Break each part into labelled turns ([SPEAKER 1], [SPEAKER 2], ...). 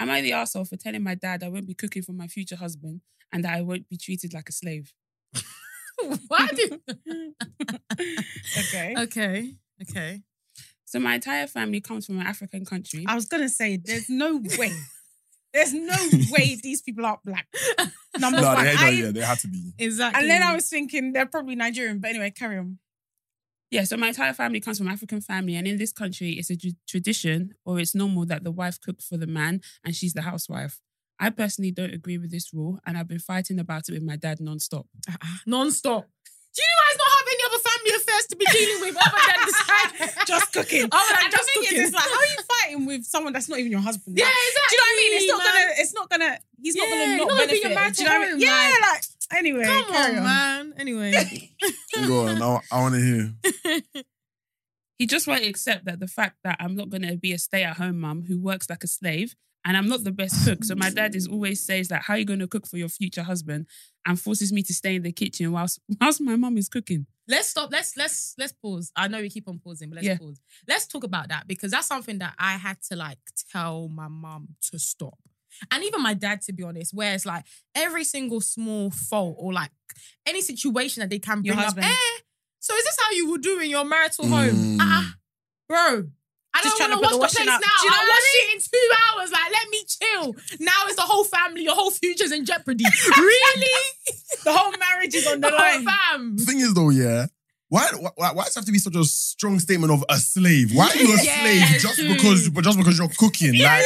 [SPEAKER 1] Am I the asshole for telling my dad I won't be cooking for my future husband and that I won't be treated like a slave?
[SPEAKER 2] Why do?
[SPEAKER 1] Okay.
[SPEAKER 2] okay. Okay.
[SPEAKER 1] So my entire family comes from an African country.
[SPEAKER 3] I was gonna say, there's no way. There's no way these people aren't black. Number
[SPEAKER 4] No,
[SPEAKER 3] one.
[SPEAKER 4] they had,
[SPEAKER 3] I-
[SPEAKER 4] no, yeah, they had to be.
[SPEAKER 2] Exactly.
[SPEAKER 3] and then I was thinking they're probably Nigerian, but anyway, carry on.
[SPEAKER 1] Yeah, so my entire family comes from African family, and in this country, it's a tr- tradition or it's normal that the wife cooks for the man and she's the housewife. I personally don't agree with this rule, and I've been fighting about it with my dad nonstop.
[SPEAKER 2] non-stop. Do you guys not have any other family affairs to be dealing with other than this?
[SPEAKER 3] Just cooking.
[SPEAKER 2] Oh, like,
[SPEAKER 3] And
[SPEAKER 2] just
[SPEAKER 3] the thing
[SPEAKER 2] cooking.
[SPEAKER 3] is, it's like, how are you fighting with someone that's not even your husband?
[SPEAKER 2] yeah,
[SPEAKER 3] Like, Do
[SPEAKER 2] exactly.
[SPEAKER 3] you know what I mean? It's not
[SPEAKER 2] man.
[SPEAKER 3] gonna. It's not gonna. He's not
[SPEAKER 2] Yeah,
[SPEAKER 3] gonna
[SPEAKER 2] you're
[SPEAKER 3] not,
[SPEAKER 2] not gonna be
[SPEAKER 3] benefit.
[SPEAKER 2] married
[SPEAKER 3] Do you know what I
[SPEAKER 2] to
[SPEAKER 3] mean?
[SPEAKER 2] him,
[SPEAKER 3] Yeah,
[SPEAKER 2] like-
[SPEAKER 3] like anyway.
[SPEAKER 2] Come
[SPEAKER 3] carry
[SPEAKER 2] on, man. Anyway.
[SPEAKER 4] Go on, I, want to hear.
[SPEAKER 1] He just won't accept that the fact that I'm not going to be a stay-at-home mum who works like a slave, and I'm not the best cook. So my dad is always says that how are you going to cook for your future husband, and forces me to stay in the kitchen whilst whilst my mum is cooking.
[SPEAKER 2] let's stop. Let's let's let's pause. I know we keep on pausing, but let's
[SPEAKER 1] Yeah.
[SPEAKER 2] pause. Let's talk about that because that's something that I had to like tell my mum to stop. And even my dad, to be honest, where it's like every single small fault or like any situation that they can
[SPEAKER 1] Your
[SPEAKER 2] bring up.
[SPEAKER 1] husband.
[SPEAKER 2] Eh, so is this how you would do in your marital home?
[SPEAKER 4] Mm.
[SPEAKER 2] Uh-uh. Bro, I
[SPEAKER 3] Just
[SPEAKER 2] don't
[SPEAKER 3] tryna
[SPEAKER 2] want to
[SPEAKER 3] put the
[SPEAKER 2] watch the
[SPEAKER 3] washing
[SPEAKER 2] place
[SPEAKER 3] up.
[SPEAKER 2] now.
[SPEAKER 3] Do you know
[SPEAKER 2] I
[SPEAKER 3] what I
[SPEAKER 2] watched it in two hours. Like, let me chill. Now it's the whole family, your whole future's in jeopardy. really?
[SPEAKER 3] The whole marriage is on the
[SPEAKER 2] the whole
[SPEAKER 3] line.
[SPEAKER 2] fam.
[SPEAKER 4] The thing is, though, yeah. Why, why, why does it have to be such a strong statement of a slave? Why are you a
[SPEAKER 2] Yeah,
[SPEAKER 4] slave just
[SPEAKER 2] true.
[SPEAKER 4] because just because you're cooking? like,
[SPEAKER 3] yeah,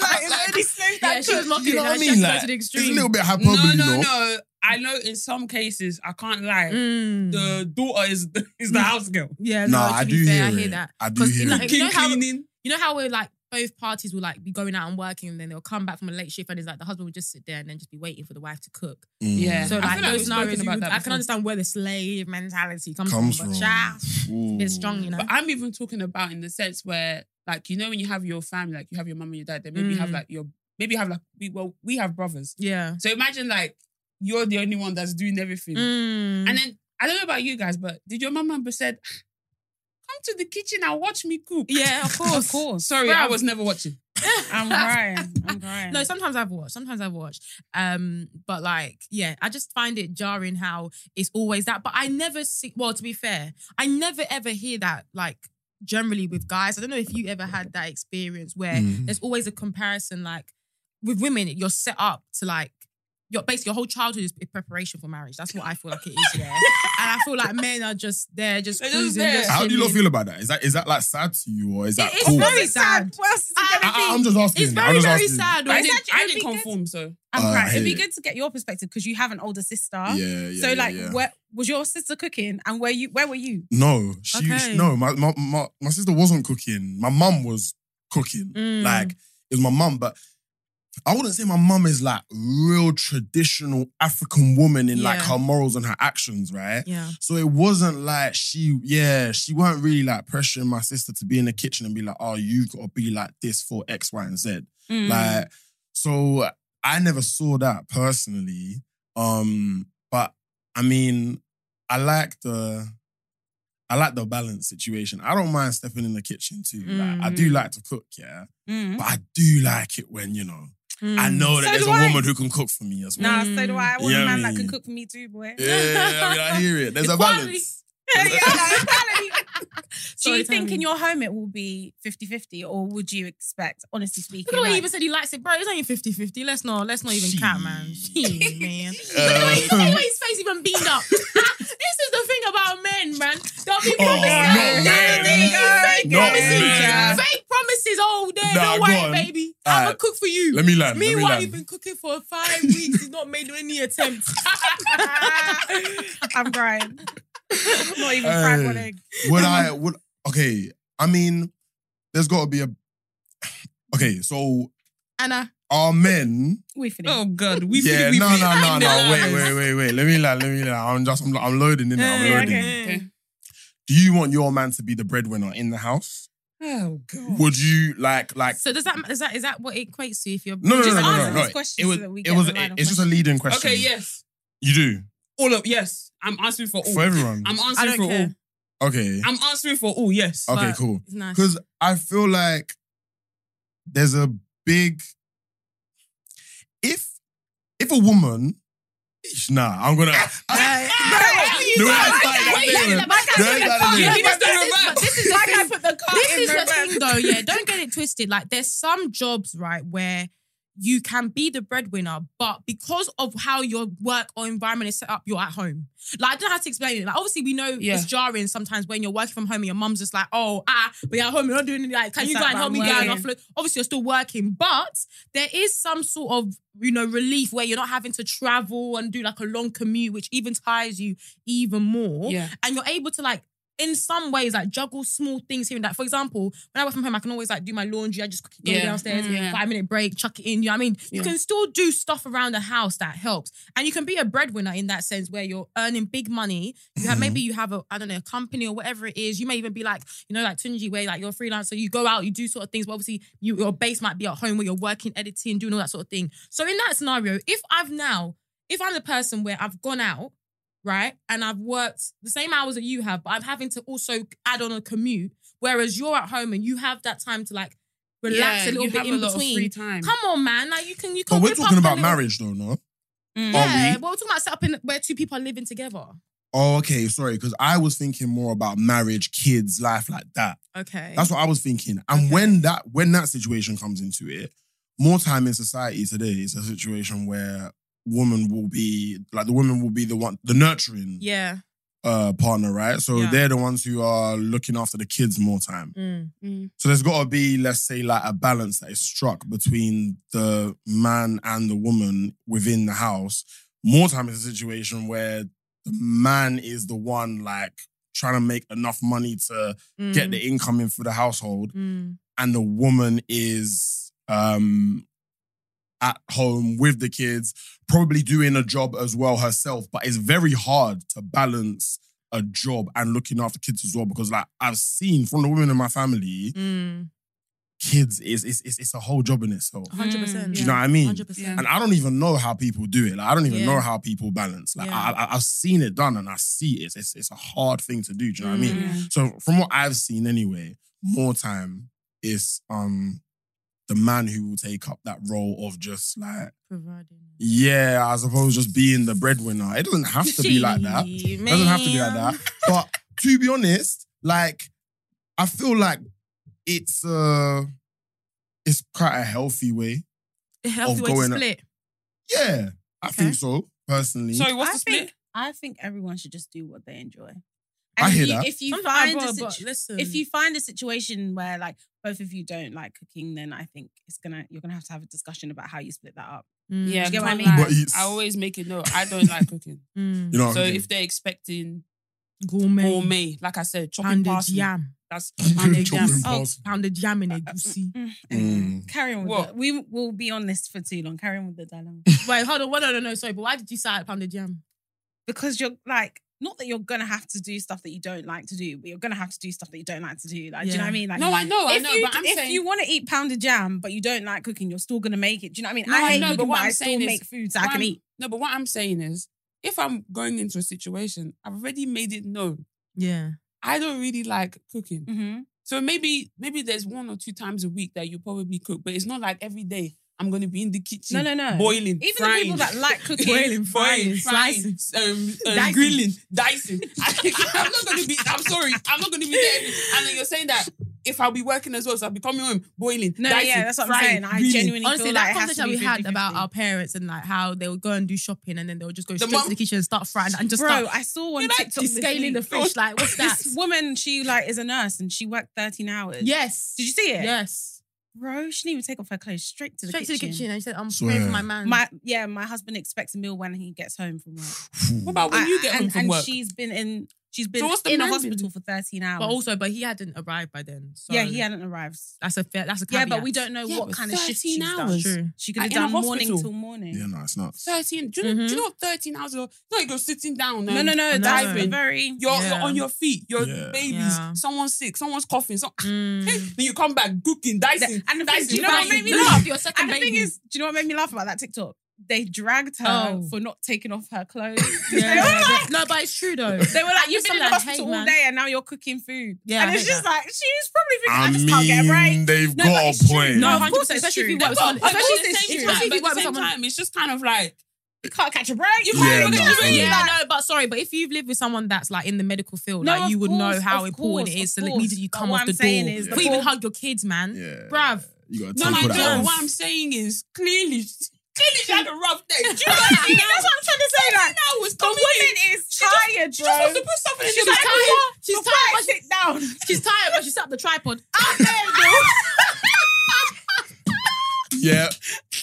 [SPEAKER 3] like it's already slaves
[SPEAKER 2] Yeah,
[SPEAKER 3] that
[SPEAKER 2] she was
[SPEAKER 3] cook.
[SPEAKER 2] mocking
[SPEAKER 4] you know
[SPEAKER 2] it.
[SPEAKER 4] what I
[SPEAKER 2] Like,
[SPEAKER 4] mean?
[SPEAKER 2] she
[SPEAKER 4] Like,
[SPEAKER 2] to the
[SPEAKER 4] it's a
[SPEAKER 2] extreme.
[SPEAKER 4] little bit hyperbole,
[SPEAKER 1] no, no,
[SPEAKER 4] you know?
[SPEAKER 1] no. I know in some cases I can't lie.
[SPEAKER 2] Mm.
[SPEAKER 1] The daughter is the, is the house girl.
[SPEAKER 2] yeah, no,
[SPEAKER 4] Nah,
[SPEAKER 2] to
[SPEAKER 4] I
[SPEAKER 2] be
[SPEAKER 4] do
[SPEAKER 2] fair, I
[SPEAKER 4] hear
[SPEAKER 2] hear
[SPEAKER 4] it.
[SPEAKER 2] that.
[SPEAKER 4] I do
[SPEAKER 2] 'Cause,
[SPEAKER 4] hear
[SPEAKER 2] like,
[SPEAKER 4] it.
[SPEAKER 2] You know,
[SPEAKER 1] Cooking,
[SPEAKER 2] how,
[SPEAKER 1] cleaning.
[SPEAKER 2] you know how we're like both parties will like be going out and working, and then they'll come back from a late shift, and it's like the husband would just sit there and then just be waiting for the wife to cook.
[SPEAKER 4] Mm.
[SPEAKER 1] Yeah.
[SPEAKER 2] So
[SPEAKER 1] I
[SPEAKER 2] like
[SPEAKER 1] feel like
[SPEAKER 2] those
[SPEAKER 1] we've
[SPEAKER 2] scenarios,
[SPEAKER 1] spoken
[SPEAKER 2] you-
[SPEAKER 1] about that
[SPEAKER 2] I can
[SPEAKER 1] before.
[SPEAKER 2] understand where the slave mentality comes,
[SPEAKER 4] Comes
[SPEAKER 2] from.
[SPEAKER 4] from.
[SPEAKER 2] But child, it's
[SPEAKER 4] Ooh.
[SPEAKER 2] strong, you know.
[SPEAKER 1] But I'm even talking about in the sense where, like, you know, when you have your family, like you have your mum and your dad, then maybe you have
[SPEAKER 2] Mm.
[SPEAKER 1] like your maybe you have like we well we have brothers.
[SPEAKER 2] yeah.
[SPEAKER 1] So imagine like you're the only one that's doing everything,
[SPEAKER 2] Mm.
[SPEAKER 1] and then I don't know about you guys, but did your mum ever said, "Ah, "Come to the kitchen and watch me cook"?
[SPEAKER 2] yeah, of course, of course.
[SPEAKER 1] Sorry, I was never watching.
[SPEAKER 3] I'm crying. I'm crying.
[SPEAKER 2] No, sometimes I've watched. Sometimes I've watched. Um, but like, yeah, I just find it jarring how it's always that. But I never see. Well, to be fair, I never ever hear that. Like generally with guys, I don't know if you ever had that experience where
[SPEAKER 4] Mhm.
[SPEAKER 2] there's always a comparison. Like with women, you're set up to like. Your, basically, your whole childhood is preparation for marriage. That's what I feel like it is, yeah. and I feel like men are just there, just
[SPEAKER 1] They're just
[SPEAKER 2] cruising.
[SPEAKER 1] there.
[SPEAKER 2] just
[SPEAKER 4] How do you lot
[SPEAKER 2] chilling.
[SPEAKER 4] feel about that? Is that is that like sad to you or is that
[SPEAKER 2] It is
[SPEAKER 4] cool?
[SPEAKER 2] very
[SPEAKER 3] It's sad. What else is it
[SPEAKER 4] I,
[SPEAKER 3] gonna be?
[SPEAKER 4] I, am just asking.
[SPEAKER 2] It's
[SPEAKER 4] I'm
[SPEAKER 2] very,
[SPEAKER 4] just
[SPEAKER 2] very
[SPEAKER 4] asking.
[SPEAKER 2] sad.
[SPEAKER 1] I
[SPEAKER 3] it's
[SPEAKER 1] didn't,
[SPEAKER 3] actually-
[SPEAKER 1] I
[SPEAKER 3] it'd
[SPEAKER 1] didn't
[SPEAKER 3] be good.
[SPEAKER 1] conform, so
[SPEAKER 3] I'm
[SPEAKER 4] Uh,
[SPEAKER 3] crying.
[SPEAKER 4] I
[SPEAKER 3] It'd be
[SPEAKER 4] hate it.
[SPEAKER 3] good to get your perspective because you have an older sister.
[SPEAKER 4] Yeah, yeah.
[SPEAKER 3] so
[SPEAKER 4] yeah,
[SPEAKER 3] like,
[SPEAKER 4] yeah.
[SPEAKER 3] where was your sister cooking, and where you where were you?
[SPEAKER 4] No, she
[SPEAKER 2] Okay.
[SPEAKER 4] no. My, my my my sister wasn't cooking. My mum was cooking.
[SPEAKER 2] Mm.
[SPEAKER 4] Like it was my mum, but I wouldn't say my mum is like real traditional African woman in like
[SPEAKER 2] Yeah.
[SPEAKER 4] her morals and her actions, right?
[SPEAKER 2] Yeah.
[SPEAKER 4] So it wasn't like she, yeah, she weren't really like pressuring my sister to be in the kitchen and be like, oh, you've got to be like this for X, Y, and Z.
[SPEAKER 5] Mm.
[SPEAKER 4] Like, so I never saw that personally. Um, but I mean, I like the I like the balance situation. I don't mind stepping in the kitchen too. Like, I
[SPEAKER 5] Mm.
[SPEAKER 4] do like to cook, yeah, but I do like it when you know I know that
[SPEAKER 5] Mm. So
[SPEAKER 4] there's
[SPEAKER 5] do
[SPEAKER 4] a
[SPEAKER 5] I.
[SPEAKER 4] woman who can cook for me as well.
[SPEAKER 5] Nah, so do I. I want
[SPEAKER 4] Yeah,
[SPEAKER 5] a man
[SPEAKER 4] I
[SPEAKER 5] that
[SPEAKER 4] mean-
[SPEAKER 5] can cook for me too, boy.
[SPEAKER 4] Yeah, I, mean, I hear it. There's a
[SPEAKER 2] Equality.
[SPEAKER 4] balance.
[SPEAKER 5] Yeah, like, equality. Do
[SPEAKER 2] Sorry,
[SPEAKER 5] you think
[SPEAKER 2] Tammy.
[SPEAKER 5] in your home it will be 50-50 or would you expect, honestly speaking?
[SPEAKER 2] Look at what he
[SPEAKER 5] like-
[SPEAKER 2] even said he likes it, bro. It's only 50 50. Let's not, let's not even count, man. Gee, man. Look at what he-
[SPEAKER 4] Uh.
[SPEAKER 2] look at what his face even beamed up. this is the thing about men, man. They'll be promises.
[SPEAKER 4] Oh, no,
[SPEAKER 2] They'll be
[SPEAKER 4] man.
[SPEAKER 2] Fake
[SPEAKER 4] No,
[SPEAKER 2] promises.
[SPEAKER 4] man.
[SPEAKER 2] Fake promises all day.
[SPEAKER 4] Nah,
[SPEAKER 2] no
[SPEAKER 4] go
[SPEAKER 2] way,
[SPEAKER 4] on.
[SPEAKER 2] baby.
[SPEAKER 4] All
[SPEAKER 2] I'm going
[SPEAKER 4] right.
[SPEAKER 2] to cook for you.
[SPEAKER 4] Let me land. Let me
[SPEAKER 2] Meanwhile,
[SPEAKER 4] land.
[SPEAKER 2] you've been cooking for five weeks. You've not made any attempts.
[SPEAKER 5] I'm crying. Not even fried one
[SPEAKER 4] Hey.
[SPEAKER 5] egg.
[SPEAKER 4] would I would okay? I mean, there's got to be a okay. So
[SPEAKER 2] Anna.
[SPEAKER 4] are men?
[SPEAKER 5] We finished.
[SPEAKER 6] Oh God, we
[SPEAKER 4] yeah,
[SPEAKER 6] we,
[SPEAKER 4] no,
[SPEAKER 6] we,
[SPEAKER 4] no, no, no. Wait,
[SPEAKER 6] Nice.
[SPEAKER 4] wait, wait, wait. Let me land. Let me land. I'm just I'm, I'm loading in. I'm
[SPEAKER 5] Yeah,
[SPEAKER 4] loading.
[SPEAKER 5] okay.
[SPEAKER 4] Do you want your man to be the breadwinner in the house?
[SPEAKER 6] Oh God.
[SPEAKER 4] Would you like like?
[SPEAKER 2] So does that is that is that what it equates to if you're
[SPEAKER 4] No, no,
[SPEAKER 2] just
[SPEAKER 4] no, no, no,
[SPEAKER 2] answer
[SPEAKER 4] no.
[SPEAKER 2] this
[SPEAKER 5] question
[SPEAKER 4] It was.
[SPEAKER 5] so that we
[SPEAKER 4] It
[SPEAKER 5] get
[SPEAKER 4] was.
[SPEAKER 5] the line of
[SPEAKER 4] It's just a
[SPEAKER 5] questions.
[SPEAKER 4] leading question.
[SPEAKER 6] Okay. Yes.
[SPEAKER 4] You do
[SPEAKER 6] All of yes. I'm answering for all.
[SPEAKER 4] for everyone.
[SPEAKER 6] I'm
[SPEAKER 2] I
[SPEAKER 6] answering
[SPEAKER 2] don't
[SPEAKER 6] for
[SPEAKER 2] care.
[SPEAKER 4] okay.
[SPEAKER 6] all. I'm answering for all. Yes.
[SPEAKER 4] okay.
[SPEAKER 2] but-
[SPEAKER 4] Cool.
[SPEAKER 2] It's nice.
[SPEAKER 4] Because I feel like there's a big if if a woman Eesh, nah, I'm gonna ah, The way I started that
[SPEAKER 2] Wait,
[SPEAKER 4] statement,
[SPEAKER 2] like I
[SPEAKER 4] the
[SPEAKER 2] said,
[SPEAKER 4] way I
[SPEAKER 2] like,
[SPEAKER 1] Oh,
[SPEAKER 2] yeah, but
[SPEAKER 4] started it.
[SPEAKER 6] This is- but
[SPEAKER 2] this is- this is the
[SPEAKER 5] Like I
[SPEAKER 2] thing.
[SPEAKER 5] put the cart
[SPEAKER 2] This
[SPEAKER 5] in
[SPEAKER 2] is the
[SPEAKER 5] reverse.
[SPEAKER 2] thing, though. Yeah, don't get it twisted. Like, there's some jobs, right, where you can be the breadwinner, but because of how your work or environment is set up, you're at home. Like, I don't know how to explain it. Like, obviously, we know
[SPEAKER 6] Yeah.
[SPEAKER 2] it's jarring sometimes when you're working from home and your mum's just like, "Oh, ah, but you're at home. You're not doing it. Like, can
[SPEAKER 5] It's
[SPEAKER 2] you go
[SPEAKER 5] like,
[SPEAKER 2] and
[SPEAKER 5] but
[SPEAKER 2] help me
[SPEAKER 5] I'm
[SPEAKER 2] go and
[SPEAKER 5] working.
[SPEAKER 2] offload?" Obviously, you're still working, but there is some sort of you know relief where you're not having to travel and do like a long commute, which even tires you even more.
[SPEAKER 6] Yeah.
[SPEAKER 2] And you're able to like in some ways like juggle small things here and that. For example, when I work from home, I can always like do my laundry. I just quickly go
[SPEAKER 6] Yeah.
[SPEAKER 2] downstairs,
[SPEAKER 6] Mm, yeah.
[SPEAKER 2] five minute break, chuck it in. You know what I mean? You
[SPEAKER 6] Yeah.
[SPEAKER 2] can still do stuff around the house that helps. And you can be a breadwinner in that sense where you're earning big money. You
[SPEAKER 6] Mm-hmm.
[SPEAKER 2] have maybe you have a, I don't know, a company or whatever it is. You may even be like, you know, like Tunji, where like you're a freelancer, you go out, you do sort of things, but obviously you, your base might be at home where you're working, editing, doing all that sort of thing. So in that scenario, if I've now, if I'm the person where I've gone out, right? And I've worked the same hours that you have, but I'm having to also add on a commute. Whereas you're at home and you have that time to like relax
[SPEAKER 6] Yeah,
[SPEAKER 2] a little
[SPEAKER 6] you
[SPEAKER 2] bit
[SPEAKER 6] have
[SPEAKER 2] in
[SPEAKER 6] a lot of
[SPEAKER 2] between.
[SPEAKER 6] free time.
[SPEAKER 2] Come on, man! Like you can, you can.
[SPEAKER 4] But we're
[SPEAKER 2] whip
[SPEAKER 4] talking
[SPEAKER 2] up a
[SPEAKER 4] about Mm.
[SPEAKER 2] little-
[SPEAKER 4] marriage though, no?
[SPEAKER 2] Yeah,
[SPEAKER 4] Are we?
[SPEAKER 2] well, we're talking about setting up in where two people are living together.
[SPEAKER 4] Oh, okay, sorry, because I was thinking more about marriage, kids, life like that.
[SPEAKER 2] Okay.
[SPEAKER 4] That's what I was thinking. And when that when that situation comes into it, more time in society today is a situation where woman will be like the woman will be the one the nurturing
[SPEAKER 2] yeah.
[SPEAKER 4] uh, partner, right? So
[SPEAKER 2] Yeah.
[SPEAKER 4] they're the ones who are looking after the kids more time.
[SPEAKER 2] Mm.
[SPEAKER 4] So there's got to be, let's say, like a balance that is struck between the man and the woman within the house. More time is a situation where the man is the one like trying to make enough money to get the income in for the household,
[SPEAKER 2] Mm.
[SPEAKER 4] and the woman is um at home with the kids, probably doing a job as well herself. But it's very hard to balance a job and looking after kids as well because like I've seen from the women in my family
[SPEAKER 2] Mm.
[SPEAKER 4] kids is it's, it's it's a whole job in itself.
[SPEAKER 2] Hundred percent.
[SPEAKER 4] Do you know what I mean?
[SPEAKER 2] Hundred percent.
[SPEAKER 4] And I don't even know how people do it. Like, I don't even
[SPEAKER 2] Mm. Yeah.
[SPEAKER 4] know how people balance. Like
[SPEAKER 2] Yeah.
[SPEAKER 4] I, I, I've seen it done, and I see it. It's it's a hard thing to do. Do you know what I mean?
[SPEAKER 2] Mm.
[SPEAKER 4] So from what I've seen anyway, more time is um the man who will take up that role of just like
[SPEAKER 2] Providing.
[SPEAKER 4] yeah, I suppose just being the breadwinner. It doesn't have to be like that.
[SPEAKER 2] Gee,
[SPEAKER 4] It doesn't have to be like
[SPEAKER 2] man.
[SPEAKER 4] that. But to be honest, like I feel like it's uh it's quite a healthy way.
[SPEAKER 2] A healthy
[SPEAKER 4] Of
[SPEAKER 2] way to
[SPEAKER 4] going-
[SPEAKER 2] split.
[SPEAKER 4] Yeah, I think so personally.
[SPEAKER 6] Sorry, what's
[SPEAKER 5] I
[SPEAKER 6] the split?
[SPEAKER 5] think I think everyone should just do what they enjoy. And
[SPEAKER 4] I hear
[SPEAKER 5] you,
[SPEAKER 4] that.
[SPEAKER 5] If you
[SPEAKER 2] Sometimes-
[SPEAKER 5] find
[SPEAKER 2] ah,
[SPEAKER 5] a
[SPEAKER 2] bro, but
[SPEAKER 5] situ-
[SPEAKER 2] listen.
[SPEAKER 5] if you find a situation where like both of you don't like cooking, then I think it's gonna you're gonna have to have a discussion about how you split that up.
[SPEAKER 2] Mm.
[SPEAKER 6] Yeah,
[SPEAKER 5] you get what I
[SPEAKER 6] can't
[SPEAKER 5] mean?
[SPEAKER 6] lie.
[SPEAKER 4] But it's-
[SPEAKER 6] I always make it no. I don't like cooking.
[SPEAKER 2] Mm.
[SPEAKER 4] you know.
[SPEAKER 6] so
[SPEAKER 4] what I mean?
[SPEAKER 6] if they're expecting
[SPEAKER 2] Gourmet.
[SPEAKER 6] gourmet, like I said, chopping
[SPEAKER 2] Pounded
[SPEAKER 6] parsley.
[SPEAKER 2] yam.
[SPEAKER 6] That's
[SPEAKER 4] Chopping
[SPEAKER 6] pounded jam.
[SPEAKER 2] Oh,
[SPEAKER 4] parsley.
[SPEAKER 2] pounded yam in a goosey.
[SPEAKER 4] Mm.
[SPEAKER 5] Carry on with
[SPEAKER 6] What?
[SPEAKER 5] it. We will be on this for too long. Carry on with the dilemma.
[SPEAKER 2] Wait, hold on. Well, no, no, no. Sorry, but why did you say pounded jam?
[SPEAKER 5] because you're like not that you're gonna have to do stuff that you don't like to do, but you're gonna have to do stuff that you don't like to do. Like, do you
[SPEAKER 2] Yeah.
[SPEAKER 5] know what I mean? Like,
[SPEAKER 6] No, I know, I
[SPEAKER 5] if
[SPEAKER 6] know,
[SPEAKER 5] you,
[SPEAKER 6] but I'm
[SPEAKER 5] if
[SPEAKER 6] saying-
[SPEAKER 5] you want to eat pounded jam, but you don't like cooking, you're still gonna make it. Do you know what I mean?
[SPEAKER 6] No, I
[SPEAKER 5] I hate
[SPEAKER 6] know, but
[SPEAKER 5] cooking,
[SPEAKER 6] what
[SPEAKER 5] but
[SPEAKER 6] I'm
[SPEAKER 5] I still
[SPEAKER 6] saying is-
[SPEAKER 5] make foods I
[SPEAKER 6] What
[SPEAKER 5] can
[SPEAKER 6] I'm-
[SPEAKER 5] eat.
[SPEAKER 6] No, but what I'm saying is, if I'm going into a situation, I've already made it known
[SPEAKER 2] Yeah.
[SPEAKER 1] I don't really like cooking.
[SPEAKER 5] Mm-hmm.
[SPEAKER 1] So maybe maybe there's one or two times a week that you probably cook, but it's not like every day I'm going to be in the kitchen.
[SPEAKER 5] No, no, no.
[SPEAKER 1] Boiling,
[SPEAKER 5] Even the
[SPEAKER 1] frying,
[SPEAKER 5] people that like cooking,
[SPEAKER 1] boiling, frying,
[SPEAKER 2] frying,
[SPEAKER 1] slicing, um, um,
[SPEAKER 2] Dicing.
[SPEAKER 1] grilling, dicing. I'm not going to be. I'm sorry. I'm not going to be there. every- And then you're saying that if I'll be working as well, so I'll be coming home boiling.
[SPEAKER 5] No,
[SPEAKER 1] dicing,
[SPEAKER 5] yeah, that's what I'm
[SPEAKER 1] frying,
[SPEAKER 5] saying. I
[SPEAKER 1] grilling.
[SPEAKER 5] genuinely- feel
[SPEAKER 2] Honestly,
[SPEAKER 5] like
[SPEAKER 2] that
[SPEAKER 5] it has to
[SPEAKER 2] conversation we
[SPEAKER 5] be
[SPEAKER 2] had
[SPEAKER 5] 50-50.
[SPEAKER 2] about our parents and like how they would go and do shopping and then they would just go
[SPEAKER 1] The
[SPEAKER 2] straight
[SPEAKER 1] mum-
[SPEAKER 2] to the kitchen and start frying and just
[SPEAKER 5] Bro,
[SPEAKER 2] start
[SPEAKER 5] I saw one
[SPEAKER 1] You know,
[SPEAKER 5] TikTok this
[SPEAKER 2] scaling the
[SPEAKER 5] week.
[SPEAKER 2] fish. Like, what's that?
[SPEAKER 5] This woman, she like is a nurse and she worked 13 hours.
[SPEAKER 2] yes.
[SPEAKER 5] Did you see it?
[SPEAKER 2] Yes.
[SPEAKER 5] Bro, she didn't even take off her clothes straight to the
[SPEAKER 2] Straight
[SPEAKER 5] kitchen.
[SPEAKER 2] to the kitchen and she said, "I'm
[SPEAKER 4] Swear.
[SPEAKER 2] praying for my man."
[SPEAKER 5] My yeah, my husband expects a meal when he gets home from work.
[SPEAKER 1] What about when
[SPEAKER 5] I-
[SPEAKER 1] you get
[SPEAKER 5] and,
[SPEAKER 1] home from
[SPEAKER 5] and
[SPEAKER 1] work?
[SPEAKER 5] she's been in she's been
[SPEAKER 1] So what's the
[SPEAKER 5] in a
[SPEAKER 1] man been
[SPEAKER 5] hospital
[SPEAKER 1] doing?
[SPEAKER 5] for 13 hours.
[SPEAKER 2] but also, but he hadn't arrived by then. So
[SPEAKER 5] yeah, he hadn't arrived.
[SPEAKER 2] That's a fair. That's a
[SPEAKER 5] Yeah,
[SPEAKER 2] caveat.
[SPEAKER 5] but we don't know
[SPEAKER 1] Yeah,
[SPEAKER 5] what
[SPEAKER 1] but
[SPEAKER 5] kind of shift
[SPEAKER 1] 13
[SPEAKER 5] she's done.
[SPEAKER 1] hours.
[SPEAKER 2] True.
[SPEAKER 5] She could
[SPEAKER 1] Like,
[SPEAKER 5] have
[SPEAKER 1] in a
[SPEAKER 5] done morning
[SPEAKER 1] hospital.
[SPEAKER 5] till morning.
[SPEAKER 4] Yeah, no, it's not.
[SPEAKER 1] 13. Do you,
[SPEAKER 2] Mm-hmm.
[SPEAKER 1] know, do you know what 13 hours are? It's not like you're sitting down.
[SPEAKER 5] No,
[SPEAKER 1] um,
[SPEAKER 5] no, no.
[SPEAKER 2] I
[SPEAKER 5] That's
[SPEAKER 2] know.
[SPEAKER 5] a very
[SPEAKER 1] You're,
[SPEAKER 2] Yeah.
[SPEAKER 1] you're on your feet. You're
[SPEAKER 4] Yeah.
[SPEAKER 1] babies.
[SPEAKER 2] Yeah.
[SPEAKER 1] Someone's sick. Someone's coughing. So,
[SPEAKER 2] Mm.
[SPEAKER 1] then you come back cooking, dicing.
[SPEAKER 5] and the thing,
[SPEAKER 1] dicing,
[SPEAKER 5] do you know what
[SPEAKER 1] frying.
[SPEAKER 5] made me laugh?
[SPEAKER 2] Your second
[SPEAKER 5] And the thing
[SPEAKER 2] baby.
[SPEAKER 5] is, do you know what made me laugh about that TikTok? They dragged her
[SPEAKER 2] Oh.
[SPEAKER 5] for not taking off her clothes. 'Cause they were
[SPEAKER 2] Yeah.
[SPEAKER 5] like-
[SPEAKER 2] but- no, but it's true though.
[SPEAKER 5] They were like,
[SPEAKER 2] I
[SPEAKER 5] you've
[SPEAKER 2] knew
[SPEAKER 5] been in
[SPEAKER 2] someone I'd
[SPEAKER 5] the
[SPEAKER 2] hate,
[SPEAKER 5] hospital all
[SPEAKER 2] man.
[SPEAKER 5] day and now you're cooking food.
[SPEAKER 2] Yeah,
[SPEAKER 5] And
[SPEAKER 2] I
[SPEAKER 5] it's
[SPEAKER 2] hate
[SPEAKER 5] just
[SPEAKER 2] that.
[SPEAKER 5] like, she's probably thinking, I,
[SPEAKER 4] I
[SPEAKER 5] just can't get a break.
[SPEAKER 4] mean, they've
[SPEAKER 5] No, but
[SPEAKER 4] got
[SPEAKER 5] it's
[SPEAKER 4] a
[SPEAKER 5] true.
[SPEAKER 4] point.
[SPEAKER 2] No,
[SPEAKER 5] Of course
[SPEAKER 2] hundred percent.
[SPEAKER 5] it's
[SPEAKER 2] Especially if
[SPEAKER 5] true.
[SPEAKER 2] you work with
[SPEAKER 5] But-
[SPEAKER 2] someone,
[SPEAKER 1] But at the
[SPEAKER 2] especially if
[SPEAKER 1] same time- but at
[SPEAKER 2] you work
[SPEAKER 1] the
[SPEAKER 2] with
[SPEAKER 1] same
[SPEAKER 2] someone.
[SPEAKER 1] time, it's just kind of like,
[SPEAKER 5] You can't catch a break. You
[SPEAKER 4] Yeah,
[SPEAKER 5] can't even
[SPEAKER 4] no,
[SPEAKER 5] get a break.
[SPEAKER 2] Yeah,
[SPEAKER 4] Yeah.
[SPEAKER 2] no, but sorry, but if you've lived with someone that's like in the medical field,
[SPEAKER 5] No,
[SPEAKER 2] like you
[SPEAKER 5] of
[SPEAKER 2] would know
[SPEAKER 5] course,
[SPEAKER 2] how
[SPEAKER 5] of
[SPEAKER 2] important it
[SPEAKER 5] course,
[SPEAKER 2] is to
[SPEAKER 5] of
[SPEAKER 2] the immediately
[SPEAKER 5] course.
[SPEAKER 2] you
[SPEAKER 5] But
[SPEAKER 2] come
[SPEAKER 5] what
[SPEAKER 2] off
[SPEAKER 5] I'm
[SPEAKER 2] the
[SPEAKER 5] saying
[SPEAKER 2] door.
[SPEAKER 5] is
[SPEAKER 2] Before
[SPEAKER 5] the
[SPEAKER 2] you even
[SPEAKER 5] ball-
[SPEAKER 2] hug your kids, man.
[SPEAKER 4] Yeah.
[SPEAKER 2] Bruv.
[SPEAKER 4] You gotta
[SPEAKER 1] no,
[SPEAKER 4] take
[SPEAKER 1] I
[SPEAKER 4] all that
[SPEAKER 1] know.
[SPEAKER 4] off.
[SPEAKER 1] What I'm saying is, clearly, clearly she had a rough day. Do you know
[SPEAKER 5] That's
[SPEAKER 1] what
[SPEAKER 5] what
[SPEAKER 1] I mean?
[SPEAKER 5] I'm trying to say. Like,
[SPEAKER 1] Now it's
[SPEAKER 5] the
[SPEAKER 1] coming in.
[SPEAKER 5] woman is tired,
[SPEAKER 1] She just wants
[SPEAKER 5] bro.
[SPEAKER 1] to put something in
[SPEAKER 5] She's
[SPEAKER 1] the
[SPEAKER 5] like,
[SPEAKER 1] microwave.
[SPEAKER 5] "Oh,
[SPEAKER 2] She's
[SPEAKER 5] before
[SPEAKER 2] tired,
[SPEAKER 5] I
[SPEAKER 2] but she-
[SPEAKER 5] sit down.
[SPEAKER 2] She's tired, but she sat up the tripod.
[SPEAKER 4] Yeah.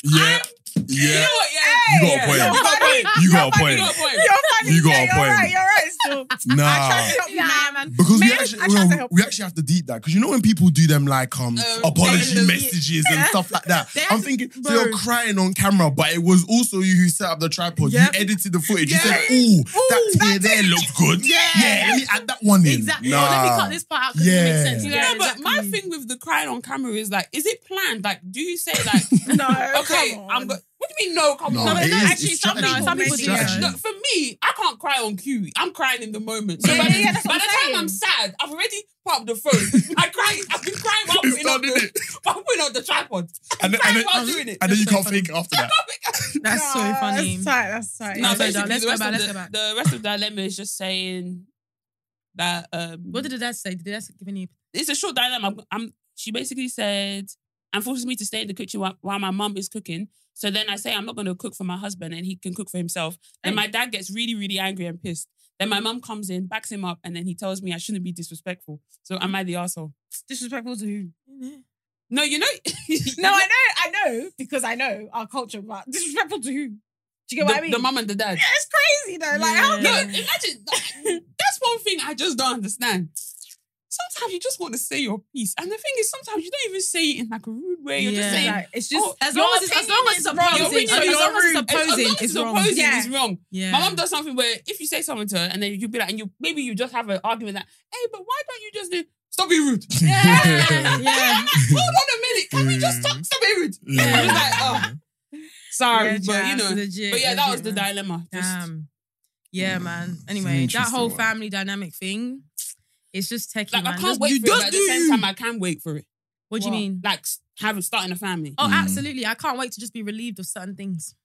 [SPEAKER 4] Yeah.
[SPEAKER 1] You
[SPEAKER 4] Yeah.
[SPEAKER 1] know what? Yeah,
[SPEAKER 4] You
[SPEAKER 1] yeah,
[SPEAKER 4] got a
[SPEAKER 1] yeah.
[SPEAKER 4] point.
[SPEAKER 1] You got a point. You
[SPEAKER 4] You
[SPEAKER 1] got a
[SPEAKER 4] got a point.
[SPEAKER 1] point.
[SPEAKER 5] You're funny.
[SPEAKER 4] You got
[SPEAKER 5] yeah,
[SPEAKER 4] a
[SPEAKER 5] you're
[SPEAKER 4] point.
[SPEAKER 5] right. You're right. Still. I tried
[SPEAKER 4] Nah.
[SPEAKER 5] to help you,
[SPEAKER 2] Nah,
[SPEAKER 5] man.
[SPEAKER 4] Because we
[SPEAKER 5] Man,
[SPEAKER 4] actually,
[SPEAKER 5] I tried
[SPEAKER 4] well,
[SPEAKER 5] to help
[SPEAKER 4] we actually have to deep that because you know when people do them like
[SPEAKER 2] Oh,
[SPEAKER 4] um,
[SPEAKER 1] Um,
[SPEAKER 4] apology
[SPEAKER 1] yeah.
[SPEAKER 4] messages and stuff like that.
[SPEAKER 2] They
[SPEAKER 4] I'm
[SPEAKER 2] have-
[SPEAKER 4] thinking so
[SPEAKER 2] bro.
[SPEAKER 4] you're crying on camera, but it was also you who set up the tripod.
[SPEAKER 2] Yep.
[SPEAKER 4] You edited the footage.
[SPEAKER 1] Yeah.
[SPEAKER 4] You said, "Ooh, that
[SPEAKER 2] Ooh,
[SPEAKER 4] tear there looks good. Yeah. let me add that one in.
[SPEAKER 2] Exactly.
[SPEAKER 4] Nah.
[SPEAKER 2] Oh, let me cut this part out because it
[SPEAKER 4] Yeah.
[SPEAKER 2] makes sense.
[SPEAKER 4] You
[SPEAKER 1] No,
[SPEAKER 2] Yeah,
[SPEAKER 1] but my
[SPEAKER 2] exactly.
[SPEAKER 1] thing with the crying on camera is like, is it planned? Like, do you say like,
[SPEAKER 5] you. No.
[SPEAKER 1] okay,
[SPEAKER 5] come on.
[SPEAKER 1] I'm go- What do you mean? No, come
[SPEAKER 4] No,
[SPEAKER 1] on.
[SPEAKER 4] it is.
[SPEAKER 2] actually,
[SPEAKER 4] it's
[SPEAKER 2] some
[SPEAKER 4] strategy.
[SPEAKER 2] people- some people
[SPEAKER 4] It's
[SPEAKER 2] do that.
[SPEAKER 4] strategy.
[SPEAKER 1] No, for me, I can't cry on cue. I'm crying in the moment. So
[SPEAKER 5] Yeah,
[SPEAKER 1] by the,
[SPEAKER 5] yeah, that's what
[SPEAKER 1] by
[SPEAKER 5] I'm
[SPEAKER 1] the
[SPEAKER 5] saying.
[SPEAKER 1] time I'm sad, I've already put up the phone. I cry. I've been crying while
[SPEAKER 4] It's
[SPEAKER 1] putting on
[SPEAKER 4] done,
[SPEAKER 1] the, while putting on the tripod.
[SPEAKER 4] And then,
[SPEAKER 1] Crying
[SPEAKER 4] and then,
[SPEAKER 1] while doing it.
[SPEAKER 4] and then you
[SPEAKER 2] That's so
[SPEAKER 4] can't
[SPEAKER 2] funny.
[SPEAKER 4] fake it after that.
[SPEAKER 2] That's so
[SPEAKER 5] Nah,
[SPEAKER 2] funny.
[SPEAKER 5] That's tight. That's tight.
[SPEAKER 1] No,
[SPEAKER 2] Yeah,
[SPEAKER 1] basically,
[SPEAKER 2] let's
[SPEAKER 1] the
[SPEAKER 2] go
[SPEAKER 1] rest
[SPEAKER 2] back,
[SPEAKER 1] of
[SPEAKER 2] let's
[SPEAKER 1] the,
[SPEAKER 2] go back.
[SPEAKER 1] the rest of dilemma is just saying that um,
[SPEAKER 2] What did the dad say? Did the dad give any?
[SPEAKER 1] it's a short dilemma. I'm, I'm- she basically said, and forces me to stay in the kitchen while, while my mum is cooking. So then I say I'm not going to cook for my husband and he can cook for himself. Then my dad gets really, really angry and pissed. Then my mum comes in, backs him up, and then he tells me I shouldn't be disrespectful. So am I the asshole?
[SPEAKER 5] Disrespectful to who?
[SPEAKER 1] No, you know.
[SPEAKER 5] No, I know, I know, because I know our culture, but disrespectful to who? Do you get what
[SPEAKER 1] the,
[SPEAKER 5] I mean?
[SPEAKER 1] the mum and the dad.
[SPEAKER 5] Yeah, it's crazy though. Like, how
[SPEAKER 1] No,
[SPEAKER 2] Yeah.
[SPEAKER 5] can
[SPEAKER 1] imagine that- that's one thing I just don't understand. Sometimes you just want to say your piece, and the thing is, sometimes you don't even say it in like a rude way. You're
[SPEAKER 2] Yeah.
[SPEAKER 1] just saying,
[SPEAKER 5] like, it's just
[SPEAKER 1] Oh,
[SPEAKER 2] As
[SPEAKER 5] your
[SPEAKER 2] long as it's as
[SPEAKER 5] opinion
[SPEAKER 2] long as it's
[SPEAKER 5] is wrong.
[SPEAKER 1] Your
[SPEAKER 2] opposing,
[SPEAKER 1] opinion
[SPEAKER 2] as
[SPEAKER 1] is As- as
[SPEAKER 2] long as it's
[SPEAKER 1] long
[SPEAKER 2] opposing,
[SPEAKER 1] as
[SPEAKER 2] it's
[SPEAKER 1] it's
[SPEAKER 2] wrong.
[SPEAKER 1] opposing,
[SPEAKER 5] Yeah.
[SPEAKER 1] it's wrong.
[SPEAKER 2] Yeah.
[SPEAKER 1] My mom does something where if you say something to her and then you'd be like, and you maybe you just have an argument that, hey, but why don't you just do stop being rude?
[SPEAKER 2] Yeah. Yeah.
[SPEAKER 1] I'm like, Hold on a minute, can we just talk? Stop being rude.
[SPEAKER 4] Yeah.
[SPEAKER 1] It's like, oh, sorry,
[SPEAKER 2] Yeah,
[SPEAKER 1] but you
[SPEAKER 2] child,
[SPEAKER 1] know.
[SPEAKER 2] legit,
[SPEAKER 1] But yeah, that was
[SPEAKER 2] legit,
[SPEAKER 1] the
[SPEAKER 2] man.
[SPEAKER 1] dilemma. Just-
[SPEAKER 5] Um,
[SPEAKER 2] Damn. Yeah, man.
[SPEAKER 4] It's an
[SPEAKER 2] Anyway, that
[SPEAKER 4] interesting
[SPEAKER 2] whole
[SPEAKER 4] one.
[SPEAKER 2] family dynamic thing, it's just taking.
[SPEAKER 1] Like I
[SPEAKER 2] man.
[SPEAKER 1] can't
[SPEAKER 2] Just-
[SPEAKER 1] wait
[SPEAKER 2] you
[SPEAKER 1] for it.
[SPEAKER 2] just
[SPEAKER 1] But at the
[SPEAKER 2] do
[SPEAKER 1] same
[SPEAKER 2] you.
[SPEAKER 1] time, I can wait for it.
[SPEAKER 2] What do you mean?
[SPEAKER 1] Like s- having starting a family.
[SPEAKER 2] Oh,
[SPEAKER 4] Mm.
[SPEAKER 2] absolutely. I can't wait to just be relieved of certain things.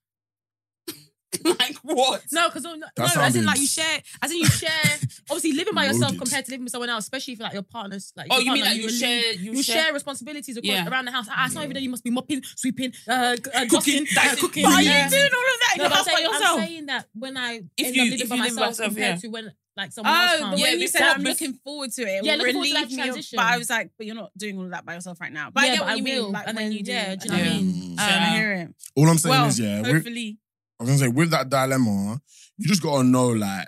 [SPEAKER 1] like what?
[SPEAKER 2] No, because no, no,
[SPEAKER 4] That
[SPEAKER 2] as in
[SPEAKER 4] sounded-
[SPEAKER 2] like you share, as in you share. obviously, living by yourself
[SPEAKER 4] Loaded.
[SPEAKER 2] compared to living with someone else, especially if like your partner's like.
[SPEAKER 1] Oh,
[SPEAKER 2] your
[SPEAKER 1] you mean
[SPEAKER 2] partner,
[SPEAKER 1] like you
[SPEAKER 2] relieve-
[SPEAKER 1] share? You,
[SPEAKER 2] You share responsibilities across,
[SPEAKER 1] Yeah.
[SPEAKER 2] around the house. Ah, It's not even that you must be mopping, sweeping, uh, g- uh,
[SPEAKER 1] Cooking,
[SPEAKER 2] dusting, uh,
[SPEAKER 1] dicing.
[SPEAKER 2] cooking.
[SPEAKER 1] But
[SPEAKER 5] Are
[SPEAKER 2] Yeah.
[SPEAKER 5] you doing all of that in
[SPEAKER 2] No,
[SPEAKER 5] your
[SPEAKER 2] but I'm
[SPEAKER 5] house by
[SPEAKER 2] saying, I'm
[SPEAKER 5] yourself?
[SPEAKER 2] saying that when I
[SPEAKER 1] If
[SPEAKER 2] end
[SPEAKER 1] you-
[SPEAKER 2] up
[SPEAKER 1] if
[SPEAKER 2] living by
[SPEAKER 1] you live by
[SPEAKER 2] myself
[SPEAKER 1] yourself, yeah.
[SPEAKER 2] compared to when like someone else
[SPEAKER 5] Oh,
[SPEAKER 2] comes.
[SPEAKER 5] the
[SPEAKER 1] Yeah,
[SPEAKER 5] way you
[SPEAKER 1] before-
[SPEAKER 5] said I'm
[SPEAKER 1] bef-
[SPEAKER 5] looking forward to it. it
[SPEAKER 2] Yeah,
[SPEAKER 5] will
[SPEAKER 2] looking forward to that
[SPEAKER 5] relieve me of-
[SPEAKER 2] transition.
[SPEAKER 5] But I was like, but you're not doing all of that by yourself right now. But I
[SPEAKER 2] Yeah,
[SPEAKER 5] get
[SPEAKER 2] but
[SPEAKER 5] what
[SPEAKER 2] I
[SPEAKER 5] you
[SPEAKER 2] will,
[SPEAKER 5] mean. Like
[SPEAKER 2] and
[SPEAKER 5] when
[SPEAKER 2] then,
[SPEAKER 5] you do,
[SPEAKER 2] yeah,
[SPEAKER 5] it,
[SPEAKER 2] do
[SPEAKER 1] you know what I
[SPEAKER 5] yeah.
[SPEAKER 2] mean?
[SPEAKER 5] I
[SPEAKER 1] Yeah.
[SPEAKER 5] hear it.
[SPEAKER 4] All I'm saying
[SPEAKER 5] well,
[SPEAKER 4] is, yeah, we're-
[SPEAKER 5] hopefully.
[SPEAKER 4] I was gonna say with that dilemma, you just gotta know like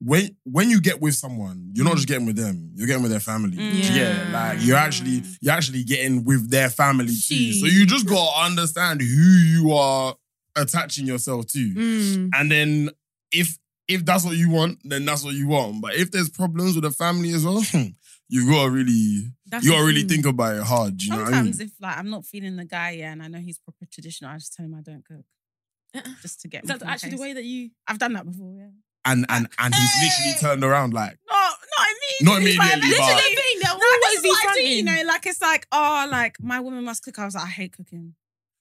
[SPEAKER 4] when when you get with someone, you're not just getting with them, you're getting with their family.
[SPEAKER 5] Mm.
[SPEAKER 4] Yeah,
[SPEAKER 2] Yeah.
[SPEAKER 4] like you're actually you're actually getting with their family too.
[SPEAKER 2] She-
[SPEAKER 4] So you just gotta understand who you are attaching yourself to.
[SPEAKER 2] Mm.
[SPEAKER 4] And then if if that's what you want, then that's what you want. But if there's problems with the family as well, hmm, you've gotta really
[SPEAKER 2] That's
[SPEAKER 4] you
[SPEAKER 2] the
[SPEAKER 4] gotta really
[SPEAKER 2] thing.
[SPEAKER 4] think about it hard. Do you know what I mean?
[SPEAKER 5] Sometimes if like I'm not feeling the guy, yeah, and I know he's proper traditional, I just tell him I don't cook.
[SPEAKER 2] Uh-uh.
[SPEAKER 5] Just to get
[SPEAKER 2] Is that
[SPEAKER 5] him from
[SPEAKER 2] actually the
[SPEAKER 5] place.
[SPEAKER 2] way that you?
[SPEAKER 5] I've done that before, yeah.
[SPEAKER 4] and and and he's
[SPEAKER 5] Hey!
[SPEAKER 4] literally turned around like
[SPEAKER 5] No, not
[SPEAKER 4] Not
[SPEAKER 5] He's like,
[SPEAKER 4] immediately,
[SPEAKER 5] literally
[SPEAKER 4] but
[SPEAKER 2] Literally, thing, they'll
[SPEAKER 5] No, this
[SPEAKER 2] always
[SPEAKER 5] is
[SPEAKER 2] be
[SPEAKER 5] what I do, you
[SPEAKER 2] fronting.
[SPEAKER 5] know, like it's like, oh, like my woman must cook. I was like, I hate cooking.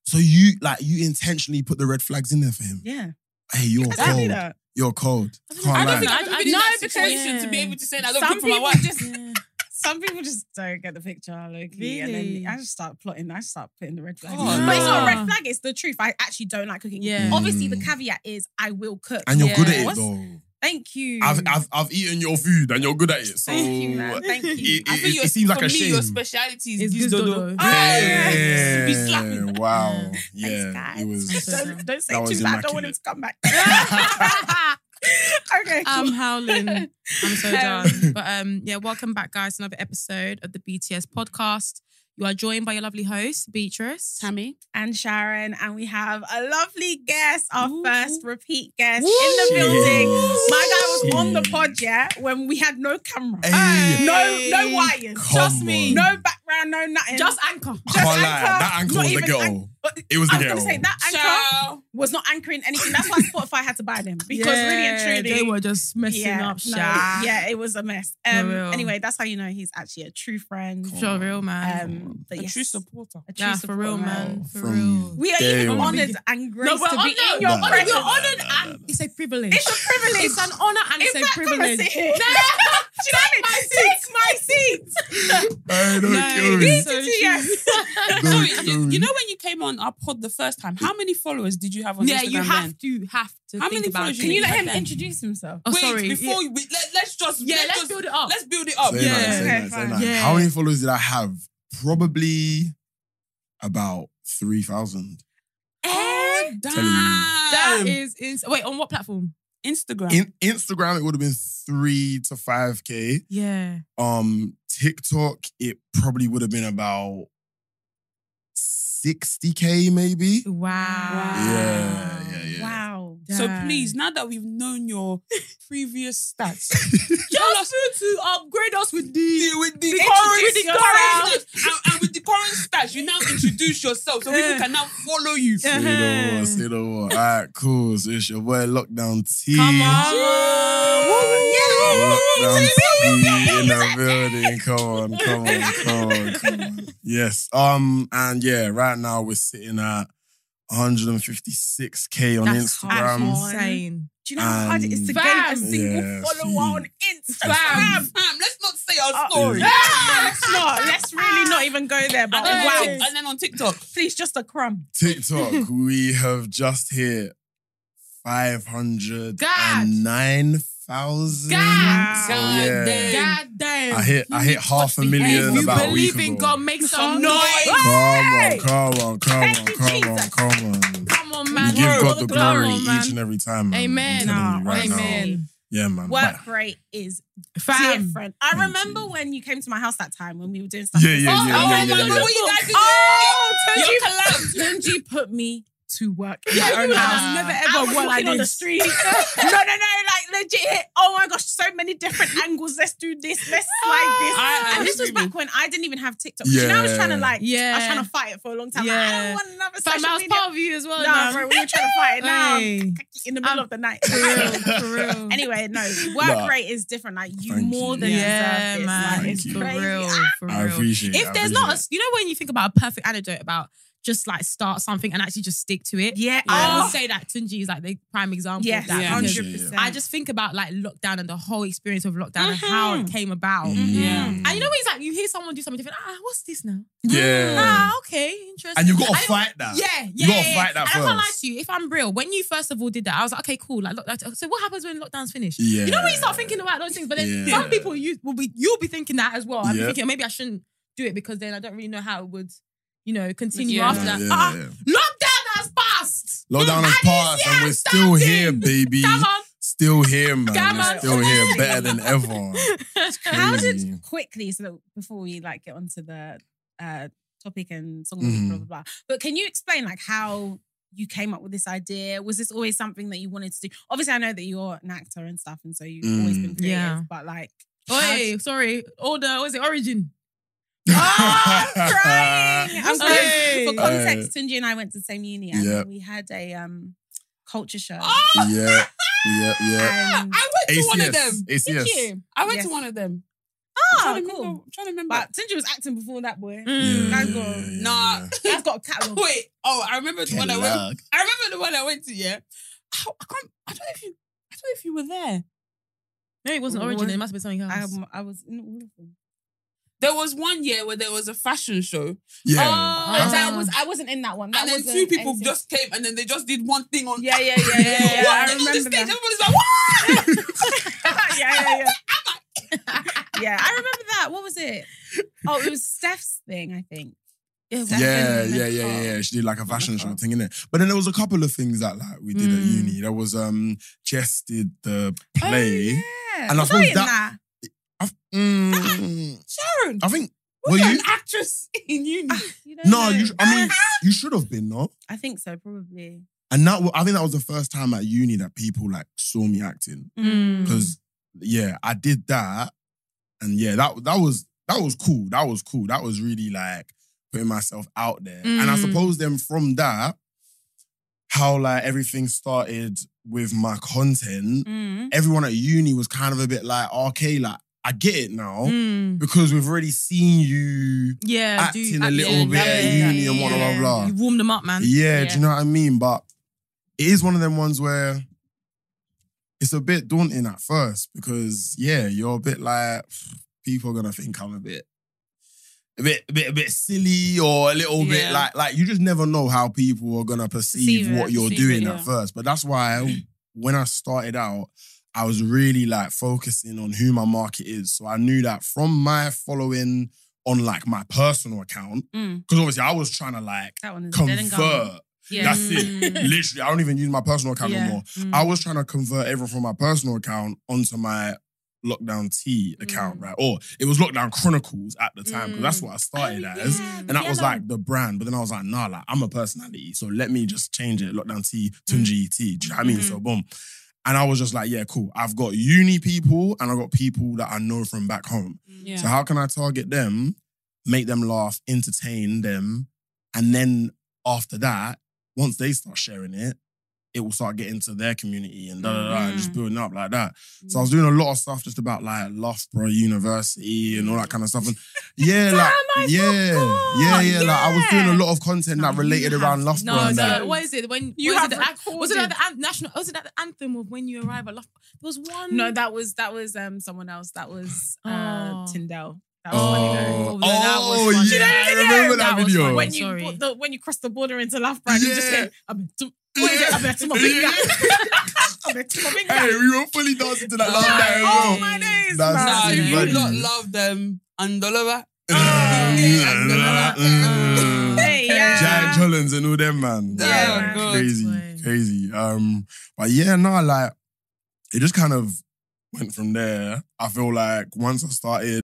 [SPEAKER 4] so you like you intentionally put the red flags in there for him.
[SPEAKER 5] Yeah.
[SPEAKER 4] Hey, you're
[SPEAKER 5] I do
[SPEAKER 4] cold.
[SPEAKER 5] that.
[SPEAKER 4] You're cold. Can't
[SPEAKER 6] I
[SPEAKER 4] lie.
[SPEAKER 6] don't think I've ever
[SPEAKER 2] I-
[SPEAKER 6] been in
[SPEAKER 2] no,
[SPEAKER 6] that
[SPEAKER 2] because-
[SPEAKER 6] situation to be
[SPEAKER 2] yeah.
[SPEAKER 6] able to say that I don't
[SPEAKER 5] Some
[SPEAKER 6] cook for my
[SPEAKER 5] people
[SPEAKER 6] wife.
[SPEAKER 5] just some people just don't get the picture, Loki. And
[SPEAKER 2] Really?
[SPEAKER 5] then I just start plotting, I just start putting the red flag.
[SPEAKER 6] Oh,
[SPEAKER 5] But it's not a
[SPEAKER 2] no.
[SPEAKER 5] red flag, it's the truth. I actually don't like cooking.
[SPEAKER 2] Yeah.
[SPEAKER 5] Obviously, the
[SPEAKER 4] Mm.
[SPEAKER 5] caveat is I will cook.
[SPEAKER 4] And you're good at it
[SPEAKER 2] Yes.
[SPEAKER 4] though.
[SPEAKER 5] Thank you.
[SPEAKER 4] I've, I've I've eaten your food and you're good at it. So
[SPEAKER 5] Mm. Thank you, man. Thank
[SPEAKER 4] it,
[SPEAKER 5] you.
[SPEAKER 4] it-
[SPEAKER 6] I think
[SPEAKER 4] it
[SPEAKER 6] your-
[SPEAKER 4] seems like
[SPEAKER 6] for
[SPEAKER 4] a
[SPEAKER 6] me,
[SPEAKER 4] shame.
[SPEAKER 6] Your speciality
[SPEAKER 2] It's
[SPEAKER 6] is goose
[SPEAKER 2] goose
[SPEAKER 6] dodo.
[SPEAKER 2] dodo.
[SPEAKER 6] Ah,
[SPEAKER 4] yeah.
[SPEAKER 6] yes. Be slapping.
[SPEAKER 4] Wow.
[SPEAKER 5] Thanks,
[SPEAKER 4] Yeah.
[SPEAKER 5] guys.
[SPEAKER 4] It was.
[SPEAKER 2] Sorry.
[SPEAKER 5] don't, don't say
[SPEAKER 4] That was
[SPEAKER 5] too bad. I don't want him
[SPEAKER 4] immaculate.
[SPEAKER 5] to come back. okay.
[SPEAKER 2] I'm
[SPEAKER 5] cool.
[SPEAKER 2] howling. I'm so
[SPEAKER 5] Um,
[SPEAKER 2] done. But um, yeah, welcome back, guys, to another episode of the BTS podcast. You are joined by your lovely host, Beatrice.
[SPEAKER 6] Tammy.
[SPEAKER 5] and Sharon, and we have a lovely guest, our
[SPEAKER 2] Ooh.
[SPEAKER 5] first repeat guest
[SPEAKER 2] Ooh.
[SPEAKER 5] in the building. My guy was
[SPEAKER 4] Jeez.
[SPEAKER 5] on the pod, yeah, when we had no camera,
[SPEAKER 4] Hey.
[SPEAKER 5] no, no wires,
[SPEAKER 4] Come
[SPEAKER 2] Trust me.
[SPEAKER 4] on.
[SPEAKER 5] no background, no nothing.
[SPEAKER 2] Just anchor.
[SPEAKER 4] Can't lie.
[SPEAKER 5] anchor,
[SPEAKER 4] That anchor
[SPEAKER 5] not
[SPEAKER 4] was the
[SPEAKER 5] even
[SPEAKER 4] ghetto.
[SPEAKER 5] anch-
[SPEAKER 4] It was the
[SPEAKER 5] I was gonna
[SPEAKER 4] ghetto.
[SPEAKER 5] say that anchor
[SPEAKER 6] Ciao.
[SPEAKER 5] was not anchoring anything. That's why Spotify had to buy them because really and truly,
[SPEAKER 2] they were just messing
[SPEAKER 5] yeah,
[SPEAKER 2] up.
[SPEAKER 5] no,
[SPEAKER 2] Sha.
[SPEAKER 5] yeah, it was a mess.
[SPEAKER 2] For
[SPEAKER 5] Um,
[SPEAKER 2] real.
[SPEAKER 5] anyway, that's how you know he's actually a true friend.
[SPEAKER 2] for real, man.
[SPEAKER 5] Um, but
[SPEAKER 6] A
[SPEAKER 5] yes,
[SPEAKER 6] true supporter.
[SPEAKER 5] a true
[SPEAKER 2] yeah, for
[SPEAKER 5] supporter,
[SPEAKER 2] real, man. For
[SPEAKER 4] From
[SPEAKER 2] real.
[SPEAKER 5] We are
[SPEAKER 4] Day
[SPEAKER 5] even
[SPEAKER 4] one.
[SPEAKER 5] honored and graced
[SPEAKER 2] we're
[SPEAKER 5] to be
[SPEAKER 2] honored.
[SPEAKER 5] in your
[SPEAKER 4] Nah.
[SPEAKER 5] presence.
[SPEAKER 4] We're
[SPEAKER 2] honored and it's a privilege.
[SPEAKER 5] It's a privilege.
[SPEAKER 2] It's an honor and
[SPEAKER 5] In
[SPEAKER 2] it's a
[SPEAKER 5] fact, come and
[SPEAKER 2] privilege.
[SPEAKER 5] sit here.
[SPEAKER 2] No,
[SPEAKER 5] Take my seat. my seat.
[SPEAKER 4] Hey, don't
[SPEAKER 2] No,
[SPEAKER 4] kill me.
[SPEAKER 2] it's
[SPEAKER 5] Don't
[SPEAKER 2] so
[SPEAKER 5] yes.
[SPEAKER 2] true.
[SPEAKER 4] Don't
[SPEAKER 6] Sorry,
[SPEAKER 4] kill
[SPEAKER 6] you,
[SPEAKER 4] me.
[SPEAKER 6] you know when you came on our pod the first time, how many followers did you have on
[SPEAKER 2] Yeah,
[SPEAKER 6] Instagram
[SPEAKER 2] you
[SPEAKER 6] then?
[SPEAKER 2] have to have to
[SPEAKER 6] How
[SPEAKER 2] think
[SPEAKER 6] many
[SPEAKER 2] about
[SPEAKER 6] followers
[SPEAKER 2] it.
[SPEAKER 6] you need? Okay.
[SPEAKER 5] introduce himself?
[SPEAKER 2] Oh,
[SPEAKER 6] Wait,
[SPEAKER 2] sorry.
[SPEAKER 6] before we let, us just
[SPEAKER 2] yeah,
[SPEAKER 6] let
[SPEAKER 2] let's
[SPEAKER 6] us-
[SPEAKER 2] build it up.
[SPEAKER 6] Let's build it up.
[SPEAKER 4] Say
[SPEAKER 2] Yeah.
[SPEAKER 4] nine, say
[SPEAKER 5] Okay,
[SPEAKER 4] nine, say
[SPEAKER 5] fine.
[SPEAKER 4] nine.
[SPEAKER 2] Yeah.
[SPEAKER 4] How many followers did I have? Probably about 3,000.
[SPEAKER 6] Oh, damn.
[SPEAKER 4] Telling you.
[SPEAKER 2] That is ins- wait on what platform?
[SPEAKER 6] Instagram.
[SPEAKER 4] In Instagram, it would have been 3 to 5K.
[SPEAKER 2] Yeah,
[SPEAKER 4] Um, TikTok, it probably would have been about 60K maybe.
[SPEAKER 2] wow.
[SPEAKER 4] Yeah, yeah, yeah.
[SPEAKER 5] Wow.
[SPEAKER 6] so
[SPEAKER 2] Damn.
[SPEAKER 6] please, now that we've known your previous stats, tell us
[SPEAKER 2] just to upgrade us with the
[SPEAKER 6] the- with the
[SPEAKER 2] Introduce
[SPEAKER 6] current
[SPEAKER 2] yourself.
[SPEAKER 6] stats and, and with the current stats, you now introduce yourself so people
[SPEAKER 2] Yeah.
[SPEAKER 6] can now follow you.
[SPEAKER 4] Say no more,
[SPEAKER 2] Uh-huh.
[SPEAKER 4] say no more. All right, cool. So it's your boy Lockdown T.
[SPEAKER 2] Come on.
[SPEAKER 4] Lockdown T in the building. Come on, come on, come on, come on. Yes. Um, and yeah, right now we're sitting at 156k on
[SPEAKER 2] That's
[SPEAKER 4] Instagram.
[SPEAKER 5] hard.
[SPEAKER 2] insane.
[SPEAKER 5] Do you know how hard it is
[SPEAKER 2] Um,
[SPEAKER 5] to gain a
[SPEAKER 2] fam.
[SPEAKER 5] single
[SPEAKER 4] Yeah,
[SPEAKER 5] follower on Instagram?
[SPEAKER 6] Fam, fam, let's not say our
[SPEAKER 5] Uh,
[SPEAKER 6] story.
[SPEAKER 4] yeah.
[SPEAKER 5] Let's not. Let's really not even go there. But
[SPEAKER 6] And, then on
[SPEAKER 5] wow.
[SPEAKER 6] Tik- and then on TikTok.
[SPEAKER 5] Please, just a crumb.
[SPEAKER 4] TikTok, we have just hit
[SPEAKER 2] God.
[SPEAKER 4] 509,000.
[SPEAKER 6] Oh,
[SPEAKER 2] God.
[SPEAKER 4] So, yeah.
[SPEAKER 2] God damn.
[SPEAKER 4] I hit I hit half a million
[SPEAKER 2] if you
[SPEAKER 4] about a week
[SPEAKER 2] believe in
[SPEAKER 4] ago.
[SPEAKER 2] God, make some
[SPEAKER 6] noise.
[SPEAKER 2] noise.
[SPEAKER 4] Come on, come on, come on,
[SPEAKER 5] Thank you,
[SPEAKER 4] come on,
[SPEAKER 5] Jesus.
[SPEAKER 4] come on.
[SPEAKER 2] Come on, man.
[SPEAKER 4] You give
[SPEAKER 2] Come
[SPEAKER 4] God
[SPEAKER 2] on,
[SPEAKER 4] the
[SPEAKER 2] come
[SPEAKER 4] glory
[SPEAKER 2] on,
[SPEAKER 4] each
[SPEAKER 2] man.
[SPEAKER 4] and every time. Man.
[SPEAKER 2] Amen.
[SPEAKER 4] I'm telling you right now.
[SPEAKER 2] Amen.
[SPEAKER 4] Yeah, man.
[SPEAKER 5] Work rate is
[SPEAKER 2] Fam.
[SPEAKER 5] different. I
[SPEAKER 4] Thank
[SPEAKER 5] remember
[SPEAKER 4] you.
[SPEAKER 5] when you came to my house that time when we were doing stuff.
[SPEAKER 4] Yeah, yeah, yeah,
[SPEAKER 5] Oh, oh
[SPEAKER 4] yeah,
[SPEAKER 5] my
[SPEAKER 4] yeah,
[SPEAKER 5] God,
[SPEAKER 4] yeah.
[SPEAKER 5] what you guys did.
[SPEAKER 6] Oh,
[SPEAKER 5] Tunji-
[SPEAKER 6] you're collabed.
[SPEAKER 5] Tunji put me to work.
[SPEAKER 2] Yeah,
[SPEAKER 5] My
[SPEAKER 2] you
[SPEAKER 5] own
[SPEAKER 2] know,
[SPEAKER 5] house.
[SPEAKER 2] that's never
[SPEAKER 5] I
[SPEAKER 2] ever
[SPEAKER 5] was
[SPEAKER 2] what Oh, I
[SPEAKER 5] walking on
[SPEAKER 2] did.
[SPEAKER 5] the street. no, no, no, like legit. hit. Oh my gosh, so many different angles. Let's do this. Let's slide this.
[SPEAKER 6] I-
[SPEAKER 1] Ah.
[SPEAKER 6] I
[SPEAKER 5] and this was
[SPEAKER 6] agree.
[SPEAKER 5] back when I didn't even have TikTok. You know, I was
[SPEAKER 4] Yeah.
[SPEAKER 5] trying to like, I was
[SPEAKER 2] Yeah.
[SPEAKER 5] trying to fight it for a long time. Like, I
[SPEAKER 2] Yeah.
[SPEAKER 5] don't want another
[SPEAKER 2] Fam,
[SPEAKER 5] social
[SPEAKER 2] I was
[SPEAKER 5] media.
[SPEAKER 2] part of you as well.
[SPEAKER 5] no,
[SPEAKER 2] man.
[SPEAKER 5] bro, we were trying to fight it. Now I'm
[SPEAKER 2] Hey.
[SPEAKER 5] in the middle
[SPEAKER 2] I'm-
[SPEAKER 5] of the night.
[SPEAKER 2] For real, for real.
[SPEAKER 5] Anyway, no, work
[SPEAKER 4] Nah.
[SPEAKER 5] rate is different. Like you
[SPEAKER 4] Thank
[SPEAKER 5] more
[SPEAKER 4] you.
[SPEAKER 5] than
[SPEAKER 2] yeah,
[SPEAKER 5] deserve this.
[SPEAKER 2] man.
[SPEAKER 5] Like,
[SPEAKER 4] Thank
[SPEAKER 5] it's
[SPEAKER 4] you.
[SPEAKER 2] for
[SPEAKER 5] crazy.
[SPEAKER 2] real, for
[SPEAKER 4] I
[SPEAKER 2] real.
[SPEAKER 4] appreciate it. I
[SPEAKER 2] if there's not
[SPEAKER 4] appreciate
[SPEAKER 2] a, you know, when you think about a perfect anecdote about just like start something and actually just stick to it,
[SPEAKER 5] Yeah,
[SPEAKER 2] I
[SPEAKER 5] oh,
[SPEAKER 2] would say that Tunji is like the prime example
[SPEAKER 5] yes,
[SPEAKER 2] of that.
[SPEAKER 6] Yeah.
[SPEAKER 2] because
[SPEAKER 4] Yeah.
[SPEAKER 5] hundred percent.
[SPEAKER 2] I just think about like lockdown and the whole experience of lockdown and
[SPEAKER 5] Mhm.
[SPEAKER 2] how it came about.
[SPEAKER 4] it.
[SPEAKER 6] Yeah.
[SPEAKER 4] Mm.
[SPEAKER 2] And you know when it's like you hear someone do something different, ah, what's this now?
[SPEAKER 4] Yeah.
[SPEAKER 2] Ah, okay, interesting.
[SPEAKER 4] And you gotta
[SPEAKER 2] I don't-
[SPEAKER 4] fight that.
[SPEAKER 2] Yeah, yeah.
[SPEAKER 4] You gotta
[SPEAKER 2] yeah,
[SPEAKER 4] fight that
[SPEAKER 2] And I can't lie
[SPEAKER 4] first.
[SPEAKER 2] to you, if I'm real, when you first of all did that, I was like, okay, cool. Like, lockdown. So what happens when lockdown's finished?
[SPEAKER 4] Yeah.
[SPEAKER 2] You know when you start thinking about those things, but then
[SPEAKER 4] Yeah.
[SPEAKER 2] some people you will be you'll be thinking that as well. I'm
[SPEAKER 4] Yeah.
[SPEAKER 2] thinking maybe I shouldn't do it because then I don't really know how it would, you know, continue
[SPEAKER 6] Yeah.
[SPEAKER 2] after that.
[SPEAKER 4] Yeah,
[SPEAKER 2] Ah,
[SPEAKER 4] yeah.
[SPEAKER 2] Lockdown has passed.
[SPEAKER 4] Lockdown
[SPEAKER 2] Mm,
[SPEAKER 4] has
[SPEAKER 2] and
[SPEAKER 4] passed
[SPEAKER 2] it's
[SPEAKER 4] and
[SPEAKER 2] here
[SPEAKER 4] we're still here,
[SPEAKER 2] standing.
[SPEAKER 4] baby.
[SPEAKER 2] Come on.
[SPEAKER 4] Still here, man.
[SPEAKER 2] Come
[SPEAKER 4] We're
[SPEAKER 2] on.
[SPEAKER 4] still here, better than ever.
[SPEAKER 5] How
[SPEAKER 4] Crazy.
[SPEAKER 5] did quickly so that before we like get onto the uh, topic and song of the week, blah
[SPEAKER 4] Mhm.
[SPEAKER 5] blah blah. But can you explain like how you came up with this idea? Was this always something that you wanted to do? Obviously, I know that you're an actor and stuff, and so you've always been
[SPEAKER 4] Mm.
[SPEAKER 5] creative.
[SPEAKER 2] Yeah.
[SPEAKER 5] But like, how
[SPEAKER 2] Oi, sorry. Order, what is it? Origin.
[SPEAKER 5] Ah, I'm crying. I'm crying.
[SPEAKER 2] Hey.
[SPEAKER 5] For context, Tunji and I went to the same uni, and
[SPEAKER 4] Yeah.
[SPEAKER 5] we had a um culture show.
[SPEAKER 2] Oh,
[SPEAKER 4] Yeah, yeah, yeah.
[SPEAKER 5] And
[SPEAKER 6] Oh, I went to one of them.
[SPEAKER 4] ACS.
[SPEAKER 5] Did you?
[SPEAKER 4] ACS.
[SPEAKER 6] I went
[SPEAKER 5] Yes.
[SPEAKER 6] to one of them.
[SPEAKER 5] Ah,
[SPEAKER 6] trying to
[SPEAKER 5] cool.
[SPEAKER 6] remember. I'm trying to remember.
[SPEAKER 5] But since you was acting before that boy,
[SPEAKER 2] Mm.
[SPEAKER 5] Guys got-
[SPEAKER 6] Nah.
[SPEAKER 5] guys got a catalog.
[SPEAKER 6] Wait. Oh, I remember the one I went.
[SPEAKER 4] Kellogg.
[SPEAKER 6] I remember the one I went to. Yeah. I, I can't. I don't know if you. I don't know if you were there.
[SPEAKER 2] No, it wasn't
[SPEAKER 5] What?
[SPEAKER 2] Origin. It must have been something else.
[SPEAKER 5] I, am- Um, I was in all of them.
[SPEAKER 6] There was one year where there was a fashion show,
[SPEAKER 4] Yeah.
[SPEAKER 6] Oh.
[SPEAKER 2] Uh-huh. Ah.
[SPEAKER 5] And
[SPEAKER 4] That's-
[SPEAKER 5] I was I wasn't in that one. That
[SPEAKER 6] and then
[SPEAKER 5] wasn't
[SPEAKER 2] uh,
[SPEAKER 6] two people
[SPEAKER 5] anything-
[SPEAKER 6] just came, and then they just did one thing on.
[SPEAKER 5] Yeah, yeah, yeah, yeah. yeah,
[SPEAKER 6] One
[SPEAKER 5] I
[SPEAKER 6] thing on the
[SPEAKER 5] remember
[SPEAKER 6] stage,
[SPEAKER 5] that.
[SPEAKER 6] everybody's like, "What?"
[SPEAKER 5] yeah, yeah, yeah. yeah, I remember that. What was it? Oh, it was Steph's thing, I think.
[SPEAKER 4] Yeah, yeah, yeah, yeah, yeah. She did like a fashion show thing, innit? But then there was a couple of things that like we did at
[SPEAKER 2] Mm.
[SPEAKER 4] uni. There was um Jess did the
[SPEAKER 6] Oh,
[SPEAKER 4] play.
[SPEAKER 5] Oh, Yeah.
[SPEAKER 4] And I
[SPEAKER 5] was
[SPEAKER 4] suppose
[SPEAKER 5] in
[SPEAKER 4] that- I, mm,
[SPEAKER 6] Sharon,
[SPEAKER 4] I think
[SPEAKER 6] was
[SPEAKER 4] were
[SPEAKER 6] you
[SPEAKER 4] you?
[SPEAKER 6] an actress in uni?
[SPEAKER 5] You don't
[SPEAKER 4] No,
[SPEAKER 5] know.
[SPEAKER 4] you. sh- I mean, you should have been no.
[SPEAKER 5] I think so, probably.
[SPEAKER 4] And that wa- I think that was the first time at uni that people like saw me acting
[SPEAKER 2] Mm.
[SPEAKER 5] Mm.
[SPEAKER 4] because yeah, I did that, and yeah, that that was that was cool. That was cool. That was really like putting myself out there. And I
[SPEAKER 2] Mm.
[SPEAKER 4] suppose then from that, how like everything started with my content.
[SPEAKER 5] Mm.
[SPEAKER 4] Everyone at uni was kind of a bit like, okay, like I get it now
[SPEAKER 2] Mm.
[SPEAKER 4] because we've already seen you
[SPEAKER 2] Yeah,
[SPEAKER 4] acting
[SPEAKER 2] do-
[SPEAKER 4] a little
[SPEAKER 2] yeah,
[SPEAKER 4] bit at
[SPEAKER 2] yeah,
[SPEAKER 4] uni and
[SPEAKER 2] yeah.
[SPEAKER 4] blah blah blah.
[SPEAKER 2] You warmed them up, man.
[SPEAKER 4] Yeah, do you know what I mean? But it is one of them ones where it's a bit daunting at first because yeah, you're a bit like "Pff, people are gonna think I'm a bit, a bit, a bit, a bit silly or a little bit
[SPEAKER 6] Yeah.
[SPEAKER 4] like like you just never know how people are gonna perceive
[SPEAKER 5] Perceive it,
[SPEAKER 4] what you're
[SPEAKER 6] perceive it,
[SPEAKER 4] doing
[SPEAKER 6] yeah.
[SPEAKER 4] at first. But that's why when I started out, I was really like focusing on who my market is. So I knew that from my following on like my personal account,
[SPEAKER 5] Mm.
[SPEAKER 4] because obviously I was trying to like
[SPEAKER 5] That one is dead and gone.
[SPEAKER 4] convert.
[SPEAKER 5] Yeah.
[SPEAKER 4] That's it. Literally, I don't even use my personal account
[SPEAKER 2] Yeah.
[SPEAKER 4] anymore.
[SPEAKER 2] Mm.
[SPEAKER 4] I was trying to convert everyone from my personal account onto my lockdown T account, right? Or it was lockdown Chronicles at the time because that's what I started as.
[SPEAKER 5] yeah,
[SPEAKER 4] And that was like the brand, but then I was like, nah, like I'm a personality, so let me just change it. Lockdown T, Tunji T. Do you know what I mean? So boom. And I was just like, yeah, cool. I've got uni people and I've got people that I know from back home.
[SPEAKER 6] Yeah.
[SPEAKER 4] So how can I target them, make them laugh, entertain them, and then after that, once they start sharing it, it will start getting to their community and da da da, and just building up like that. So I was doing a lot of stuff just about like Loughborough University and all that kind of stuff. And yeah, like yeah, yeah, yeah, Like I was doing a lot of content that related
[SPEAKER 2] you
[SPEAKER 4] around
[SPEAKER 2] have-
[SPEAKER 4] Loughborough.
[SPEAKER 2] No,
[SPEAKER 4] and
[SPEAKER 2] no.
[SPEAKER 4] that.
[SPEAKER 2] What is it? When
[SPEAKER 6] You have
[SPEAKER 2] what is it, the, an- was it
[SPEAKER 6] recorded.
[SPEAKER 2] like the an- national? Was it like the anthem of when you arrive at Loughborough? There was one.
[SPEAKER 5] No, that was that was um someone else. That was uh
[SPEAKER 2] Mm. Oh.
[SPEAKER 5] Tyndale. That was funny though.
[SPEAKER 4] Oh,
[SPEAKER 2] Oh, no, that was
[SPEAKER 4] oh
[SPEAKER 2] funny.
[SPEAKER 4] yeah, I
[SPEAKER 5] Do you know what
[SPEAKER 4] remember that,
[SPEAKER 2] That was
[SPEAKER 4] video.
[SPEAKER 2] funny.
[SPEAKER 5] when you
[SPEAKER 2] Sorry.
[SPEAKER 5] bought the, when you cross the border into Loughborough, you just
[SPEAKER 4] Yeah.
[SPEAKER 5] say, "I'm to, what is it? I'm to my finger, I'm to my finger."
[SPEAKER 4] Hey, we were fully dancing to that last
[SPEAKER 2] Oh,
[SPEAKER 4] night.
[SPEAKER 5] oh
[SPEAKER 4] as well.
[SPEAKER 5] my days,
[SPEAKER 4] That's
[SPEAKER 5] man.
[SPEAKER 6] Nah,
[SPEAKER 4] too
[SPEAKER 6] you
[SPEAKER 4] funny.
[SPEAKER 6] lot love them. Andolova.
[SPEAKER 4] Uh, Mm.
[SPEAKER 5] Hey, yeah.
[SPEAKER 4] Jack Jollins and all them man.
[SPEAKER 6] Yeah,
[SPEAKER 4] Yeah,
[SPEAKER 6] good.
[SPEAKER 4] crazy,
[SPEAKER 2] Boy.
[SPEAKER 4] crazy. Um, but yeah, no, like it just kind of went from there. I feel like once I started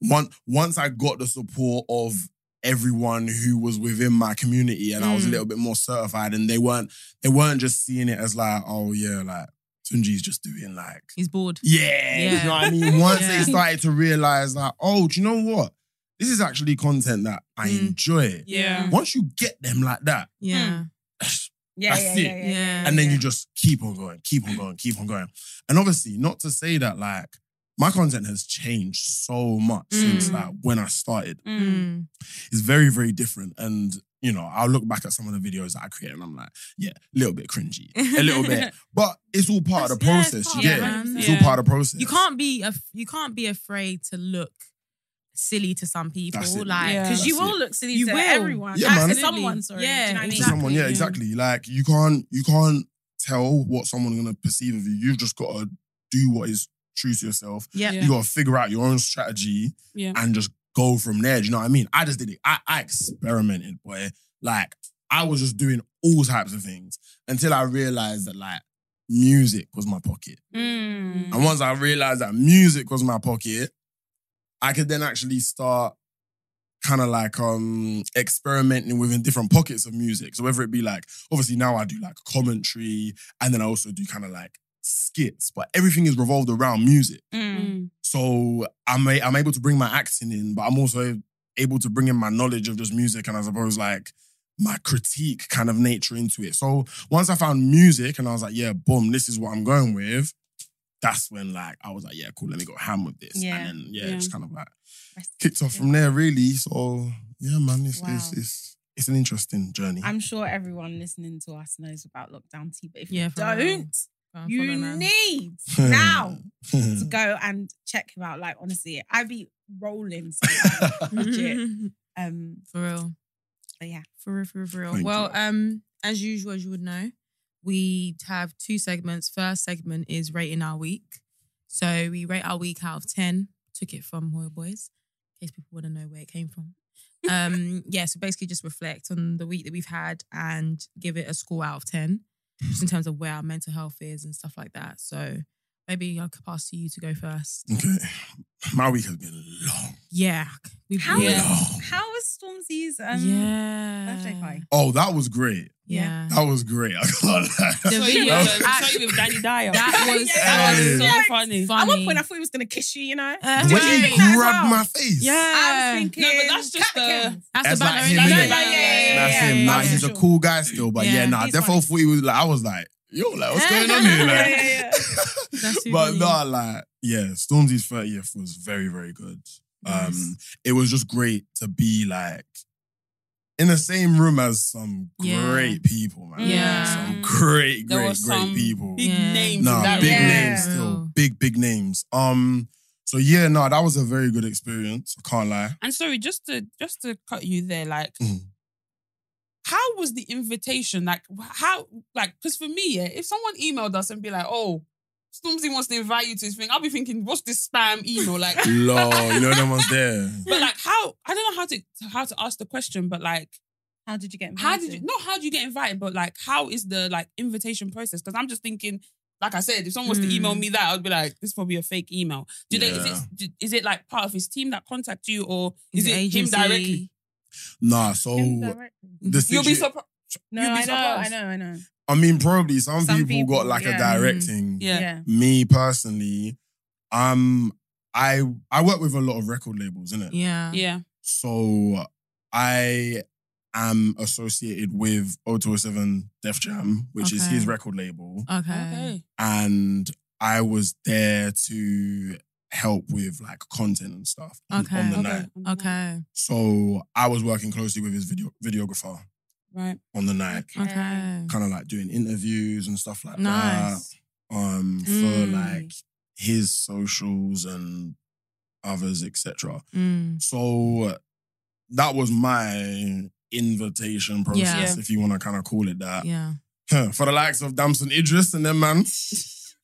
[SPEAKER 4] one once I got the support of everyone who was within my community and I was a
[SPEAKER 2] Mm.
[SPEAKER 4] little bit more certified and they weren't they weren't just seeing it as like, oh yeah, like Tunji's just doing like
[SPEAKER 2] He's bored.
[SPEAKER 4] Yeah.
[SPEAKER 2] Yeah.
[SPEAKER 4] You know what I mean? Once
[SPEAKER 2] Yeah.
[SPEAKER 4] they started to realize that, oh, do you know what? This is actually content that I
[SPEAKER 2] Mm.
[SPEAKER 4] enjoy.
[SPEAKER 6] Yeah.
[SPEAKER 4] Once you get them like that,
[SPEAKER 2] Yeah.
[SPEAKER 5] Yeah,
[SPEAKER 4] That's
[SPEAKER 5] yeah,
[SPEAKER 4] it.
[SPEAKER 5] yeah, yeah, yeah.
[SPEAKER 2] Yeah. Mm.
[SPEAKER 4] and then you just keep on going, keep on going, keep on going. And obviously, not to say that like my content has changed so much since
[SPEAKER 2] Mm.
[SPEAKER 4] like when I started.
[SPEAKER 2] Mm.
[SPEAKER 4] It's very, very different. And you know, I'll look back at some of the videos that I create and I'm like, yeah, a little bit cringy. A little bit. But it's all part of the
[SPEAKER 2] That's- yeah,
[SPEAKER 4] process.
[SPEAKER 2] it's part
[SPEAKER 4] you get
[SPEAKER 2] of
[SPEAKER 4] it?
[SPEAKER 2] it, man.
[SPEAKER 4] It's
[SPEAKER 6] Yeah.
[SPEAKER 4] all part of the process.
[SPEAKER 2] You can't be af- you can't be afraid to look silly to some people.
[SPEAKER 4] That's it.
[SPEAKER 2] Like
[SPEAKER 6] Yeah.
[SPEAKER 5] because
[SPEAKER 4] That's
[SPEAKER 5] you
[SPEAKER 4] it.
[SPEAKER 5] will look silly
[SPEAKER 2] You
[SPEAKER 5] to
[SPEAKER 2] will.
[SPEAKER 5] everyone.
[SPEAKER 4] Yeah,
[SPEAKER 5] Uh,
[SPEAKER 4] man.
[SPEAKER 5] To someone, sorry.
[SPEAKER 2] Yeah,
[SPEAKER 5] Do you know what
[SPEAKER 4] to
[SPEAKER 2] exactly.
[SPEAKER 5] I mean?
[SPEAKER 4] someone. Yeah,
[SPEAKER 2] yeah.
[SPEAKER 4] exactly. Like you can't you can't tell what someone's gonna perceive of you. You've just got to do what is true to yourself.
[SPEAKER 2] yeah.
[SPEAKER 6] Yeah.
[SPEAKER 4] You got to figure out your own strategy
[SPEAKER 6] Yeah.
[SPEAKER 4] and just go from there. Do you know what I mean? I just did it. I, I experimented, boy. Like I was just doing all types of things until I realized that like music was my pocket.
[SPEAKER 5] Mm.
[SPEAKER 4] And once I realized that music was my pocket, I could then actually start kind of like um experimenting within different pockets of music. So whether it be like, obviously now I do like commentary, and then I also do kind of like skits, but everything is revolved around music.
[SPEAKER 5] Mm.
[SPEAKER 4] So I'm a, I'm able to bring my acting in, but I'm also able to bring in my knowledge of just music and I suppose like my critique kind of nature into it. So once I found music and I was like, yeah, boom, this is what I'm going with. That's when like I was like, yeah, cool, let me go ham with this.
[SPEAKER 5] Yeah.
[SPEAKER 4] And then yeah,
[SPEAKER 6] Yeah.
[SPEAKER 4] it's kind of like
[SPEAKER 5] Rest in
[SPEAKER 4] kicked off
[SPEAKER 5] peace.
[SPEAKER 4] from there really. So yeah, man, it's
[SPEAKER 5] Wow.
[SPEAKER 4] it's, it's it's an interesting journey.
[SPEAKER 5] I'm sure everyone listening to us knows about lockdown tea, but if
[SPEAKER 2] Yeah,
[SPEAKER 5] you
[SPEAKER 2] for real.
[SPEAKER 5] don't,
[SPEAKER 2] Go and
[SPEAKER 5] you
[SPEAKER 2] follow, man.
[SPEAKER 5] need
[SPEAKER 4] Hmm.
[SPEAKER 5] now to go and check him out. Like honestly, I be rolling sometimes, legit. Um,
[SPEAKER 2] for real.
[SPEAKER 5] but yeah,
[SPEAKER 2] For real, for real, for real.
[SPEAKER 4] Thank
[SPEAKER 2] well,
[SPEAKER 4] you.
[SPEAKER 2] um, as usual, as you would know, we have two segments. First segment is rating our week. So we rate our week out of 10. Took it from Hoya Boys, in case people want to know where it came from. Um, yeah, so basically just reflect on the week that we've had and give it a score out of 10, just in terms of where our mental health is and stuff like that. So maybe I'll pass to you to go first.
[SPEAKER 4] okay. My week has been long.
[SPEAKER 2] Yeah. We've
[SPEAKER 5] how
[SPEAKER 2] yeah.
[SPEAKER 5] was
[SPEAKER 4] Long.
[SPEAKER 5] how was Stormzy's um
[SPEAKER 2] yeah.
[SPEAKER 5] birthday party?
[SPEAKER 4] Oh, that was great.
[SPEAKER 2] Yeah.
[SPEAKER 4] That was great. I can't lie.
[SPEAKER 2] The
[SPEAKER 6] saw you,
[SPEAKER 2] video
[SPEAKER 6] with,
[SPEAKER 2] was
[SPEAKER 6] I saw you with Danny Dyer.
[SPEAKER 2] That was,
[SPEAKER 5] Yeah.
[SPEAKER 2] that was so
[SPEAKER 4] Yeah.
[SPEAKER 6] funny.
[SPEAKER 5] At
[SPEAKER 2] funny.
[SPEAKER 5] one point, I thought he was gonna kiss you. You know,
[SPEAKER 2] Uh,
[SPEAKER 4] When
[SPEAKER 5] Did you
[SPEAKER 4] he
[SPEAKER 5] think that as
[SPEAKER 4] grabbed
[SPEAKER 5] well?
[SPEAKER 4] my face.
[SPEAKER 5] I was
[SPEAKER 2] yeah.
[SPEAKER 5] thinking,
[SPEAKER 6] No, but that's just
[SPEAKER 5] Capricorn.
[SPEAKER 2] That's,
[SPEAKER 4] That's
[SPEAKER 2] the
[SPEAKER 4] like
[SPEAKER 2] banner
[SPEAKER 4] him,
[SPEAKER 2] in
[SPEAKER 4] innit?
[SPEAKER 2] the
[SPEAKER 5] Yeah, yeah, yeah,
[SPEAKER 4] That's him.
[SPEAKER 5] yeah,
[SPEAKER 4] Nah,
[SPEAKER 5] yeah.
[SPEAKER 4] he's a
[SPEAKER 5] Sure.
[SPEAKER 4] cool guy still. But yeah,
[SPEAKER 2] Yeah,
[SPEAKER 4] nah,
[SPEAKER 5] he's
[SPEAKER 4] defo
[SPEAKER 5] funny.
[SPEAKER 4] thought he was like, I was like, yo, like, what's going on here?
[SPEAKER 5] yeah,
[SPEAKER 4] Like,
[SPEAKER 5] yeah, yeah.
[SPEAKER 2] That's too
[SPEAKER 4] but
[SPEAKER 2] funny.
[SPEAKER 4] nah, like, yeah, Stormzy's 30th was very, very good. Um, it was just great to be like in the same room as some
[SPEAKER 2] Yeah.
[SPEAKER 4] great people, man.
[SPEAKER 2] Yeah.
[SPEAKER 4] Some
[SPEAKER 5] Mm. Mm-hmm.
[SPEAKER 4] great,
[SPEAKER 6] There were
[SPEAKER 4] great,
[SPEAKER 6] some
[SPEAKER 4] great people.
[SPEAKER 6] Big
[SPEAKER 2] Yeah.
[SPEAKER 6] names. in
[SPEAKER 4] No,
[SPEAKER 6] that
[SPEAKER 4] big
[SPEAKER 6] room.
[SPEAKER 5] Yeah.
[SPEAKER 4] names still.
[SPEAKER 2] Real.
[SPEAKER 4] Big, big names. Um, so yeah, no, that was a very good experience. I can't lie.
[SPEAKER 6] And sorry, just to just to cut you there, like
[SPEAKER 4] Mm.
[SPEAKER 6] how was the invitation? Like wh- how like because for me, yeah, if someone emailed us and be like, oh, Stormzy wants to invite you to his thing, I'll be thinking, what's this spam email? Like,
[SPEAKER 4] Lol, you know no one's there.
[SPEAKER 6] but like how I don't know how to how to ask the question, but like
[SPEAKER 5] How did you get?
[SPEAKER 6] how did you
[SPEAKER 5] invited?
[SPEAKER 6] no how do you get invited? But like how is the like invitation process? Because I'm just thinking. Like I said, if someone was to email
[SPEAKER 2] Mm.
[SPEAKER 6] me that, I'd be like, "This is probably a fake email." Do they? Is
[SPEAKER 4] Yeah.
[SPEAKER 6] it, do- is it like part of his team that contact you, or
[SPEAKER 2] His
[SPEAKER 6] is it him
[SPEAKER 2] agency.
[SPEAKER 6] directly?
[SPEAKER 4] Nah, so
[SPEAKER 5] Indirectly.
[SPEAKER 4] the
[SPEAKER 6] You'll be
[SPEAKER 4] situ-
[SPEAKER 6] surprised.
[SPEAKER 5] No,
[SPEAKER 6] You'll be
[SPEAKER 5] I know, I
[SPEAKER 6] surprised.
[SPEAKER 5] know, I know.
[SPEAKER 4] I mean, probably some,
[SPEAKER 5] Some
[SPEAKER 4] people,
[SPEAKER 5] people,
[SPEAKER 4] got like
[SPEAKER 5] yeah.
[SPEAKER 4] a directing.
[SPEAKER 6] Yeah.
[SPEAKER 5] Yeah.
[SPEAKER 4] Me personally, um, I I work with a lot of record labels, innit?
[SPEAKER 2] Yeah.
[SPEAKER 6] Yeah.
[SPEAKER 4] So I am associated with 0207 Def Jam, which is
[SPEAKER 2] Okay.
[SPEAKER 4] his record label,
[SPEAKER 2] Okay.
[SPEAKER 4] and I was there to help with like content and stuff on,
[SPEAKER 2] Okay.
[SPEAKER 4] on the
[SPEAKER 2] Okay.
[SPEAKER 4] night.
[SPEAKER 2] Okay.
[SPEAKER 4] So I was working closely with his video videographer
[SPEAKER 6] Right.
[SPEAKER 4] on the night.
[SPEAKER 2] Okay.
[SPEAKER 4] kind of like doing interviews and stuff like
[SPEAKER 2] Nice.
[SPEAKER 4] that um
[SPEAKER 2] Mm.
[SPEAKER 4] for like his socials and others etc
[SPEAKER 2] Mm.
[SPEAKER 4] so that was my invitation process
[SPEAKER 2] Yeah.
[SPEAKER 4] if you want to kind of call it that
[SPEAKER 2] Yeah.
[SPEAKER 4] Huh, for the likes of Damson Idris and them man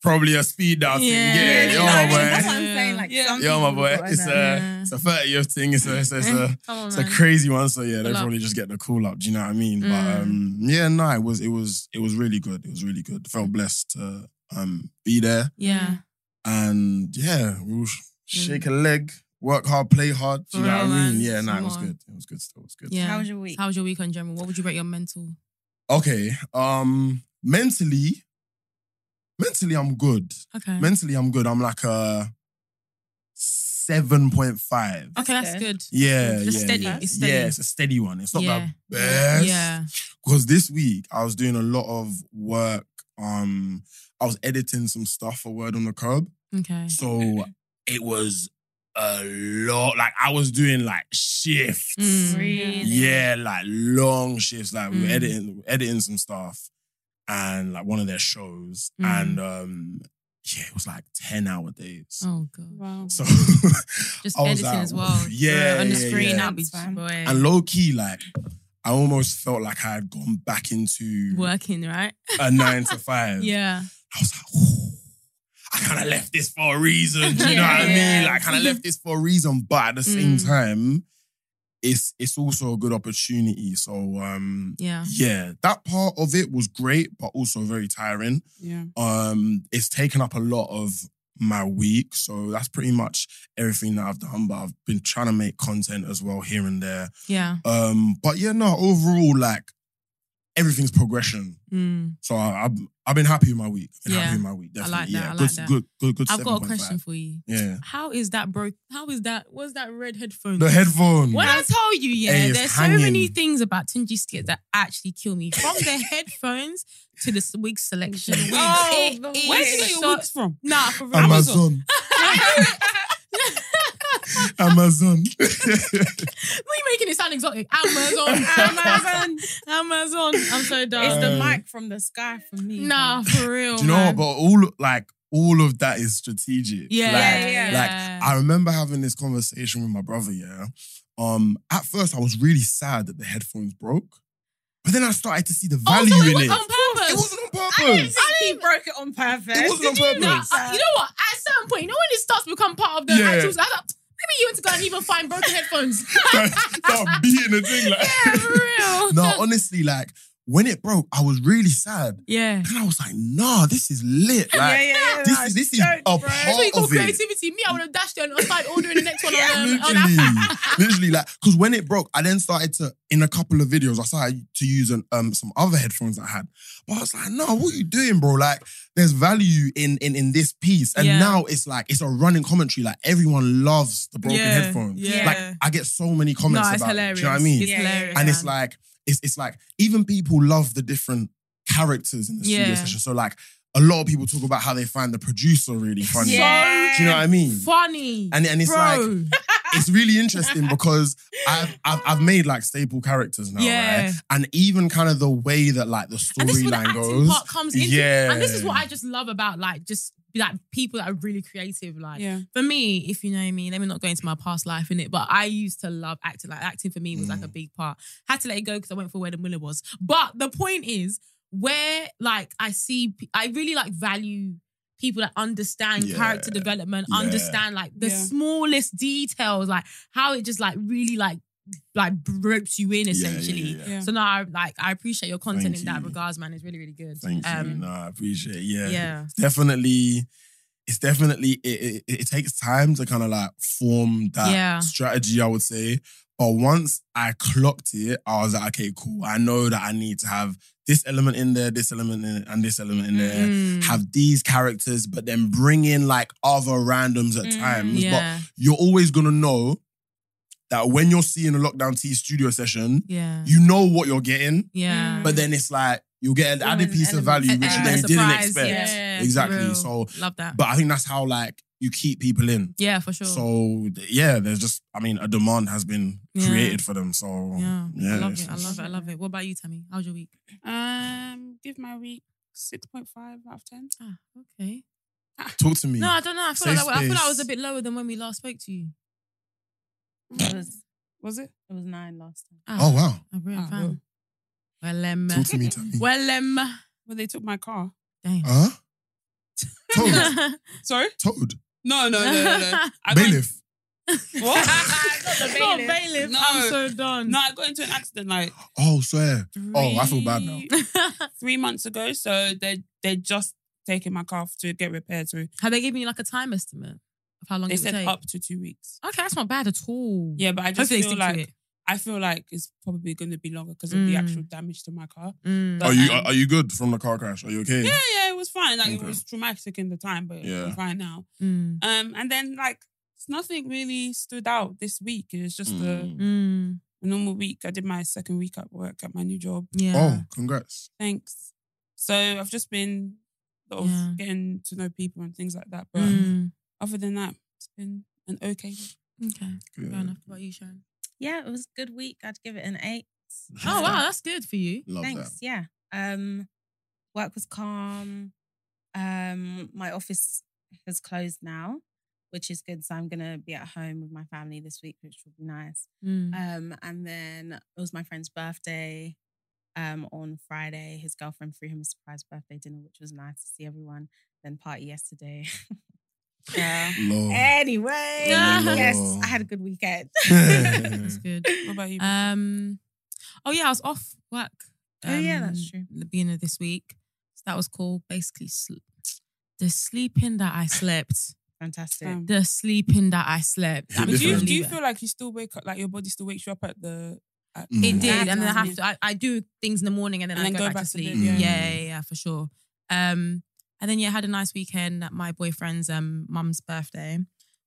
[SPEAKER 4] probably a speed dancing yeah,
[SPEAKER 2] Yeah,
[SPEAKER 4] yeah,
[SPEAKER 2] yeah,
[SPEAKER 4] yo,
[SPEAKER 2] yeah.
[SPEAKER 4] my
[SPEAKER 5] That's
[SPEAKER 4] boy
[SPEAKER 5] what I'm saying. Like,
[SPEAKER 6] Yeah.
[SPEAKER 5] some
[SPEAKER 4] yo my
[SPEAKER 5] people
[SPEAKER 4] boy
[SPEAKER 5] got
[SPEAKER 4] it's a
[SPEAKER 2] Yeah.
[SPEAKER 4] it's a 30th thing it's a it's a, it's a
[SPEAKER 2] Come on,
[SPEAKER 4] it's
[SPEAKER 2] man.
[SPEAKER 4] a crazy one, so yeah, they
[SPEAKER 2] Good luck.
[SPEAKER 4] probably just get the call up. Do you know what I mean?
[SPEAKER 2] Mm.
[SPEAKER 4] But um, yeah, no, it was it was it was really good. It was really good. Felt blessed to um be there,
[SPEAKER 2] yeah.
[SPEAKER 4] and yeah, we'll sh- shake
[SPEAKER 2] Mm.
[SPEAKER 4] a leg, work hard, play hard. Do you
[SPEAKER 2] For
[SPEAKER 4] know what
[SPEAKER 2] real,
[SPEAKER 4] I mean?
[SPEAKER 2] man.
[SPEAKER 4] Yeah, no, it was
[SPEAKER 2] Come on.
[SPEAKER 4] good. It was good. Still, it was good.
[SPEAKER 2] Yeah.
[SPEAKER 5] How was your week?
[SPEAKER 2] How was your week in general? What would you rate your mental?
[SPEAKER 4] Okay. Um, mentally, mentally, I'm good.
[SPEAKER 2] Okay.
[SPEAKER 4] Mentally, I'm good. I'm like a seven point five.
[SPEAKER 2] okay, that's
[SPEAKER 5] That's
[SPEAKER 2] good.
[SPEAKER 4] Yeah,
[SPEAKER 2] Just
[SPEAKER 4] yeah,
[SPEAKER 2] steady.
[SPEAKER 4] yeah.
[SPEAKER 2] It's steady.
[SPEAKER 4] Yeah, it's a steady one. It's not
[SPEAKER 2] Yeah.
[SPEAKER 4] the best.
[SPEAKER 2] Yeah.
[SPEAKER 4] because this week I was doing a lot of work. Um, I was editing some stuff for Word on the Curb,
[SPEAKER 2] Okay.
[SPEAKER 4] so it was a lot. Like I was doing like shifts,
[SPEAKER 2] Mm.
[SPEAKER 5] Really?
[SPEAKER 4] yeah, like long shifts. Like we were
[SPEAKER 2] Mm.
[SPEAKER 4] editing, editing some stuff, and like one of their shows,
[SPEAKER 2] Mm.
[SPEAKER 4] and um, yeah, it was like ten hour days.
[SPEAKER 2] Oh god.
[SPEAKER 6] Wow.
[SPEAKER 4] So
[SPEAKER 2] Just
[SPEAKER 4] I was
[SPEAKER 2] editing
[SPEAKER 4] like,
[SPEAKER 2] as well.
[SPEAKER 4] yeah,
[SPEAKER 2] on the
[SPEAKER 4] yeah,
[SPEAKER 2] screen,
[SPEAKER 4] yeah.
[SPEAKER 2] that'd be
[SPEAKER 5] That's fine.
[SPEAKER 2] boy.
[SPEAKER 4] and low key, like I almost felt like I had gone back into
[SPEAKER 2] working, right?
[SPEAKER 4] a nine to five.
[SPEAKER 2] Yeah.
[SPEAKER 4] I was like, Ooh, I kind of left this for a reason. Do you know what I mean?
[SPEAKER 5] Yeah.
[SPEAKER 4] Like, I kind of left this for a reason, but at the same
[SPEAKER 2] Mm.
[SPEAKER 4] time, it's it's also a good opportunity. So um
[SPEAKER 2] Yeah.
[SPEAKER 4] yeah, that part of it was great, but also very tiring.
[SPEAKER 6] Yeah.
[SPEAKER 4] Um, it's taken up a lot of my week, so that's pretty much everything that I've done. But I've been trying to make content as well here and there.
[SPEAKER 2] Yeah.
[SPEAKER 4] Um, but yeah, no, overall, like everything's progression.
[SPEAKER 2] Mm.
[SPEAKER 4] So I, I've I've been happy with my week. Been
[SPEAKER 2] Yeah.
[SPEAKER 4] happy with my week.
[SPEAKER 2] I
[SPEAKER 4] Definitely.
[SPEAKER 2] like that,
[SPEAKER 4] yeah.
[SPEAKER 2] I
[SPEAKER 4] good,
[SPEAKER 2] like that.
[SPEAKER 4] good, good, good.
[SPEAKER 2] I've got a
[SPEAKER 4] 7.5.
[SPEAKER 2] question for you.
[SPEAKER 4] Yeah.
[SPEAKER 2] How is that broke? How is that? What's that red headphone?
[SPEAKER 4] The headphone.
[SPEAKER 2] When I tell you, yeah,
[SPEAKER 4] Hey, it's
[SPEAKER 2] there's so
[SPEAKER 4] hanging.
[SPEAKER 2] many things about Tunji Skit that actually kill me. From the headphones to the wig selection.
[SPEAKER 6] Oh,
[SPEAKER 2] It
[SPEAKER 5] the
[SPEAKER 2] is
[SPEAKER 6] Where do you get your
[SPEAKER 2] so-
[SPEAKER 6] wigs from?
[SPEAKER 2] Nah, for real.
[SPEAKER 4] Amazon. Amazon.
[SPEAKER 2] Why are you making it sound exotic? Amazon. Amazon. Amazon. I'm so dumb.
[SPEAKER 5] It's the
[SPEAKER 4] Uh,
[SPEAKER 5] mic from the sky for me.
[SPEAKER 2] Nah, for real.
[SPEAKER 4] Do you know
[SPEAKER 2] Oh, man.
[SPEAKER 4] what? But all like all of that is strategic.
[SPEAKER 2] Yeah,
[SPEAKER 4] Like,
[SPEAKER 2] yeah,
[SPEAKER 4] Like I remember having this conversation with my brother. Yeah. Um. At first, I was really sad that the headphones broke, but then I started to see the
[SPEAKER 2] Oh,
[SPEAKER 4] value
[SPEAKER 2] so it
[SPEAKER 4] in
[SPEAKER 2] was
[SPEAKER 4] it.
[SPEAKER 2] on purpose.
[SPEAKER 4] It wasn't on
[SPEAKER 5] I didn't
[SPEAKER 4] purpose.
[SPEAKER 5] think he broke it on purpose.
[SPEAKER 4] It wasn't on
[SPEAKER 2] No,
[SPEAKER 4] purpose.
[SPEAKER 2] I- you know what? At a certain point, you know when it starts to become part of the
[SPEAKER 4] Yeah.
[SPEAKER 2] iTunes, I thought, maybe you want to go and even find broken headphones.
[SPEAKER 4] Start beating the thing like.
[SPEAKER 2] yeah, for real.
[SPEAKER 4] no, honestly, like when it broke, I was really sad.
[SPEAKER 2] Yeah.
[SPEAKER 4] And I was like, nah, this is lit. Like,
[SPEAKER 5] yeah, yeah, yeah.
[SPEAKER 4] this is this is
[SPEAKER 5] Don't
[SPEAKER 4] a part
[SPEAKER 5] break.
[SPEAKER 2] That's what you call
[SPEAKER 4] of it.
[SPEAKER 2] creativity. Me, I would have dashed there and started ordering the next one on, um, on
[SPEAKER 4] literally, literally, like, because when it broke, I then started to, in a couple of videos, I started to use an, um some other headphones I had. But I was like, no, what you doing, bro? Like, there's value in in in this piece, and
[SPEAKER 2] Yeah.
[SPEAKER 4] now it's like it's a running commentary. Like everyone loves the broken
[SPEAKER 2] Yeah,
[SPEAKER 4] headphones.
[SPEAKER 2] yeah.
[SPEAKER 4] Like I get so many
[SPEAKER 2] No,
[SPEAKER 4] comments
[SPEAKER 2] it's
[SPEAKER 4] about.
[SPEAKER 2] hilarious.
[SPEAKER 4] It, do you know what I mean?
[SPEAKER 2] It's
[SPEAKER 5] Yeah,
[SPEAKER 2] hilarious.
[SPEAKER 4] and it's
[SPEAKER 2] man.
[SPEAKER 4] like it's it's like even people love the different characters in the
[SPEAKER 2] Yeah.
[SPEAKER 4] studio session. So like a lot of people talk about how they find the producer really funny.
[SPEAKER 5] Yeah.
[SPEAKER 4] Do you know what I mean?
[SPEAKER 2] funny.
[SPEAKER 4] And and it's
[SPEAKER 2] bro.
[SPEAKER 4] like it's really interesting because I've, I've I've made like staple characters now,
[SPEAKER 2] Yeah.
[SPEAKER 4] right? And even kind of the way that like the
[SPEAKER 2] and this is where the
[SPEAKER 4] storyline
[SPEAKER 2] acting
[SPEAKER 4] goes,
[SPEAKER 2] part comes into.
[SPEAKER 4] yeah.
[SPEAKER 2] And this is what I just love about like just like people that are really creative. Like
[SPEAKER 6] Yeah.
[SPEAKER 2] for me, if you know me, let me not go into my past life in it, but I used to love acting. Like acting for me was
[SPEAKER 4] Mm.
[SPEAKER 2] like a big part. Had to let it go because I went for where the winner was. But the point is where like I see, p- I really like value. People that understand
[SPEAKER 4] Yeah.
[SPEAKER 2] character development,
[SPEAKER 4] Yeah.
[SPEAKER 2] understand like the
[SPEAKER 6] Yeah.
[SPEAKER 2] smallest details, like how it just like really like like ropes you in
[SPEAKER 4] Yeah, yeah,
[SPEAKER 2] essentially.
[SPEAKER 4] yeah.
[SPEAKER 6] Yeah.
[SPEAKER 2] So no, I like I appreciate your content in
[SPEAKER 4] Thank
[SPEAKER 2] that
[SPEAKER 4] you.
[SPEAKER 2] regards, man. It's really, really good.
[SPEAKER 4] Thank you.
[SPEAKER 2] Um,
[SPEAKER 4] no, I appreciate. It. Yeah,
[SPEAKER 2] yeah.
[SPEAKER 4] It's definitely. It's definitely it, it. It takes time to kind of like form that
[SPEAKER 2] Yeah.
[SPEAKER 4] strategy. I would say, but once I clocked it, I was like, okay, cool. I know that I need to have this element in there, this element in, and this element in there.
[SPEAKER 2] Mm.
[SPEAKER 4] Have these characters, but then bring in like other randoms at
[SPEAKER 5] Mm,
[SPEAKER 4] times. But
[SPEAKER 2] yeah.
[SPEAKER 4] you're always gonna know that when you're seeing a lockdown T studio session,
[SPEAKER 2] Yeah.
[SPEAKER 4] you know what you're getting.
[SPEAKER 5] Mm.
[SPEAKER 2] yeah.
[SPEAKER 4] But then it's like you get an
[SPEAKER 5] Always
[SPEAKER 4] added
[SPEAKER 5] an
[SPEAKER 4] piece of
[SPEAKER 5] element.
[SPEAKER 4] value
[SPEAKER 5] An
[SPEAKER 4] which you
[SPEAKER 5] element
[SPEAKER 4] then
[SPEAKER 5] of
[SPEAKER 4] didn't
[SPEAKER 2] surprise,
[SPEAKER 4] expect.
[SPEAKER 2] yeah, for
[SPEAKER 4] Exactly.
[SPEAKER 2] real.
[SPEAKER 4] So,
[SPEAKER 2] love that.
[SPEAKER 4] but I think that's how like you keep people in.
[SPEAKER 2] yeah, for sure.
[SPEAKER 4] So th- yeah, there's just I mean a demand has been
[SPEAKER 2] Yeah.
[SPEAKER 4] created for them. So
[SPEAKER 2] yeah. I love
[SPEAKER 4] it's-
[SPEAKER 2] it. I love it. I love it. What about you, Tammy? How's your week?
[SPEAKER 6] Um, give my week six point five out of ten.
[SPEAKER 2] Ah, okay.
[SPEAKER 4] Talk to me.
[SPEAKER 2] No, I don't know. I feel
[SPEAKER 4] Safe
[SPEAKER 2] like I feel like I
[SPEAKER 4] space.
[SPEAKER 2] was a bit lower than when we last spoke to you.
[SPEAKER 5] It was,
[SPEAKER 6] Was it?
[SPEAKER 5] it was nine last time.
[SPEAKER 2] Ah,
[SPEAKER 4] oh wow.
[SPEAKER 2] I really
[SPEAKER 6] Ah,
[SPEAKER 2] found. Well, um,
[SPEAKER 4] Talk to me, Uh, Tammy.
[SPEAKER 2] well, um,
[SPEAKER 6] Well, they took my car.
[SPEAKER 2] dang.
[SPEAKER 4] Huh? Toad.
[SPEAKER 6] Sorry?
[SPEAKER 4] Toad.
[SPEAKER 6] No, no, no, no. no. I got in-
[SPEAKER 4] Bailiff.
[SPEAKER 6] What?
[SPEAKER 5] the
[SPEAKER 2] Not
[SPEAKER 5] bailiff.
[SPEAKER 2] bailiff.
[SPEAKER 6] No.
[SPEAKER 2] I'm so done.
[SPEAKER 6] no, I got into an accident like
[SPEAKER 4] Oh swear.
[SPEAKER 6] three,
[SPEAKER 4] Oh, I feel bad now.
[SPEAKER 6] three months ago. So they they're just taking my car to get repaired. So
[SPEAKER 2] Have they given you like a time estimate of how long
[SPEAKER 6] they
[SPEAKER 2] it would
[SPEAKER 6] said
[SPEAKER 2] take?
[SPEAKER 6] up to two weeks.
[SPEAKER 2] Okay, that's not bad at all.
[SPEAKER 6] Yeah, but I just
[SPEAKER 2] Hopefully they
[SPEAKER 6] feel
[SPEAKER 2] stick to
[SPEAKER 6] like
[SPEAKER 2] it.
[SPEAKER 6] I feel like it's probably going to be longer because of the
[SPEAKER 2] Mm.
[SPEAKER 6] actual damage to my car.
[SPEAKER 2] Mm.
[SPEAKER 6] But,
[SPEAKER 4] Are
[SPEAKER 6] um,
[SPEAKER 4] you are, are you good from the car crash? Are you okay?
[SPEAKER 6] Yeah, yeah, it was fine. Like it
[SPEAKER 4] Okay.
[SPEAKER 6] was traumatic in the time, but
[SPEAKER 4] Yeah.
[SPEAKER 6] it's fine now.
[SPEAKER 2] Mm.
[SPEAKER 6] Um, and then like it's nothing really stood out this week. It was just a
[SPEAKER 4] Mm.
[SPEAKER 2] Mm.
[SPEAKER 6] normal week. I did my second week at work at my new job.
[SPEAKER 2] Yeah.
[SPEAKER 4] Oh, congrats.
[SPEAKER 6] Thanks. So I've just been sort of
[SPEAKER 2] Yeah.
[SPEAKER 6] getting to know people and things like that. But
[SPEAKER 2] Mm.
[SPEAKER 6] other than that, it's been an okay. week.
[SPEAKER 2] Okay.
[SPEAKER 4] Good.
[SPEAKER 2] Fair enough. What about you, Sharon?
[SPEAKER 5] Yeah, it was a good week. I'd give it an eight.
[SPEAKER 2] Oh wow, that's good for you.
[SPEAKER 4] Love
[SPEAKER 5] Thanks. Yeah. Um, work was calm. Um, my office has closed now, which is good. So I'm gonna be at home with my family this week, which will be nice.
[SPEAKER 2] Mm.
[SPEAKER 5] Um, and then it was my friend's birthday. Um, on Friday, his girlfriend threw him a surprise birthday dinner, which was nice to see everyone. Then party yesterday. Yeah.
[SPEAKER 4] Lord.
[SPEAKER 5] Anyway,
[SPEAKER 4] Oh,
[SPEAKER 5] yes,
[SPEAKER 4] Lord.
[SPEAKER 5] I had a good weekend.
[SPEAKER 2] That's good.
[SPEAKER 1] What about you?
[SPEAKER 2] Um, oh yeah, I was off work. um,
[SPEAKER 5] Oh, yeah, that's true.
[SPEAKER 2] The beginning of this week, so that was cool. Basically, sl- the sleeping that I slept,
[SPEAKER 5] Fantastic.
[SPEAKER 1] Um,
[SPEAKER 2] the sleeping that I slept.
[SPEAKER 4] Hit
[SPEAKER 2] I'm
[SPEAKER 4] different.
[SPEAKER 2] just
[SPEAKER 1] do you,
[SPEAKER 2] gonna
[SPEAKER 1] do you
[SPEAKER 2] leave it.
[SPEAKER 1] feel like you still wake up, like your body still wakes you up at the? At
[SPEAKER 4] Mm.
[SPEAKER 2] It did,
[SPEAKER 1] Bad
[SPEAKER 2] and then I have
[SPEAKER 1] timing.
[SPEAKER 2] to. I, I do things in the morning, and then, I go, back, to sleep.
[SPEAKER 4] bed, yeah.
[SPEAKER 2] yeah. yeah, yeah, for sure. Um, and then yeah, I had a nice weekend at my boyfriend's um mum's birthday,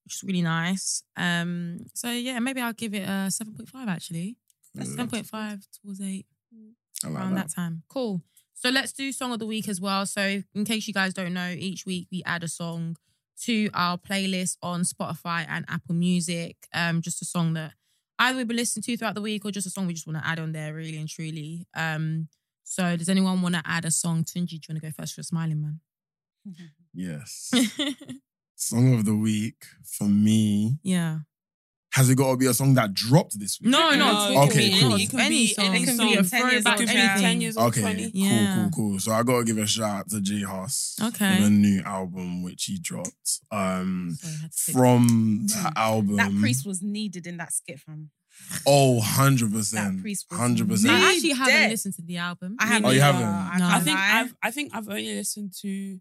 [SPEAKER 2] which is really nice. Um, so yeah, maybe I'll give it a seven point five actually. That's
[SPEAKER 4] Good.
[SPEAKER 2] seven point five towards eight
[SPEAKER 4] I like
[SPEAKER 2] around
[SPEAKER 4] that.
[SPEAKER 2] that. time. Cool. So let's do song of the week as well. So in case you guys don't know, each week we add a song to our playlist on Spotify and Apple Music. Um, just a song that either we've been listening to throughout the week or just a song we just want to add on there, really and truly. Um, so does anyone want to add a song? Tunji, do you want to go first for Smiling Man?
[SPEAKER 4] Yes. song of the week for me.
[SPEAKER 2] yeah.
[SPEAKER 4] Has it got to be a song that dropped this week?
[SPEAKER 2] No, no.
[SPEAKER 1] it
[SPEAKER 2] it
[SPEAKER 1] can
[SPEAKER 4] Okay,
[SPEAKER 1] be
[SPEAKER 2] can
[SPEAKER 1] any-
[SPEAKER 4] cool.
[SPEAKER 2] be
[SPEAKER 1] It can
[SPEAKER 2] any
[SPEAKER 1] be
[SPEAKER 2] song.
[SPEAKER 1] any
[SPEAKER 5] can
[SPEAKER 1] song.
[SPEAKER 5] be a 10 years
[SPEAKER 1] It
[SPEAKER 5] old
[SPEAKER 1] could be
[SPEAKER 5] child.
[SPEAKER 1] ten years old,
[SPEAKER 4] Okay,
[SPEAKER 1] twenty.
[SPEAKER 4] cool,
[SPEAKER 2] Yeah.
[SPEAKER 4] cool, cool. So I gotta give a shout out to J Hoss
[SPEAKER 2] Okay.
[SPEAKER 4] for the new album which he dropped. Um,
[SPEAKER 2] Sorry, I had to fix
[SPEAKER 4] from that album,
[SPEAKER 5] that priest was needed in that skit, fam.
[SPEAKER 4] oh, 100
[SPEAKER 5] That
[SPEAKER 4] percent,
[SPEAKER 5] priest was
[SPEAKER 4] hundred
[SPEAKER 5] mad.
[SPEAKER 4] percent.
[SPEAKER 2] I actually haven't
[SPEAKER 5] dead.
[SPEAKER 2] listened to the album.
[SPEAKER 5] I haven't.
[SPEAKER 4] Oh, you
[SPEAKER 5] either,
[SPEAKER 4] haven't?
[SPEAKER 5] I,
[SPEAKER 2] No.
[SPEAKER 1] I
[SPEAKER 5] can't
[SPEAKER 1] think
[SPEAKER 5] lie.
[SPEAKER 1] I've I think I've only listened to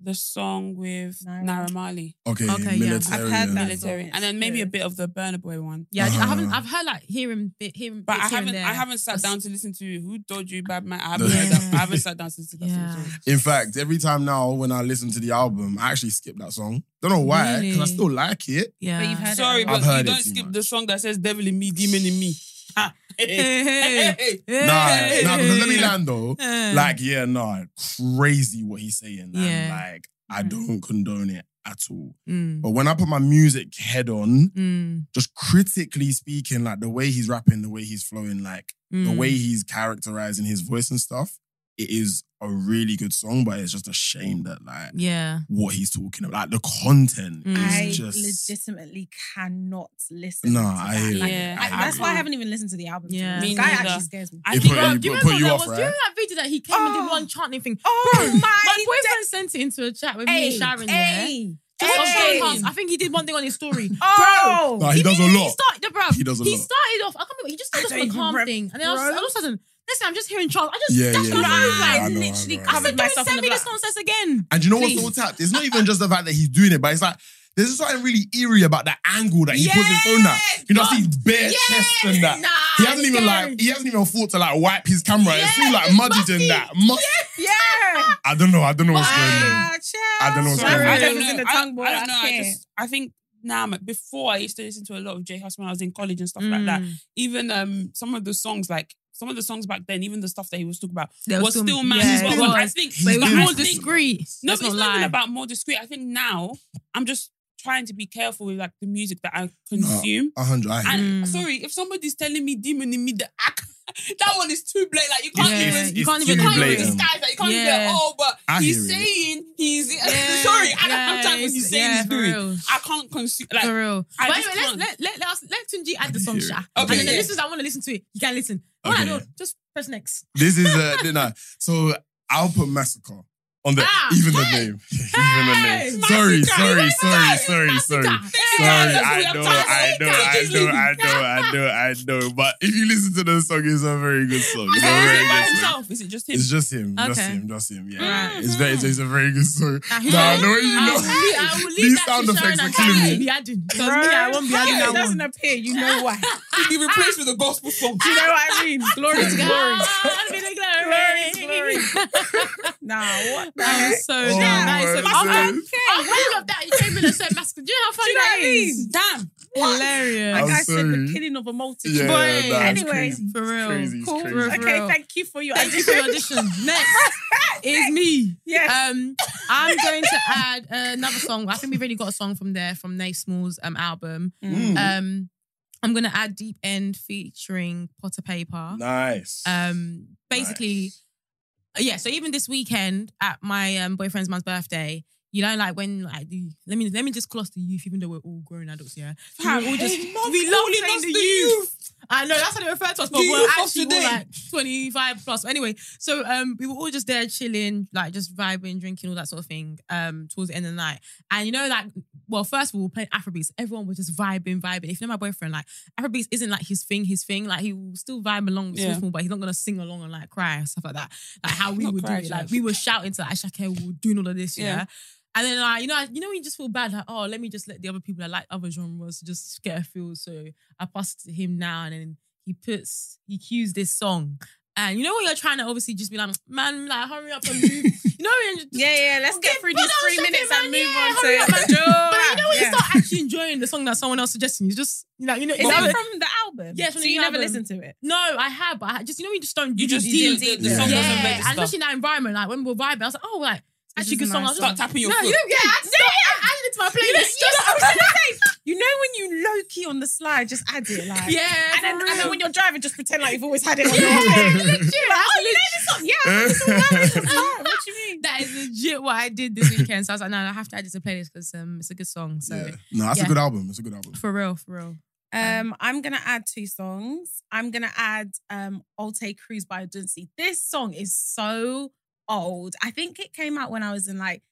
[SPEAKER 1] the song with
[SPEAKER 5] Naira.
[SPEAKER 1] Naira Marley.
[SPEAKER 4] Okay,
[SPEAKER 2] Okay, yeah. I've
[SPEAKER 4] military.
[SPEAKER 5] heard that
[SPEAKER 4] and-
[SPEAKER 5] song.
[SPEAKER 1] Military, and then maybe a
[SPEAKER 5] Good.
[SPEAKER 1] bit of the Burner Boy one.
[SPEAKER 2] Yeah, I- I haven't.
[SPEAKER 4] Uh-huh.
[SPEAKER 2] I've heard like hearing bit, hearing,
[SPEAKER 1] But I
[SPEAKER 2] bits here and
[SPEAKER 1] haven't I
[SPEAKER 2] there.
[SPEAKER 1] haven't sat
[SPEAKER 2] That's-
[SPEAKER 1] down to listen to Who Told You Bad Man. I haven't
[SPEAKER 4] Yeah.
[SPEAKER 1] heard that. I haven't sat down to listen to that
[SPEAKER 2] Yeah.
[SPEAKER 1] song. so-
[SPEAKER 4] In fact, every time now when I listen to the album, I actually skip that song. Don't know why, because I
[SPEAKER 2] Really?
[SPEAKER 4] still like it.
[SPEAKER 2] Yeah,
[SPEAKER 5] But you've heard
[SPEAKER 1] Sorry,
[SPEAKER 5] it.
[SPEAKER 1] but
[SPEAKER 4] I've heard
[SPEAKER 1] you
[SPEAKER 4] it
[SPEAKER 1] don't
[SPEAKER 4] too
[SPEAKER 1] skip
[SPEAKER 4] much.
[SPEAKER 1] the song that says "Devil in me, demon in me." Ha.
[SPEAKER 2] Hey, hey, hey, hey.
[SPEAKER 4] Nah, nah, because let me land though.
[SPEAKER 2] Uh,
[SPEAKER 4] Like, yeah, nah, crazy what he's saying. And,
[SPEAKER 2] Yeah.
[SPEAKER 4] like, I
[SPEAKER 5] Mm.
[SPEAKER 4] don't condone it at all.
[SPEAKER 2] Mm,
[SPEAKER 4] But when I put my music head on,
[SPEAKER 2] mm,
[SPEAKER 4] just critically speaking, like the way he's rapping, the way he's flowing, like the
[SPEAKER 2] mm.
[SPEAKER 4] way he's characterizing his voice and stuff, it is a really good song, but it's just a shame that like
[SPEAKER 2] Yeah.
[SPEAKER 4] what he's talking about, like the content
[SPEAKER 2] Mm.
[SPEAKER 5] I
[SPEAKER 4] is just
[SPEAKER 5] legitimately cannot listen.
[SPEAKER 4] No,
[SPEAKER 5] to
[SPEAKER 4] I
[SPEAKER 5] that.
[SPEAKER 4] hear you.
[SPEAKER 5] Like,
[SPEAKER 1] Yeah,
[SPEAKER 5] I-
[SPEAKER 1] I
[SPEAKER 5] that's why I
[SPEAKER 1] can't.
[SPEAKER 5] haven't even listened to the album.
[SPEAKER 2] Yeah.
[SPEAKER 5] this
[SPEAKER 1] Me
[SPEAKER 5] guy
[SPEAKER 1] neither.
[SPEAKER 5] actually scares me.
[SPEAKER 1] I
[SPEAKER 4] It
[SPEAKER 1] think
[SPEAKER 4] put-
[SPEAKER 2] Bro,
[SPEAKER 4] it
[SPEAKER 2] do you remember
[SPEAKER 4] put- put
[SPEAKER 2] that
[SPEAKER 4] you
[SPEAKER 2] was? Do
[SPEAKER 4] off,
[SPEAKER 2] you
[SPEAKER 4] right?
[SPEAKER 2] remember that video that he came and did
[SPEAKER 5] Oh.
[SPEAKER 2] one chanting thing?
[SPEAKER 5] Oh
[SPEAKER 2] Bro,
[SPEAKER 5] my
[SPEAKER 2] my boyfriend sent it into a chat with me and Sharon. yeah?
[SPEAKER 5] hey,
[SPEAKER 2] Just on
[SPEAKER 5] hey.
[SPEAKER 2] Clubhouse. I think he did one thing on his story.
[SPEAKER 5] Oh,
[SPEAKER 4] Nah, he does a
[SPEAKER 2] immediately
[SPEAKER 4] lot.
[SPEAKER 2] started, bro,
[SPEAKER 4] He does a
[SPEAKER 2] he
[SPEAKER 4] lot.
[SPEAKER 2] started off. I can't remember. He just started
[SPEAKER 5] I
[SPEAKER 2] off on
[SPEAKER 5] don't
[SPEAKER 2] a calm
[SPEAKER 5] even
[SPEAKER 2] thing, and then I was,
[SPEAKER 5] rep-
[SPEAKER 2] all of a sudden, listen, I'm just hearing Charles. I just,
[SPEAKER 4] Yeah,
[SPEAKER 2] that's
[SPEAKER 4] yeah,
[SPEAKER 2] what
[SPEAKER 4] yeah, yeah,
[SPEAKER 2] I
[SPEAKER 4] yeah,
[SPEAKER 2] was
[SPEAKER 4] I
[SPEAKER 2] like.
[SPEAKER 4] know, I know, I know.
[SPEAKER 5] literally
[SPEAKER 2] I
[SPEAKER 5] covered
[SPEAKER 2] said, don't
[SPEAKER 5] myself in
[SPEAKER 2] send
[SPEAKER 5] the
[SPEAKER 2] me this
[SPEAKER 5] black.
[SPEAKER 2] nonsense again.
[SPEAKER 4] And you know what's
[SPEAKER 2] Please. Uh,
[SPEAKER 4] so tapped? It's not even just the fact that he's doing it, but it's like there's just something really eerie about that angle that he puts his phone at. You know, I see his bare
[SPEAKER 2] Yes!
[SPEAKER 4] chest and that.
[SPEAKER 2] Nah,
[SPEAKER 4] he hasn't even
[SPEAKER 2] scary.
[SPEAKER 4] like he hasn't even thought to like wipe his camera.
[SPEAKER 2] Yeah,
[SPEAKER 4] it's still like
[SPEAKER 2] it's
[SPEAKER 4] muddied
[SPEAKER 2] musty.
[SPEAKER 4] in that. Must-
[SPEAKER 5] Yeah.
[SPEAKER 4] I don't know. I don't know what's going on.
[SPEAKER 5] Ah,
[SPEAKER 4] I don't know what's
[SPEAKER 1] So
[SPEAKER 4] going on.
[SPEAKER 5] Sorry.
[SPEAKER 1] I
[SPEAKER 5] That
[SPEAKER 1] don't
[SPEAKER 5] was in
[SPEAKER 1] know.
[SPEAKER 5] the
[SPEAKER 1] I,
[SPEAKER 5] tongue, boy.
[SPEAKER 1] I don't know.
[SPEAKER 5] I
[SPEAKER 1] I
[SPEAKER 5] can't.
[SPEAKER 1] just I think now man, before I used to listen to a lot of J House when I was in college and stuff like that.
[SPEAKER 2] Mm.
[SPEAKER 1] Even um some of the songs like. Some of the songs back then, even the stuff that he was talking about,
[SPEAKER 2] They were
[SPEAKER 1] was
[SPEAKER 2] still-
[SPEAKER 1] still, man.
[SPEAKER 2] yeah,
[SPEAKER 1] but
[SPEAKER 2] it
[SPEAKER 1] what I
[SPEAKER 2] was.
[SPEAKER 1] think,
[SPEAKER 4] But it
[SPEAKER 1] but
[SPEAKER 4] was
[SPEAKER 1] I
[SPEAKER 4] more
[SPEAKER 1] think-
[SPEAKER 2] discreet.
[SPEAKER 1] No,
[SPEAKER 2] Let's
[SPEAKER 1] but it's
[SPEAKER 2] not
[SPEAKER 1] not even
[SPEAKER 2] lie.
[SPEAKER 1] about more discreet. I think now I'm just trying to be careful with like the music that I consume.
[SPEAKER 4] A hundred. I hear.
[SPEAKER 1] And
[SPEAKER 2] Mm.
[SPEAKER 1] sorry, if somebody's telling me demon in me, the act, that one is too blatant. Like you can't
[SPEAKER 2] Yeah.
[SPEAKER 1] even.
[SPEAKER 2] you can't
[SPEAKER 4] too
[SPEAKER 2] even-
[SPEAKER 1] You can't even
[SPEAKER 4] blatant.
[SPEAKER 1] disguise that. You can't even be
[SPEAKER 2] Yeah.
[SPEAKER 1] like, oh, but
[SPEAKER 4] I
[SPEAKER 1] he's
[SPEAKER 4] hear it.
[SPEAKER 1] saying he's.
[SPEAKER 2] Yeah,
[SPEAKER 1] sorry, I don't have
[SPEAKER 2] yeah,
[SPEAKER 1] time for he's
[SPEAKER 2] it's-
[SPEAKER 1] saying
[SPEAKER 2] yeah,
[SPEAKER 1] he's
[SPEAKER 2] for
[SPEAKER 1] doing.
[SPEAKER 2] real.
[SPEAKER 1] I can't consume. Like,
[SPEAKER 2] For real.
[SPEAKER 1] I
[SPEAKER 2] but
[SPEAKER 1] just
[SPEAKER 2] anyway, let's,
[SPEAKER 1] can't.
[SPEAKER 2] let, let, let us let Tunji add the
[SPEAKER 4] I
[SPEAKER 2] song,
[SPEAKER 4] hear it.
[SPEAKER 2] Sha.
[SPEAKER 1] Okay,
[SPEAKER 2] Oh, and then the
[SPEAKER 1] yeah. Oh,
[SPEAKER 2] listeners that want to listen to it, you can listen. All
[SPEAKER 4] Okay.
[SPEAKER 2] right, no, just press next.
[SPEAKER 4] This is a dinner. So I'll put massacre on the
[SPEAKER 2] Ah,
[SPEAKER 4] even the
[SPEAKER 2] hey!
[SPEAKER 4] name. even the name. Sorry,
[SPEAKER 2] Massacre.
[SPEAKER 4] sorry,
[SPEAKER 2] Massacre.
[SPEAKER 4] sorry, sorry, sorry.
[SPEAKER 2] Massacre.
[SPEAKER 4] Sorry,
[SPEAKER 1] Yeah, that's
[SPEAKER 4] I
[SPEAKER 1] what
[SPEAKER 4] know,
[SPEAKER 1] I'm
[SPEAKER 4] I know, I
[SPEAKER 1] talking
[SPEAKER 4] know,
[SPEAKER 1] about.
[SPEAKER 4] I know, I know, I know. But if you listen to the song, it's a very good song. It's a
[SPEAKER 2] Is
[SPEAKER 4] very
[SPEAKER 2] it by
[SPEAKER 4] good song.
[SPEAKER 2] himself?
[SPEAKER 1] Oh, Is it just him?
[SPEAKER 4] It's just him, just
[SPEAKER 2] Okay.
[SPEAKER 4] him, just him. Yeah,
[SPEAKER 2] Right.
[SPEAKER 4] it's very, it's, it's a very good song.
[SPEAKER 2] Nah,
[SPEAKER 4] Nah, the way you
[SPEAKER 2] I
[SPEAKER 4] know,
[SPEAKER 2] will leave- I will leave
[SPEAKER 4] these
[SPEAKER 2] that to
[SPEAKER 4] sound effects
[SPEAKER 2] Sharon
[SPEAKER 4] are
[SPEAKER 2] and
[SPEAKER 4] killing
[SPEAKER 2] Kanye
[SPEAKER 4] me.
[SPEAKER 2] be adding. 'Cause
[SPEAKER 5] Bro,
[SPEAKER 2] me, I won't be
[SPEAKER 5] how
[SPEAKER 2] adding
[SPEAKER 5] it
[SPEAKER 2] that
[SPEAKER 5] doesn't
[SPEAKER 2] one.
[SPEAKER 5] appear. You know why?
[SPEAKER 1] He'd be replaced with a gospel song.
[SPEAKER 5] Do you know what I mean? Glory to
[SPEAKER 2] God,
[SPEAKER 5] glory.
[SPEAKER 2] be the
[SPEAKER 5] Glory,
[SPEAKER 2] glory.
[SPEAKER 5] glory. Nah, what the
[SPEAKER 2] That
[SPEAKER 5] heck?
[SPEAKER 2] was so
[SPEAKER 4] Oh,
[SPEAKER 2] dumb. That is so
[SPEAKER 4] my
[SPEAKER 2] After-
[SPEAKER 4] goodness.
[SPEAKER 2] after you got that, you came in and said massacre. Do you know how funny
[SPEAKER 5] Do you know
[SPEAKER 2] that
[SPEAKER 5] what I
[SPEAKER 2] is?
[SPEAKER 5] mean?
[SPEAKER 1] Damn.
[SPEAKER 4] I'm
[SPEAKER 5] Like
[SPEAKER 2] Hilarious.
[SPEAKER 5] I said, the
[SPEAKER 4] sorry.
[SPEAKER 5] killing of a multitude.
[SPEAKER 4] Yeah,
[SPEAKER 2] Boy,
[SPEAKER 4] nah, it's
[SPEAKER 5] anyway,
[SPEAKER 4] crazy.
[SPEAKER 2] for
[SPEAKER 4] It's
[SPEAKER 2] real.
[SPEAKER 4] crazy, it's
[SPEAKER 2] Cool.
[SPEAKER 4] crazy.
[SPEAKER 2] For
[SPEAKER 5] Okay,
[SPEAKER 2] real.
[SPEAKER 5] thank you for your
[SPEAKER 2] Thank you for your audition. Next is me.
[SPEAKER 5] Yes.
[SPEAKER 2] Um, I'm going to add another song. I think we've already got a song from there from Nate Small's um album.
[SPEAKER 1] Mm.
[SPEAKER 2] Um, I'm gonna add Deep End featuring Potter Paper.
[SPEAKER 4] Nice.
[SPEAKER 2] Um, basically, yeah. So even this weekend at my um, boyfriend's mum's birthday, you know, like when like the, let me let me just call us the youth, even though we're all grown adults. Yeah, we
[SPEAKER 1] Fam,
[SPEAKER 2] all just
[SPEAKER 1] they love
[SPEAKER 2] we love
[SPEAKER 1] calling
[SPEAKER 2] saying
[SPEAKER 1] us
[SPEAKER 2] the
[SPEAKER 1] the
[SPEAKER 2] youth. I know that's how they refer to us, but
[SPEAKER 1] Do you
[SPEAKER 2] we we're
[SPEAKER 1] fuck
[SPEAKER 2] actually all
[SPEAKER 1] today?
[SPEAKER 2] like 25 plus. Anyway, so um, we were all just there chilling, like just vibing, drinking, all that sort of thing. Um, towards the end of the night, and you know, like, well, first of all, we were playing Afrobeats. Everyone was just vibing, vibing. If you know my boyfriend, like Afrobeats isn't like his thing, his thing. Like he will still vibe along with
[SPEAKER 1] Yeah.
[SPEAKER 2] small, but he's not gonna sing along and like cry and stuff like that. Like how we
[SPEAKER 1] Not
[SPEAKER 2] would do
[SPEAKER 1] cry,
[SPEAKER 2] it. Like
[SPEAKER 1] Jeff.
[SPEAKER 2] we were shouting to like Ashake, we were doing all of this,
[SPEAKER 1] Yeah.
[SPEAKER 2] yeah. And then like, you know, I- you know, when you just feel bad, like, oh, let me just let the other people that like other genres just get a feel. So I passed it to him now, and then he puts, he cues this song. And you know when you're trying to obviously just be like, man, like hurry up and move. you know, when you're just-
[SPEAKER 5] Yeah, yeah. Let's get through
[SPEAKER 2] but
[SPEAKER 5] these
[SPEAKER 2] I was
[SPEAKER 5] three
[SPEAKER 2] thinking,
[SPEAKER 5] minutes and
[SPEAKER 2] man,
[SPEAKER 5] move
[SPEAKER 2] yeah,
[SPEAKER 5] on
[SPEAKER 2] hurry up, man.
[SPEAKER 5] to.
[SPEAKER 2] But you know when
[SPEAKER 5] Yeah.
[SPEAKER 2] you start actually enjoying the song that someone else suggesting you, it's just like you know,
[SPEAKER 5] Is
[SPEAKER 2] you know-
[SPEAKER 5] that from the album?
[SPEAKER 2] Yeah, it's
[SPEAKER 5] so
[SPEAKER 2] from the
[SPEAKER 5] you never
[SPEAKER 2] album.
[SPEAKER 5] listened to it.
[SPEAKER 2] no, I have, but I just you know when you just don't.
[SPEAKER 1] You just
[SPEAKER 2] deal-
[SPEAKER 1] the, the, the
[SPEAKER 5] Yeah.
[SPEAKER 1] song
[SPEAKER 2] yeah,
[SPEAKER 1] doesn't register.
[SPEAKER 2] and especially in that environment, like when we were vibing, I was like, oh, like it's actually a good
[SPEAKER 5] is a
[SPEAKER 2] song. I
[SPEAKER 5] nice
[SPEAKER 2] was
[SPEAKER 1] Start
[SPEAKER 2] just
[SPEAKER 1] tapping your
[SPEAKER 2] no,
[SPEAKER 1] foot.
[SPEAKER 2] you don't, yeah, I, yeah, I added it to my playlist.
[SPEAKER 5] You know,
[SPEAKER 2] just-
[SPEAKER 5] you know, I was gonna say, you know when you low key on the slide, just add it like.
[SPEAKER 2] yeah,
[SPEAKER 5] And then,
[SPEAKER 2] for
[SPEAKER 5] and then
[SPEAKER 2] real.
[SPEAKER 5] when you're driving, just pretend like you've always had it on your
[SPEAKER 2] yeah,
[SPEAKER 5] head.
[SPEAKER 2] legit, that's
[SPEAKER 5] Oh, you know
[SPEAKER 2] legit.
[SPEAKER 5] this song? Yeah, I know this song. I know this song. What you mean?
[SPEAKER 2] That is legit what I did this weekend. So I was like, no, I have to add it to playlist because um, it's a good song. So
[SPEAKER 4] Yeah. No, that's
[SPEAKER 2] Yeah.
[SPEAKER 4] a good album. It's a good album.
[SPEAKER 2] for real, for real.
[SPEAKER 5] Um, I'm gonna add two songs. I'm gonna add um Olte Cruz by Odunsi. This song is so old. I think it came out when I was in like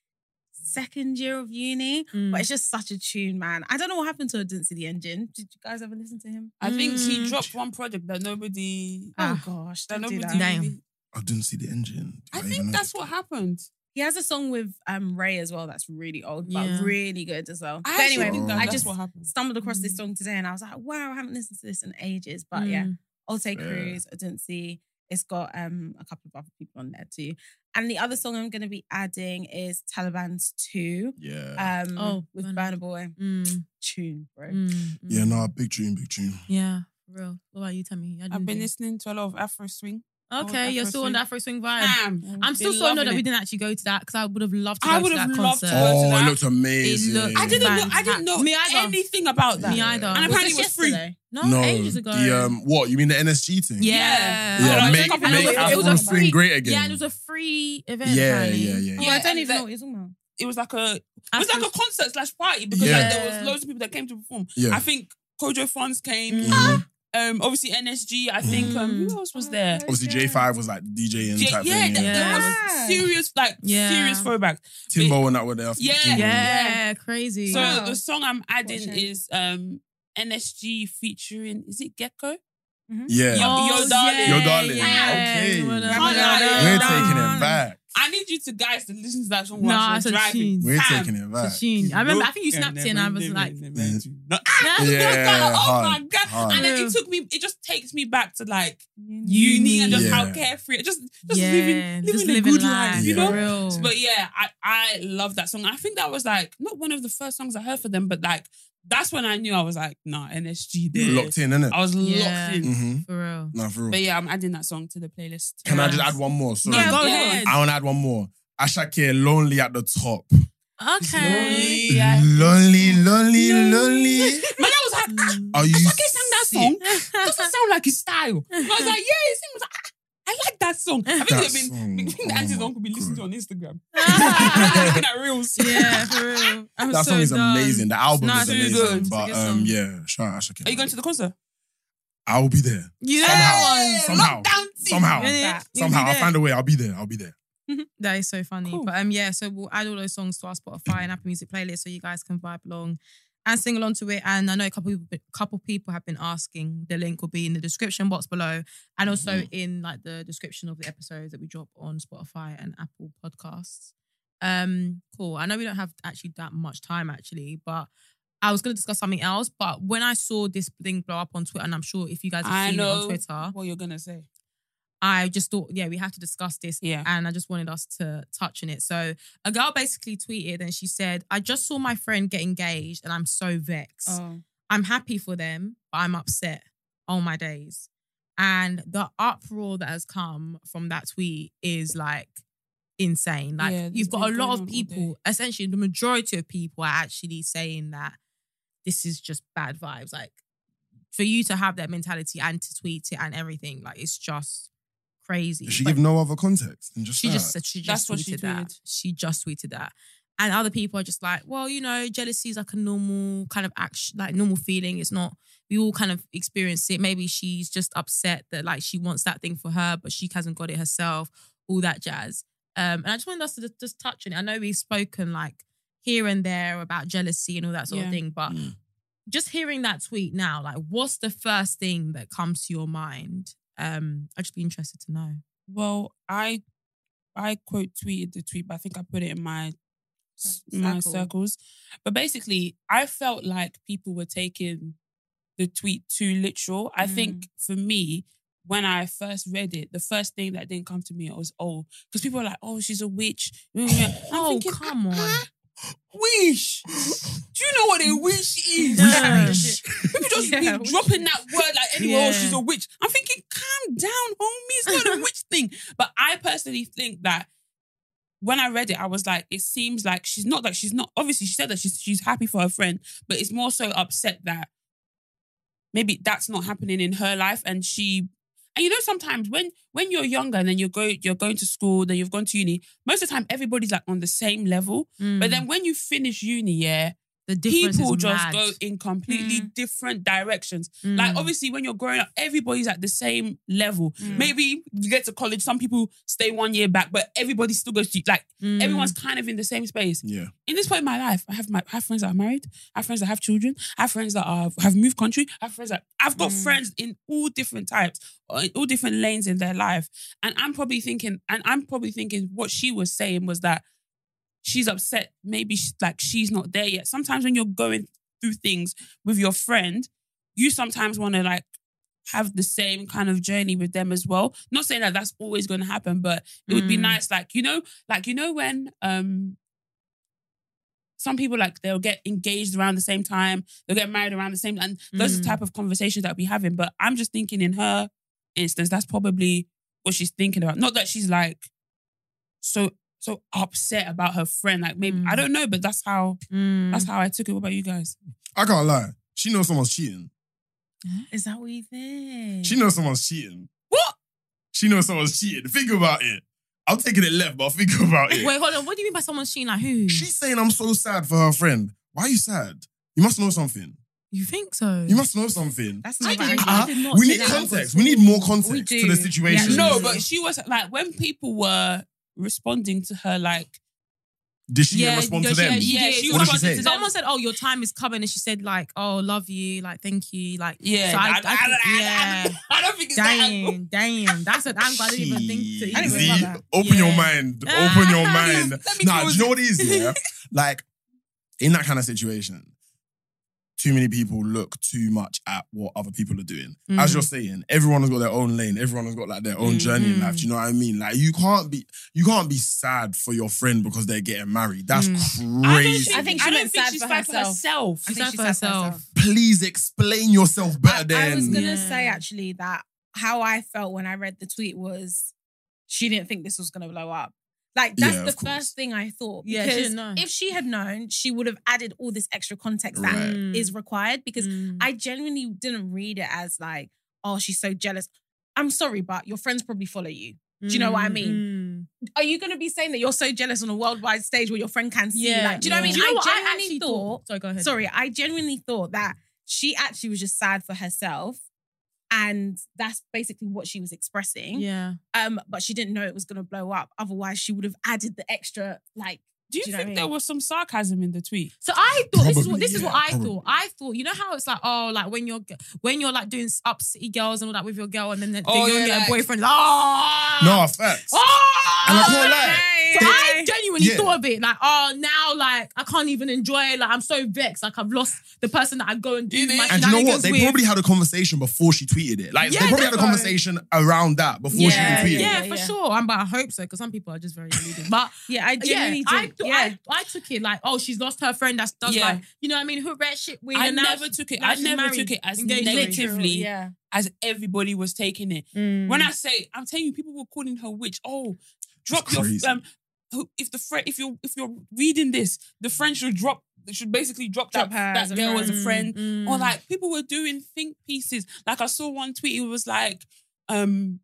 [SPEAKER 5] second year of uni,
[SPEAKER 2] Mm.
[SPEAKER 5] but it's just such a tune, man. I don't know what happened to Odunsi the engine. Did you guys ever listen to him?
[SPEAKER 1] I think
[SPEAKER 2] Mm.
[SPEAKER 1] he dropped one project that nobody.
[SPEAKER 2] Ah.
[SPEAKER 5] oh gosh,
[SPEAKER 1] that
[SPEAKER 5] don't do
[SPEAKER 1] nobody.
[SPEAKER 5] that.
[SPEAKER 2] Damn.
[SPEAKER 1] really-
[SPEAKER 4] I didn't see the engine.
[SPEAKER 1] I
[SPEAKER 4] Do even
[SPEAKER 1] think
[SPEAKER 4] know?
[SPEAKER 1] that's what happened.
[SPEAKER 5] He has a song with um Ray as well that's really old, but
[SPEAKER 2] Yeah.
[SPEAKER 5] really good as well.
[SPEAKER 1] I
[SPEAKER 5] but
[SPEAKER 1] actually
[SPEAKER 5] anyway,
[SPEAKER 1] think that
[SPEAKER 5] I
[SPEAKER 1] that's
[SPEAKER 5] just
[SPEAKER 1] what happened.
[SPEAKER 5] stumbled across this song today and I was like, wow, I haven't listened to this in ages. But yeah.
[SPEAKER 2] Mm.
[SPEAKER 5] Olte
[SPEAKER 4] Fair.
[SPEAKER 5] Cruz, Odunsi. It's got um a couple of other people on there too. And the other song I'm gonna be adding is Taliban's 2.
[SPEAKER 4] Yeah.
[SPEAKER 5] Um
[SPEAKER 2] Oh,
[SPEAKER 5] with
[SPEAKER 2] Burna
[SPEAKER 5] Burna Boy
[SPEAKER 2] Mm,
[SPEAKER 5] tune, bro.
[SPEAKER 2] mm, mm.
[SPEAKER 4] yeah, no, big dream, big dream.
[SPEAKER 2] Yeah, for real. What about you, Tammy? I didn't
[SPEAKER 1] I've been
[SPEAKER 2] do-
[SPEAKER 1] listening to a lot of Afro swing.
[SPEAKER 2] Okay,
[SPEAKER 1] Oh,
[SPEAKER 2] you're
[SPEAKER 1] Afro
[SPEAKER 2] still on
[SPEAKER 1] swing.
[SPEAKER 2] that first swing vibe.
[SPEAKER 1] Damn.
[SPEAKER 2] I'm still
[SPEAKER 1] Been
[SPEAKER 2] so
[SPEAKER 1] loving
[SPEAKER 2] annoyed that we
[SPEAKER 1] it.
[SPEAKER 2] didn't actually go to that because I would have loved to
[SPEAKER 1] I
[SPEAKER 2] go to
[SPEAKER 1] would've
[SPEAKER 2] that
[SPEAKER 1] loved to
[SPEAKER 2] concert.
[SPEAKER 1] go.
[SPEAKER 4] Oh,
[SPEAKER 1] that.
[SPEAKER 4] it looked amazing.
[SPEAKER 2] looked-
[SPEAKER 1] I didn't know. I didn't know
[SPEAKER 2] Me either.
[SPEAKER 1] anything about that.
[SPEAKER 2] Me either.
[SPEAKER 1] And apparently it was free.
[SPEAKER 2] yesterday? No,
[SPEAKER 4] No,
[SPEAKER 2] ages ago.
[SPEAKER 4] the um, what you mean the NSG thing?
[SPEAKER 2] yeah.
[SPEAKER 1] Yeah,
[SPEAKER 4] yeah.
[SPEAKER 1] Oh,
[SPEAKER 4] Make,
[SPEAKER 1] I
[SPEAKER 2] And
[SPEAKER 1] know
[SPEAKER 4] make
[SPEAKER 1] it- it was
[SPEAKER 4] Afro
[SPEAKER 1] a
[SPEAKER 4] swing
[SPEAKER 2] free-
[SPEAKER 4] great again.
[SPEAKER 2] Yeah, and it was a free event.
[SPEAKER 4] yeah,
[SPEAKER 2] apparently.
[SPEAKER 4] yeah, yeah,
[SPEAKER 5] Oh,
[SPEAKER 4] yeah.
[SPEAKER 1] Yeah,
[SPEAKER 5] I don't
[SPEAKER 1] and
[SPEAKER 5] even
[SPEAKER 1] that-
[SPEAKER 5] know what you're talking about.
[SPEAKER 1] It was like a it
[SPEAKER 2] I
[SPEAKER 1] was like
[SPEAKER 2] suppose-
[SPEAKER 1] a concert slash party because
[SPEAKER 4] Yeah.
[SPEAKER 1] like, there was
[SPEAKER 2] Yeah.
[SPEAKER 1] loads of people that came to perform.
[SPEAKER 4] Yeah.
[SPEAKER 1] I think Kojo Funds came.
[SPEAKER 2] Mm.
[SPEAKER 4] Mhm.
[SPEAKER 1] Um, obviously NSG. I think um, who else was there?
[SPEAKER 4] Obviously, J Five was like DJing
[SPEAKER 1] J-
[SPEAKER 4] type
[SPEAKER 1] yeah,
[SPEAKER 4] thing.
[SPEAKER 1] th-
[SPEAKER 4] yeah.
[SPEAKER 1] there
[SPEAKER 5] Yeah.
[SPEAKER 1] was serious like
[SPEAKER 2] Yeah.
[SPEAKER 1] serious throwback.
[SPEAKER 4] Timbo and that were there.
[SPEAKER 1] Yeah.
[SPEAKER 4] Timbo.
[SPEAKER 2] Yeah, crazy.
[SPEAKER 1] So
[SPEAKER 5] Wow.
[SPEAKER 1] the song I'm adding
[SPEAKER 5] Watching.
[SPEAKER 1] is um NSG featuring is it Gecko?
[SPEAKER 4] yeah.
[SPEAKER 2] Oh,
[SPEAKER 1] Yo, darling.
[SPEAKER 4] Yo, darling.
[SPEAKER 1] yeah,
[SPEAKER 4] okay,
[SPEAKER 2] We're
[SPEAKER 1] Come on, darling.
[SPEAKER 4] we're taking it back.
[SPEAKER 1] I need you to guys to listen to that song
[SPEAKER 2] No,
[SPEAKER 1] while
[SPEAKER 2] it's
[SPEAKER 1] you're
[SPEAKER 2] a
[SPEAKER 1] driving.
[SPEAKER 2] tune.
[SPEAKER 4] We're
[SPEAKER 1] Fam.
[SPEAKER 4] taking it back.
[SPEAKER 2] It's a tune. I remember. I think you snapped it, and I was like,
[SPEAKER 1] No.
[SPEAKER 2] Yeah.
[SPEAKER 4] Mm. Yeah,
[SPEAKER 1] oh my
[SPEAKER 4] hard,
[SPEAKER 1] god!
[SPEAKER 4] hard.
[SPEAKER 1] And then
[SPEAKER 2] Yeah.
[SPEAKER 1] it took me. It just takes me back to like
[SPEAKER 2] Uni.
[SPEAKER 1] uni and just how
[SPEAKER 4] Yeah.
[SPEAKER 1] carefree, just just
[SPEAKER 2] yeah,
[SPEAKER 1] living living
[SPEAKER 2] just
[SPEAKER 1] a
[SPEAKER 2] living
[SPEAKER 1] good
[SPEAKER 2] life,
[SPEAKER 1] life, you
[SPEAKER 4] Yeah.
[SPEAKER 1] know.
[SPEAKER 2] For real.
[SPEAKER 1] But yeah, I I love that song. I think that was like not one of the first songs I heard for them, but like that's when I knew I was like, nah, NSG there.
[SPEAKER 4] You were locked in, innit?
[SPEAKER 1] I was
[SPEAKER 2] Yeah.
[SPEAKER 1] locked in.
[SPEAKER 4] Mm-hmm.
[SPEAKER 2] for real.
[SPEAKER 4] Nah, for real.
[SPEAKER 1] But yeah, I'm adding that song to the playlist.
[SPEAKER 4] Can I just add one more? Sorry.
[SPEAKER 2] Yeah,
[SPEAKER 1] go
[SPEAKER 2] go
[SPEAKER 1] ahead.
[SPEAKER 2] ahead.
[SPEAKER 4] I want to add one more. Ashake, lonely at the top.
[SPEAKER 2] Okay.
[SPEAKER 1] Yeah.
[SPEAKER 4] Lonely, lonely, lonely.
[SPEAKER 1] Man, I was like, ah,
[SPEAKER 4] Are you
[SPEAKER 1] okay, sang that
[SPEAKER 4] sick?
[SPEAKER 1] song. Doesn't sound like his style. And I was like, yeah, it seems. Like, ah, I like that song. I think
[SPEAKER 4] That
[SPEAKER 1] they've
[SPEAKER 4] song,
[SPEAKER 1] been, I think
[SPEAKER 4] oh
[SPEAKER 1] the aunties
[SPEAKER 4] my
[SPEAKER 1] uncle be listening to
[SPEAKER 4] God.
[SPEAKER 1] on Instagram. looking at reels.
[SPEAKER 2] Yeah, for real. I'm
[SPEAKER 4] That
[SPEAKER 2] so
[SPEAKER 4] song is
[SPEAKER 2] done.
[SPEAKER 4] amazing. The album
[SPEAKER 2] Nah,
[SPEAKER 4] is
[SPEAKER 2] it's really
[SPEAKER 4] amazing.
[SPEAKER 1] good. um, It's a
[SPEAKER 4] But
[SPEAKER 2] good
[SPEAKER 4] um,
[SPEAKER 2] song.
[SPEAKER 4] yeah, shout out Ashake.
[SPEAKER 1] Are you going to the concert?
[SPEAKER 4] I will be there.
[SPEAKER 2] You know
[SPEAKER 4] Somehow.
[SPEAKER 2] that one.
[SPEAKER 4] Somehow.
[SPEAKER 1] Lockdown team.
[SPEAKER 4] Somehow.
[SPEAKER 2] Yeah, yeah. You'll be
[SPEAKER 4] Somehow. I'll
[SPEAKER 2] there.
[SPEAKER 4] find a way. I'll be there. I'll be there.
[SPEAKER 2] That is so funny.
[SPEAKER 1] Cool.
[SPEAKER 2] But um, yeah, so we'll add all those songs to our Spotify and Apple Music playlist so you guys can vibe along and sing along to it. And I know a couple people, couple people have been asking. The link will be in the description box below and also
[SPEAKER 1] Mm-hmm.
[SPEAKER 2] in like the description of the episodes that we drop on Spotify and Apple Podcasts. Um, cool. I know we don't have actually that much time actually, but I was going to discuss something else. But when I saw this thing blow up on Twitter, and I'm sure if you guys have
[SPEAKER 1] I
[SPEAKER 2] seen it
[SPEAKER 1] know
[SPEAKER 2] on Twitter,
[SPEAKER 1] what you're gonna say.
[SPEAKER 2] I just thought, yeah, we have to discuss this.
[SPEAKER 1] Yeah.
[SPEAKER 2] And I just wanted us to touch on it. So a girl basically tweeted and she said, I just saw my friend get engaged and I'm so vexed.
[SPEAKER 5] Oh.
[SPEAKER 2] I'm happy for them, but I'm upset. Oh my days. And the uproar that has come from that tweet is like insane. Like
[SPEAKER 1] Yeah, there's
[SPEAKER 2] you've got a
[SPEAKER 1] been
[SPEAKER 2] lot
[SPEAKER 1] going on
[SPEAKER 2] of
[SPEAKER 1] all day.
[SPEAKER 2] people, essentially the majority of people are actually saying that this is just bad vibes. Like for you to have that mentality and to tweet it and everything, like it's just crazy.
[SPEAKER 4] Did she
[SPEAKER 2] But-
[SPEAKER 4] give no other context? than just
[SPEAKER 2] she
[SPEAKER 4] that?
[SPEAKER 2] just said she
[SPEAKER 1] That's
[SPEAKER 2] just
[SPEAKER 1] what
[SPEAKER 2] tweeted
[SPEAKER 1] she
[SPEAKER 2] that.
[SPEAKER 1] tweeted.
[SPEAKER 2] She just tweeted that. And other people are just like, well, you know, jealousy is like a normal kind of action, like normal feeling. It's not, we all kind of experience it. Maybe she's just upset that like she wants that thing for her, but she hasn't got it herself, all that jazz. Um, and I just wanted us to just, just touch on it. I know we've spoken like here and there about jealousy and all that sort
[SPEAKER 1] Yeah.
[SPEAKER 2] of thing, but
[SPEAKER 4] Mm.
[SPEAKER 2] just hearing that tweet now, like, what's the first thing that comes to your mind? Um, I'd just be interested to know.
[SPEAKER 1] Well, I I quote tweeted the tweet, but I think I put it in my s- my
[SPEAKER 2] Circle.
[SPEAKER 1] circles. But basically, I felt like people were taking the tweet too literal. I think for me, when I first read it, the first thing that didn't come to me was oh, because people were like, oh, she's a witch. I'm
[SPEAKER 2] Oh,
[SPEAKER 1] thinking,
[SPEAKER 2] come on.
[SPEAKER 1] Wish. Do you know what a wish is?
[SPEAKER 2] Yeah.
[SPEAKER 1] People just
[SPEAKER 5] Yeah,
[SPEAKER 1] be dropping that word like anywhere else.
[SPEAKER 2] Yeah.
[SPEAKER 1] She's a witch. I'm thinking, calm down, homie. It's not a witch thing. But I personally think that when I read it, I was like, it seems like she's not like she's not. Obviously, she said that she's she's happy for her friend, but it's more so upset that maybe that's not happening in her life, and she. And you know, sometimes when when you're younger and then you go you're going to school, then you've gone to uni. Most of the time, everybody's like on the same level. But then when you finish uni, yeah,
[SPEAKER 2] Mm. the difference
[SPEAKER 1] people
[SPEAKER 2] is
[SPEAKER 1] just
[SPEAKER 2] mad.
[SPEAKER 1] go in completely different directions.
[SPEAKER 2] Mm.
[SPEAKER 1] Like obviously, when you're growing up, everybody's at the same level.
[SPEAKER 5] Mm.
[SPEAKER 1] Maybe you get to college, some people stay one year back, but everybody still goes to like
[SPEAKER 2] Mm.
[SPEAKER 1] everyone's kind of in the same space.
[SPEAKER 4] Yeah.
[SPEAKER 1] In this point in my life, I have my I have friends that are married, I have friends that have children, I have friends that are, have moved country, I have friends that I've got friends in all different types, or in all different lanes in their life, and I'm probably thinking, and I'm probably thinking what she was saying was that she's upset. Maybe she's like she's not there yet. Sometimes when you're going through things with your friend, you sometimes want to like have the same kind of journey with them as well. Not saying that that's always going to happen, but it would be
[SPEAKER 2] Mm.
[SPEAKER 1] nice, like you know, like you know when um some people like they'll get engaged around the same time, they'll get married around the same, and those are the
[SPEAKER 2] Mm.
[SPEAKER 1] type of conversations that we will be having. But I'm just thinking in her instance, that's probably what she's thinking about. Not that she's like so so upset about her friend. Like maybe I
[SPEAKER 2] Mm.
[SPEAKER 1] don't know, but that's how
[SPEAKER 2] Mm.
[SPEAKER 1] that's how I took it. What about you guys?
[SPEAKER 4] I can't lie. She knows someone's cheating.
[SPEAKER 5] Is that what you think?
[SPEAKER 4] She knows someone's cheating.
[SPEAKER 1] What?
[SPEAKER 4] She knows someone's cheating. Think about it. I'm taking it left, but think about it.
[SPEAKER 2] Wait, hold on. What do you mean by someone's cheating? Like who?
[SPEAKER 4] She's saying I'm so sad for her friend. Why are you sad? You must know something.
[SPEAKER 2] you think so?
[SPEAKER 4] You must know something.
[SPEAKER 5] That's
[SPEAKER 2] I
[SPEAKER 5] not
[SPEAKER 2] didn't-
[SPEAKER 5] right.
[SPEAKER 2] I
[SPEAKER 4] Uh-huh.
[SPEAKER 2] did not
[SPEAKER 4] we
[SPEAKER 2] say
[SPEAKER 4] need
[SPEAKER 2] that.
[SPEAKER 4] context. We need more
[SPEAKER 5] We
[SPEAKER 4] context
[SPEAKER 5] do.
[SPEAKER 4] to the situation.
[SPEAKER 5] Yeah.
[SPEAKER 1] No, but she was like when people were responding to her like
[SPEAKER 4] did she
[SPEAKER 2] Yeah,
[SPEAKER 4] respond to
[SPEAKER 2] yeah,
[SPEAKER 4] them?
[SPEAKER 2] she- yeah, she
[SPEAKER 4] what did she
[SPEAKER 1] responded
[SPEAKER 4] say?
[SPEAKER 1] to them.
[SPEAKER 2] Someone said, "Oh, your time is coming," and she said, "Like, oh, love you, like, thank you, like."
[SPEAKER 1] Yeah,
[SPEAKER 2] So
[SPEAKER 1] I,
[SPEAKER 2] I,
[SPEAKER 1] I, I- I-
[SPEAKER 2] yeah.
[SPEAKER 1] I don't think it's that. angle.
[SPEAKER 2] Damn, damn. That's an angle I didn't even think to.
[SPEAKER 5] I
[SPEAKER 2] even
[SPEAKER 5] didn't
[SPEAKER 4] See,
[SPEAKER 5] remember that.
[SPEAKER 4] open your
[SPEAKER 2] Yeah.
[SPEAKER 4] mind. Open your
[SPEAKER 2] Ah,
[SPEAKER 4] mind.
[SPEAKER 1] let me
[SPEAKER 4] Nah, do
[SPEAKER 1] close
[SPEAKER 4] you know what it is? Yeah, like in that kind of situation, too many people look too much at what other people are doing. As
[SPEAKER 2] Mm.
[SPEAKER 4] you're saying, everyone has got their own lane. Everyone has got like their own journey in
[SPEAKER 2] Mhm.
[SPEAKER 4] life. Do you know what I mean? Like you can't be you can't be sad for your friend because they're getting married. That's
[SPEAKER 1] I don't
[SPEAKER 4] crazy.
[SPEAKER 1] think, I
[SPEAKER 5] think
[SPEAKER 1] she
[SPEAKER 5] she
[SPEAKER 1] don't
[SPEAKER 5] meant
[SPEAKER 1] think
[SPEAKER 5] sad
[SPEAKER 1] she's
[SPEAKER 5] for
[SPEAKER 1] sad for
[SPEAKER 5] herself.
[SPEAKER 1] herself.
[SPEAKER 5] I
[SPEAKER 2] She's
[SPEAKER 5] think
[SPEAKER 2] sad
[SPEAKER 5] she
[SPEAKER 2] for
[SPEAKER 5] said so
[SPEAKER 2] herself.
[SPEAKER 4] Please explain yourself better
[SPEAKER 5] I, I was
[SPEAKER 4] than
[SPEAKER 5] gonna
[SPEAKER 2] Yeah.
[SPEAKER 5] say actually that how I felt when I read the tweet was she didn't think this was gonna blow up. Like that's
[SPEAKER 4] Yeah,
[SPEAKER 5] the
[SPEAKER 4] of course.
[SPEAKER 5] first thing I thought.
[SPEAKER 2] Yeah, she
[SPEAKER 5] Because
[SPEAKER 2] didn't know.
[SPEAKER 5] if she had known, she would have added all this extra context that is
[SPEAKER 2] Mm.
[SPEAKER 4] Right.
[SPEAKER 5] required. Because
[SPEAKER 2] Mm.
[SPEAKER 5] I genuinely didn't read it as like, oh, she's so jealous. I'm sorry, but your friends probably follow you. do you know what I
[SPEAKER 2] Mm,
[SPEAKER 5] mean? Are you gonna be saying that you're so jealous on a worldwide stage where your friend can
[SPEAKER 2] mm.
[SPEAKER 5] see? Like, do you know what I mean?
[SPEAKER 2] Do you know what I
[SPEAKER 5] genuinely
[SPEAKER 2] actually
[SPEAKER 5] thought
[SPEAKER 2] Sorry, go ahead.
[SPEAKER 5] sorry, I genuinely thought that she actually was just sad for herself. And that's basically what she was expressing.
[SPEAKER 2] Yeah.
[SPEAKER 5] Um, but she didn't know it was gonna blow up. Otherwise, she would have added the extra, like,
[SPEAKER 1] Do you
[SPEAKER 5] Do you know
[SPEAKER 1] think
[SPEAKER 5] what I
[SPEAKER 1] there
[SPEAKER 5] mean?
[SPEAKER 1] was some sarcasm in the tweet?
[SPEAKER 2] So I thought this is
[SPEAKER 4] Probably,
[SPEAKER 2] what this is
[SPEAKER 4] yeah,
[SPEAKER 2] what I
[SPEAKER 4] probably.
[SPEAKER 2] thought. I thought you know how it's like oh like when you're when you're like doing up city girls and all that with your girl and then, then
[SPEAKER 1] Oh,
[SPEAKER 2] you
[SPEAKER 1] yeah,
[SPEAKER 2] get
[SPEAKER 1] like-
[SPEAKER 2] a boyfriend. Like,
[SPEAKER 5] Ah!
[SPEAKER 2] oh,
[SPEAKER 4] no facts.
[SPEAKER 2] Oh,
[SPEAKER 4] And I can't lie.
[SPEAKER 2] So I
[SPEAKER 5] They-
[SPEAKER 2] genuinely
[SPEAKER 4] Yeah.
[SPEAKER 2] thought of it like, oh, now like I can't even enjoy it. Like I'm so vexed. Like I've lost the person that I go and do
[SPEAKER 1] You mean-
[SPEAKER 2] my
[SPEAKER 4] And you know what?
[SPEAKER 2] shenanigans
[SPEAKER 4] They
[SPEAKER 2] with.
[SPEAKER 4] probably had a conversation before she tweeted it. Like
[SPEAKER 2] Yeah,
[SPEAKER 4] they probably had a
[SPEAKER 2] definitely.
[SPEAKER 4] conversation around that before
[SPEAKER 5] Yeah,
[SPEAKER 4] she even tweeted
[SPEAKER 2] yeah,
[SPEAKER 4] it.
[SPEAKER 2] for
[SPEAKER 5] yeah.
[SPEAKER 2] sure. I'm, but I hope so because some people are just very deluded. But
[SPEAKER 5] yeah, I
[SPEAKER 2] yeah,
[SPEAKER 5] genuinely
[SPEAKER 2] I, thought-
[SPEAKER 5] did. yeah.
[SPEAKER 2] I, I took it like, oh, she's lost her friend. That's does
[SPEAKER 1] Yeah.
[SPEAKER 2] like, you know what I mean? Who read shit with?
[SPEAKER 1] I
[SPEAKER 2] and now
[SPEAKER 1] never
[SPEAKER 2] she-
[SPEAKER 1] took it.
[SPEAKER 2] now
[SPEAKER 1] I
[SPEAKER 2] she's
[SPEAKER 1] never
[SPEAKER 2] married,
[SPEAKER 1] took it as
[SPEAKER 2] engaged.
[SPEAKER 1] negatively
[SPEAKER 5] yeah.
[SPEAKER 1] as everybody was taking it.
[SPEAKER 2] Mm.
[SPEAKER 1] When I say, I'm telling you, people were calling her witch. Oh, drop your
[SPEAKER 4] crazy.
[SPEAKER 1] um. who- If the Fre- if you if you're reading this, the friend should drop should basically drop,
[SPEAKER 5] Drop
[SPEAKER 1] that,
[SPEAKER 5] her
[SPEAKER 1] that
[SPEAKER 5] as a
[SPEAKER 1] girl as a
[SPEAKER 5] friend.
[SPEAKER 1] friend.
[SPEAKER 2] Mm.
[SPEAKER 1] Or like people were doing think pieces. Like I saw one tweet. It was like, um,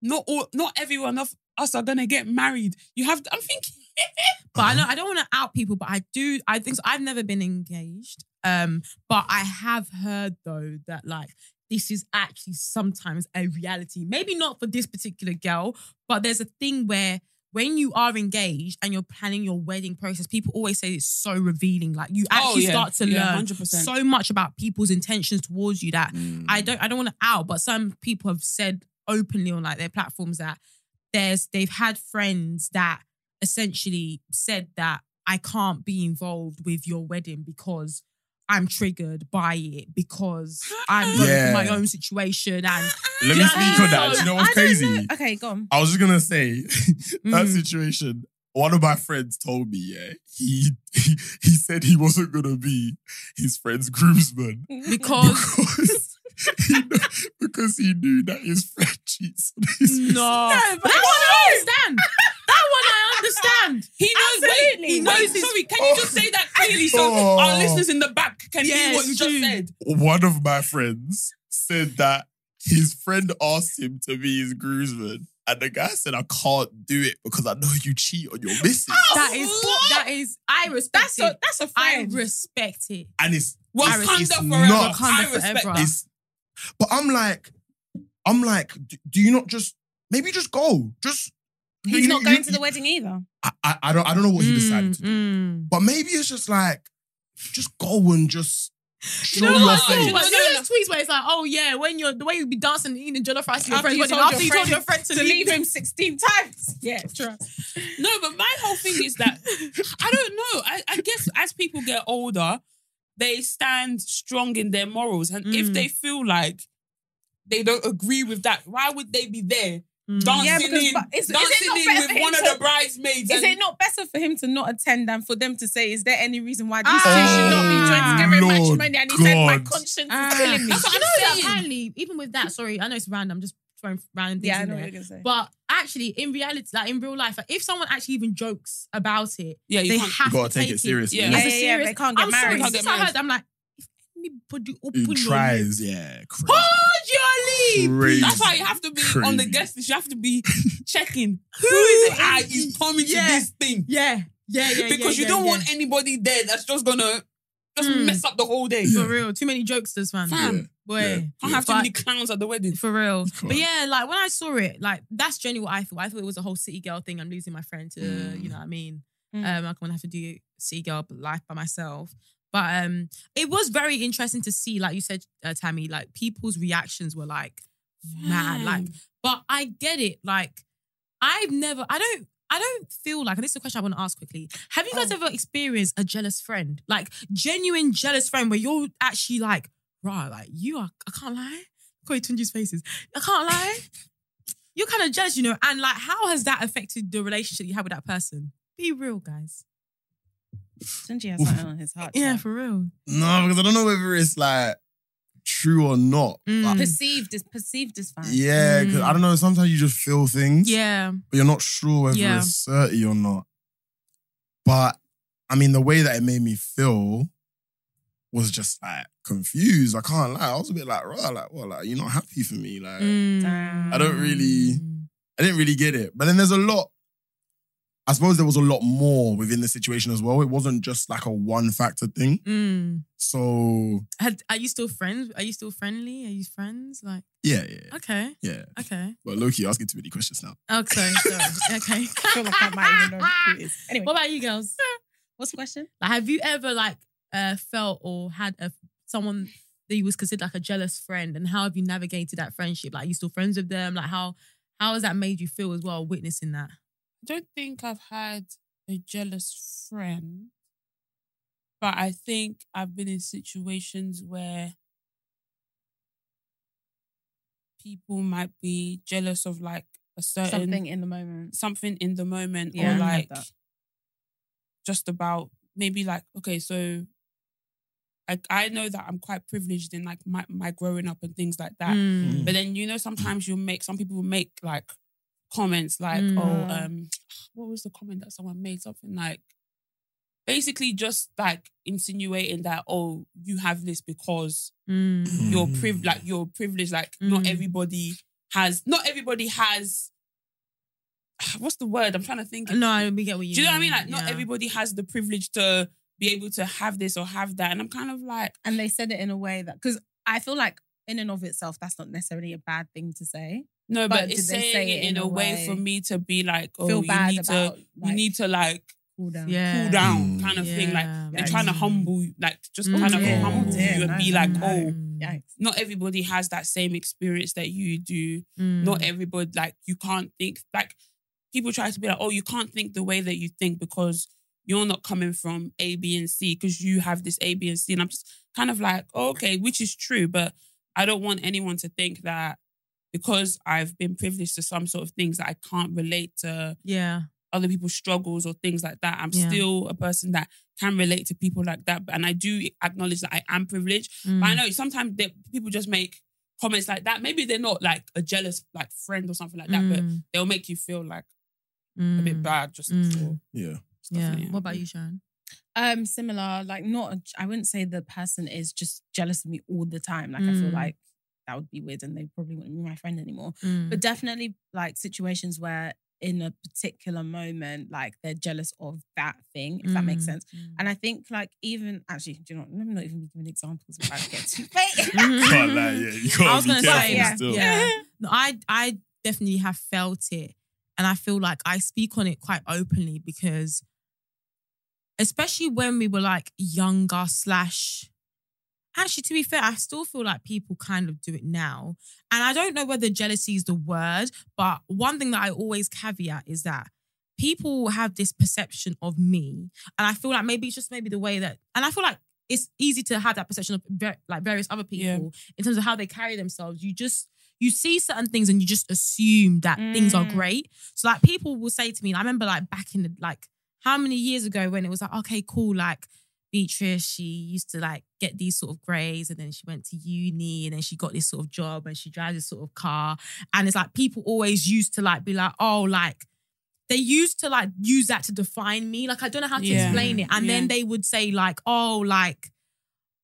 [SPEAKER 1] not all, not everyone of us are gonna get married. You have. I'm thinking.
[SPEAKER 2] but I know I don't want to out people, but I do. I think so. I've never been engaged. Um, but I have heard though that like this is actually sometimes a reality. Maybe not for this particular girl, but there's a thing where when you are engaged and you're planning your wedding process, people always say it's so revealing. Like you actually
[SPEAKER 1] Oh, yeah.
[SPEAKER 2] start to
[SPEAKER 1] Yeah,
[SPEAKER 2] learn
[SPEAKER 1] 100%.
[SPEAKER 2] so much about people's intentions towards you that I
[SPEAKER 5] Mm.
[SPEAKER 2] don't I don't want to out, but some people have said openly on like their platforms that there's they've had friends that essentially said that I can't be involved with your wedding because I'm triggered by it because I'm going
[SPEAKER 4] Yeah.
[SPEAKER 2] through my own situation and
[SPEAKER 4] Let
[SPEAKER 2] Do
[SPEAKER 4] me
[SPEAKER 2] you know what I
[SPEAKER 4] speak
[SPEAKER 2] mean?
[SPEAKER 4] on that. Do you know what's
[SPEAKER 5] I don't
[SPEAKER 4] crazy?
[SPEAKER 5] know. Okay, go on.
[SPEAKER 4] I was just gonna say that
[SPEAKER 2] Mm.
[SPEAKER 4] situation. One of my friends told me, yeah, he he, he said he wasn't gonna be his friend's groomsman
[SPEAKER 2] because
[SPEAKER 4] because he, kn- because he knew that his friend cheats on his.
[SPEAKER 2] No, that one I understand. That one I understand.
[SPEAKER 1] He knows. Wait,
[SPEAKER 5] Absolutely.
[SPEAKER 1] he knows.
[SPEAKER 2] Wait,
[SPEAKER 1] sorry, can you just say that clearly so
[SPEAKER 4] Oh.
[SPEAKER 1] our listeners in the back can
[SPEAKER 2] Yes,
[SPEAKER 1] hear what you
[SPEAKER 2] true.
[SPEAKER 1] just said?
[SPEAKER 4] One of my friends said that his friend asked him to be his groomsman, and the guy said, "I can't do it because I know you cheat on your missus."
[SPEAKER 2] That is that is I respect
[SPEAKER 5] That's
[SPEAKER 2] it.
[SPEAKER 5] a that's a
[SPEAKER 2] I
[SPEAKER 5] friend.
[SPEAKER 2] respect it.
[SPEAKER 4] and it's
[SPEAKER 1] Wakanda
[SPEAKER 4] it's
[SPEAKER 1] forever.
[SPEAKER 4] not-
[SPEAKER 1] I
[SPEAKER 2] Wakanda
[SPEAKER 1] respect
[SPEAKER 2] forever.
[SPEAKER 1] that.
[SPEAKER 4] It's, but I'm like, I'm like, do, do you not just maybe just go? Just
[SPEAKER 5] He's
[SPEAKER 4] you-
[SPEAKER 5] not
[SPEAKER 4] you-
[SPEAKER 5] going
[SPEAKER 4] you-
[SPEAKER 5] to the wedding either.
[SPEAKER 4] I, I, I don't I don't know what he decided to do.
[SPEAKER 2] Mm, mm.
[SPEAKER 4] But maybe it's just like, just go and just
[SPEAKER 2] You
[SPEAKER 4] show
[SPEAKER 2] know
[SPEAKER 4] your
[SPEAKER 2] what? I saw?
[SPEAKER 4] face.
[SPEAKER 2] You know those tweets where it's like, oh yeah, when you're the way you be dancing and eating jollof rice with your
[SPEAKER 5] After
[SPEAKER 2] friends,
[SPEAKER 5] you
[SPEAKER 2] but then
[SPEAKER 5] told
[SPEAKER 2] after
[SPEAKER 5] your
[SPEAKER 2] you told
[SPEAKER 5] friend
[SPEAKER 2] your friend to
[SPEAKER 5] To
[SPEAKER 2] leave
[SPEAKER 5] leave
[SPEAKER 2] him.
[SPEAKER 5] him 16 times. Yeah, true.
[SPEAKER 1] No, but my whole thing is that I don't know. I, I guess as people get older, they stand strong in their morals, and if
[SPEAKER 2] Mm.
[SPEAKER 1] they feel like they don't agree with that, why would they be there
[SPEAKER 2] Mm.
[SPEAKER 1] dancing
[SPEAKER 5] Yeah, because-
[SPEAKER 1] in,
[SPEAKER 5] but is- is it not
[SPEAKER 1] dancing in
[SPEAKER 5] better for
[SPEAKER 1] with
[SPEAKER 5] him
[SPEAKER 1] one of
[SPEAKER 5] to-
[SPEAKER 1] the bridesmaids?
[SPEAKER 5] Is
[SPEAKER 1] and-
[SPEAKER 5] it not better for him to not attend than for them to say, is there any reason why these
[SPEAKER 2] Ah.
[SPEAKER 5] two should not be joined together in
[SPEAKER 4] Lord
[SPEAKER 5] matrimony? And he said, my
[SPEAKER 4] God.
[SPEAKER 5] conscience
[SPEAKER 2] Ah.
[SPEAKER 5] is killing me.
[SPEAKER 1] That's what
[SPEAKER 2] You
[SPEAKER 1] I'm
[SPEAKER 2] know that
[SPEAKER 1] saying.
[SPEAKER 2] apparently, even with that, sorry, I know it's random. I'm just throwing random things
[SPEAKER 5] Yeah, I
[SPEAKER 2] in
[SPEAKER 5] know what
[SPEAKER 2] there.
[SPEAKER 5] you're going to say.
[SPEAKER 2] But actually, in reality, like in real life, like if someone actually even jokes about it,
[SPEAKER 1] Yeah, you
[SPEAKER 2] they
[SPEAKER 1] can't-
[SPEAKER 2] have
[SPEAKER 4] You gotta
[SPEAKER 2] to
[SPEAKER 4] take it seriously. Yeah,
[SPEAKER 2] as
[SPEAKER 5] yeah,
[SPEAKER 2] a
[SPEAKER 5] yeah,
[SPEAKER 2] serious.
[SPEAKER 5] they can't get
[SPEAKER 2] I'm
[SPEAKER 5] married.
[SPEAKER 2] sorry,
[SPEAKER 1] Can't get
[SPEAKER 2] since I
[SPEAKER 1] married.
[SPEAKER 2] heard, I'm like, if anybody
[SPEAKER 4] Who
[SPEAKER 5] Mm,
[SPEAKER 2] open your lips,
[SPEAKER 4] tries? Yeah, crazy.
[SPEAKER 2] hold your lips.
[SPEAKER 4] Crazy.
[SPEAKER 1] That's why you have to be on the
[SPEAKER 4] Crazy.
[SPEAKER 1] guest list. You have to be checking who is it I
[SPEAKER 2] is-
[SPEAKER 1] is coming
[SPEAKER 2] Yeah.
[SPEAKER 1] to this thing
[SPEAKER 2] Yeah, yeah, yeah.
[SPEAKER 1] because you
[SPEAKER 2] yeah, yeah,
[SPEAKER 1] don't
[SPEAKER 2] yeah.
[SPEAKER 1] want anybody there that's just gonna just
[SPEAKER 2] Mm.
[SPEAKER 1] mess up the whole day.
[SPEAKER 2] for real. Too many jokesters, man.
[SPEAKER 1] Fam.
[SPEAKER 2] boy.
[SPEAKER 4] Yeah.
[SPEAKER 1] I have too
[SPEAKER 2] But-
[SPEAKER 1] many clowns at the wedding.
[SPEAKER 2] For real.
[SPEAKER 4] Come
[SPEAKER 2] But
[SPEAKER 4] on.
[SPEAKER 2] yeah, like when I saw it, like that's genuinely what I thought. I thought it was a whole city girl thing. I'm losing my friend to, you know what I mean?
[SPEAKER 5] Mm.
[SPEAKER 2] Um, I'm gonna have to do city girl life by myself. But um, it was very interesting to see, like you said, uh, Tammy, like people's reactions were like mad. Like, but I get it. Like, I've never, I don't, I don't feel like, and this is a question I want to ask quickly. Have you guys
[SPEAKER 5] Oh.
[SPEAKER 2] ever experienced a jealous friend? Like, genuine jealous friend where you're actually like, right, like, you are, I can't lie. Corey Tunji's faces. I can't lie. You're kind of jealous, you know. And like, how has that affected the relationship you had with that person? Be real, guys.
[SPEAKER 5] Sunji has something on his heart.
[SPEAKER 2] Yeah,
[SPEAKER 5] Yeah.
[SPEAKER 2] for real.
[SPEAKER 4] No, because I don't know whether it's like true or not.
[SPEAKER 2] Mm.
[SPEAKER 4] But-
[SPEAKER 5] Perceived is perceived is fine.
[SPEAKER 4] yeah, because I don't know. Sometimes you just feel things.
[SPEAKER 2] Yeah.
[SPEAKER 4] but you're not sure whether
[SPEAKER 2] Yeah.
[SPEAKER 4] it's thirty or not. But I mean, the way that it made me feel was just like confused. I can't lie. I was a bit like, "Rah, like, well, like, you're not happy for me. Like,
[SPEAKER 2] Mm.
[SPEAKER 4] I don't really- I didn't really get it." But then there's a lot. I suppose there was a lot more within the situation as well. It wasn't just like a one factor thing.
[SPEAKER 2] Mm.
[SPEAKER 4] So
[SPEAKER 2] Had, are you still friends? Are you still friendly? Are you friends? Like,
[SPEAKER 4] yeah, yeah,
[SPEAKER 2] okay,
[SPEAKER 4] yeah.
[SPEAKER 2] okay.
[SPEAKER 4] But Loki, you're asking too many questions now.
[SPEAKER 2] Oh, sorry, sorry. okay.
[SPEAKER 5] I feel like I might even know who it is. Anyway,
[SPEAKER 2] What about you girls?
[SPEAKER 5] what's the question?
[SPEAKER 2] Like, have you ever like uh, felt or had a someone that you was considered like a jealous friend, and how have you navigated that friendship? Like, you still friends with them? Like, how how has that made you feel as well, witnessing that?
[SPEAKER 1] I don't think I've had a jealous friend, but I think I've been in situations where people might be jealous of like a certain
[SPEAKER 5] Something in the moment.
[SPEAKER 1] something in the moment
[SPEAKER 5] Yeah,
[SPEAKER 1] or
[SPEAKER 5] I've had
[SPEAKER 1] like
[SPEAKER 5] that.
[SPEAKER 1] just about maybe like okay so like I know that I'm quite privileged in like my, my growing up and things like that
[SPEAKER 2] Mm.
[SPEAKER 1] but then you know sometimes you'll make some people will make like comments like
[SPEAKER 2] Mm.
[SPEAKER 1] oh um what was the comment that someone made something like basically just like insinuating that oh you have this because
[SPEAKER 2] Mm.
[SPEAKER 1] you're priv- like you're privileged like not
[SPEAKER 2] Mm.
[SPEAKER 1] everybody has not everybody has what's the word? I'm trying to think.
[SPEAKER 2] No, I- we get what you.
[SPEAKER 1] Do you know what I mean?
[SPEAKER 2] mean,
[SPEAKER 1] Like, not
[SPEAKER 2] yeah.
[SPEAKER 1] everybody has the privilege to be able to have this or have that. And I'm kind of like,
[SPEAKER 5] And they said it in a way that because I feel like in and of itself, that's not necessarily a bad thing to say.
[SPEAKER 1] no,
[SPEAKER 5] But
[SPEAKER 1] but,
[SPEAKER 5] did
[SPEAKER 1] it's
[SPEAKER 5] they
[SPEAKER 1] saying
[SPEAKER 5] say
[SPEAKER 1] it in a way, for me to be like, oh,
[SPEAKER 5] Feel
[SPEAKER 1] you
[SPEAKER 5] bad
[SPEAKER 1] need
[SPEAKER 5] about
[SPEAKER 1] to,
[SPEAKER 5] like,
[SPEAKER 1] you need to like
[SPEAKER 5] cool down.
[SPEAKER 2] Yeah.
[SPEAKER 1] cool down,
[SPEAKER 4] Mm.
[SPEAKER 1] kind of thing. Like
[SPEAKER 2] Yeah.
[SPEAKER 1] they're trying to
[SPEAKER 2] Yikes.
[SPEAKER 1] humble, you, like just
[SPEAKER 2] Mm.
[SPEAKER 1] kind of
[SPEAKER 2] Yeah. Mm,
[SPEAKER 1] humble
[SPEAKER 2] Yeah,
[SPEAKER 1] you and
[SPEAKER 5] no,
[SPEAKER 1] be
[SPEAKER 5] no,
[SPEAKER 1] like,
[SPEAKER 5] no.
[SPEAKER 1] oh,
[SPEAKER 5] Yikes.
[SPEAKER 1] not everybody has that same experience that you do.
[SPEAKER 2] Mm.
[SPEAKER 1] Not everybody, like, you can't think, like, people try to be like, oh, you can't think the way that you think because you're not coming from A, B, and C because you have this A, B, and C. And I'm just kind of like, oh, okay, which is true, but I don't want anyone to think that because I've been privileged to some sort of things that I can't relate to
[SPEAKER 2] Yeah.
[SPEAKER 1] other people's struggles or things like that. I'm
[SPEAKER 2] Yeah.
[SPEAKER 1] still a person that can relate to people like that. And I do acknowledge that I am privileged.
[SPEAKER 2] Mm.
[SPEAKER 1] But I know sometimes that people just make comments like that. Maybe they're not like a jealous like friend or something like that, but
[SPEAKER 2] Mm.
[SPEAKER 1] they'll make you feel like a
[SPEAKER 2] Mm.
[SPEAKER 1] bit bad just
[SPEAKER 2] Mm.
[SPEAKER 1] for
[SPEAKER 4] Yeah.
[SPEAKER 1] stuff
[SPEAKER 2] Yeah.
[SPEAKER 1] like that.
[SPEAKER 2] What about you, Sharon?
[SPEAKER 5] Um, similar, like not. a- I wouldn't say the person is just jealous of me all the time. Like I feel
[SPEAKER 2] Mm.
[SPEAKER 5] like that would be weird, and they probably wouldn't be my friend anymore.
[SPEAKER 2] Mm.
[SPEAKER 5] But definitely, like situations where in a particular moment, like they're jealous of that thing, if that makes
[SPEAKER 2] Mm.
[SPEAKER 5] sense.
[SPEAKER 2] Mm.
[SPEAKER 5] And I think, like, even actually, do you know, let me not even be giving examples. If I get too fake.
[SPEAKER 4] Can't lie, yeah. You gotta
[SPEAKER 2] Mm-hmm. I was
[SPEAKER 4] be
[SPEAKER 2] gonna
[SPEAKER 4] careful
[SPEAKER 2] say, yeah,
[SPEAKER 4] still.
[SPEAKER 2] yeah. No, I I definitely have felt it, and I feel like I speak on it quite openly because, especially when we were like younger slash. Actually, to be fair, I still feel like people kind of do it now. And I don't know whether jealousy is the word, but one thing that I always caveat is that people have this perception of me. And I feel like maybe it's just maybe the way that, and I feel like it's easy to have that perception of ver- like various other people
[SPEAKER 1] Yeah.
[SPEAKER 2] in terms of how they carry themselves. You just you see certain things and you just assume that things are
[SPEAKER 5] Mm.
[SPEAKER 2] great. So like people will say to me, and I remember like back in the like how many years ago when it was like, okay, cool, like Beatrice, she used to like get these sort of grades and then she went to uni and then she got this sort of job and she drives this sort of car. And it's like people always used to like be like, oh, like they used to like use that to define me. Like I don't know how to
[SPEAKER 1] Yeah.
[SPEAKER 2] explain it. And then
[SPEAKER 1] Yeah.
[SPEAKER 2] they would say like, oh, like,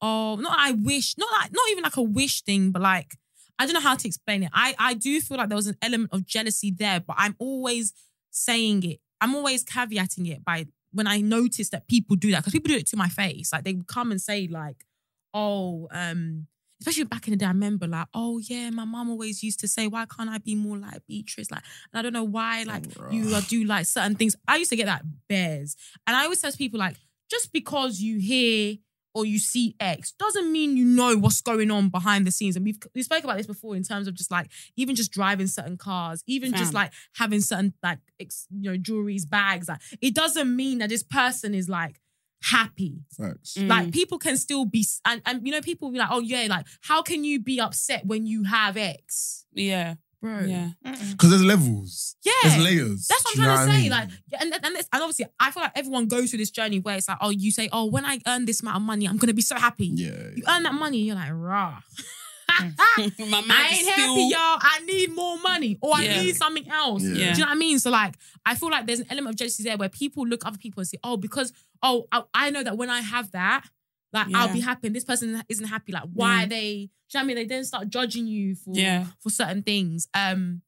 [SPEAKER 2] oh, not I wish, not like, not even like a wish thing, but like, I don't know how to explain it. I I do feel like there was an element of jealousy there, but I'm always saying it. I'm always caveating it by when I notice that people do that because people do it to my face. Like they would come and say like, "Oh, um, especially back in the day, I remember like, oh yeah, my mom always used to say, why can't I be more like Beatrice? Like, and I don't know why like you uh, do like certain things. I used to get that bears, and I always tell people like, just because you hear or you see X doesn't mean you know what's going on behind the scenes. And we've we spoke about this before in terms of just like even just driving certain cars, even
[SPEAKER 1] Fam.
[SPEAKER 2] just like having certain like ex, you know jewelries, bags. Like it doesn't mean that this person is like happy.
[SPEAKER 4] Facts.
[SPEAKER 2] Like people can still be s- and, and you know people be like, oh yeah, like how can you be upset when you have X,
[SPEAKER 1] Yeah.
[SPEAKER 2] bro?
[SPEAKER 1] Yeah.
[SPEAKER 4] Because there's levels.
[SPEAKER 2] Mm. yeah.
[SPEAKER 4] There's layers.
[SPEAKER 2] That's what
[SPEAKER 4] Do you know
[SPEAKER 2] I'm trying to say.
[SPEAKER 4] I mean?
[SPEAKER 2] Like, yeah, and and, this, and obviously, I feel like everyone goes through this journey where it's like, oh, you say, oh, when I earn this amount of money, I'm gonna be so happy.
[SPEAKER 4] yeah.
[SPEAKER 2] You earn that money, you're like, rah.
[SPEAKER 1] My mind
[SPEAKER 2] I
[SPEAKER 1] is
[SPEAKER 2] ain't
[SPEAKER 1] still,
[SPEAKER 2] happy, y'all. I need more money, or I
[SPEAKER 1] Yeah.
[SPEAKER 2] need something else.
[SPEAKER 4] Yeah.
[SPEAKER 2] Do you know what I mean? So like, I feel like there's an element of jealousy there where people look at other people and say, oh, because oh, I, I know that when I have that, like I'll
[SPEAKER 1] Yeah.
[SPEAKER 2] be happy. And this person isn't happy. Like, why
[SPEAKER 1] Mm.
[SPEAKER 2] they? Do you know what I mean? They then start judging you for
[SPEAKER 1] Yeah.
[SPEAKER 2] for certain things. Um,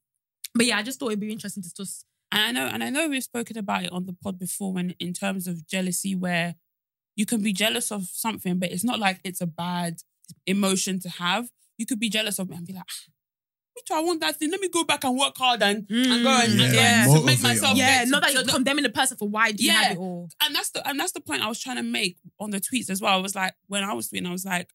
[SPEAKER 2] but yeah, I just thought it'd be interesting to just
[SPEAKER 1] And I know, and I know we've spoken about it on the pod before when in terms of jealousy, where you can be jealous of something, but it's not like it's a bad emotion to have. You could be jealous of it and be like, "Ah, me too, I want that thing. Let me go back and work hard and, and go and, and go
[SPEAKER 4] Mm. Yeah.
[SPEAKER 1] and to make
[SPEAKER 4] Motivate
[SPEAKER 1] myself
[SPEAKER 4] them.
[SPEAKER 2] Yeah,
[SPEAKER 1] get
[SPEAKER 2] not that
[SPEAKER 1] to-
[SPEAKER 2] you're
[SPEAKER 1] to-
[SPEAKER 2] condemning the person for why do you have
[SPEAKER 1] Yeah.
[SPEAKER 2] it all.
[SPEAKER 1] and that's the and that's the point I was trying to make on the tweets as well. I was like, when I was tweeting, I was like,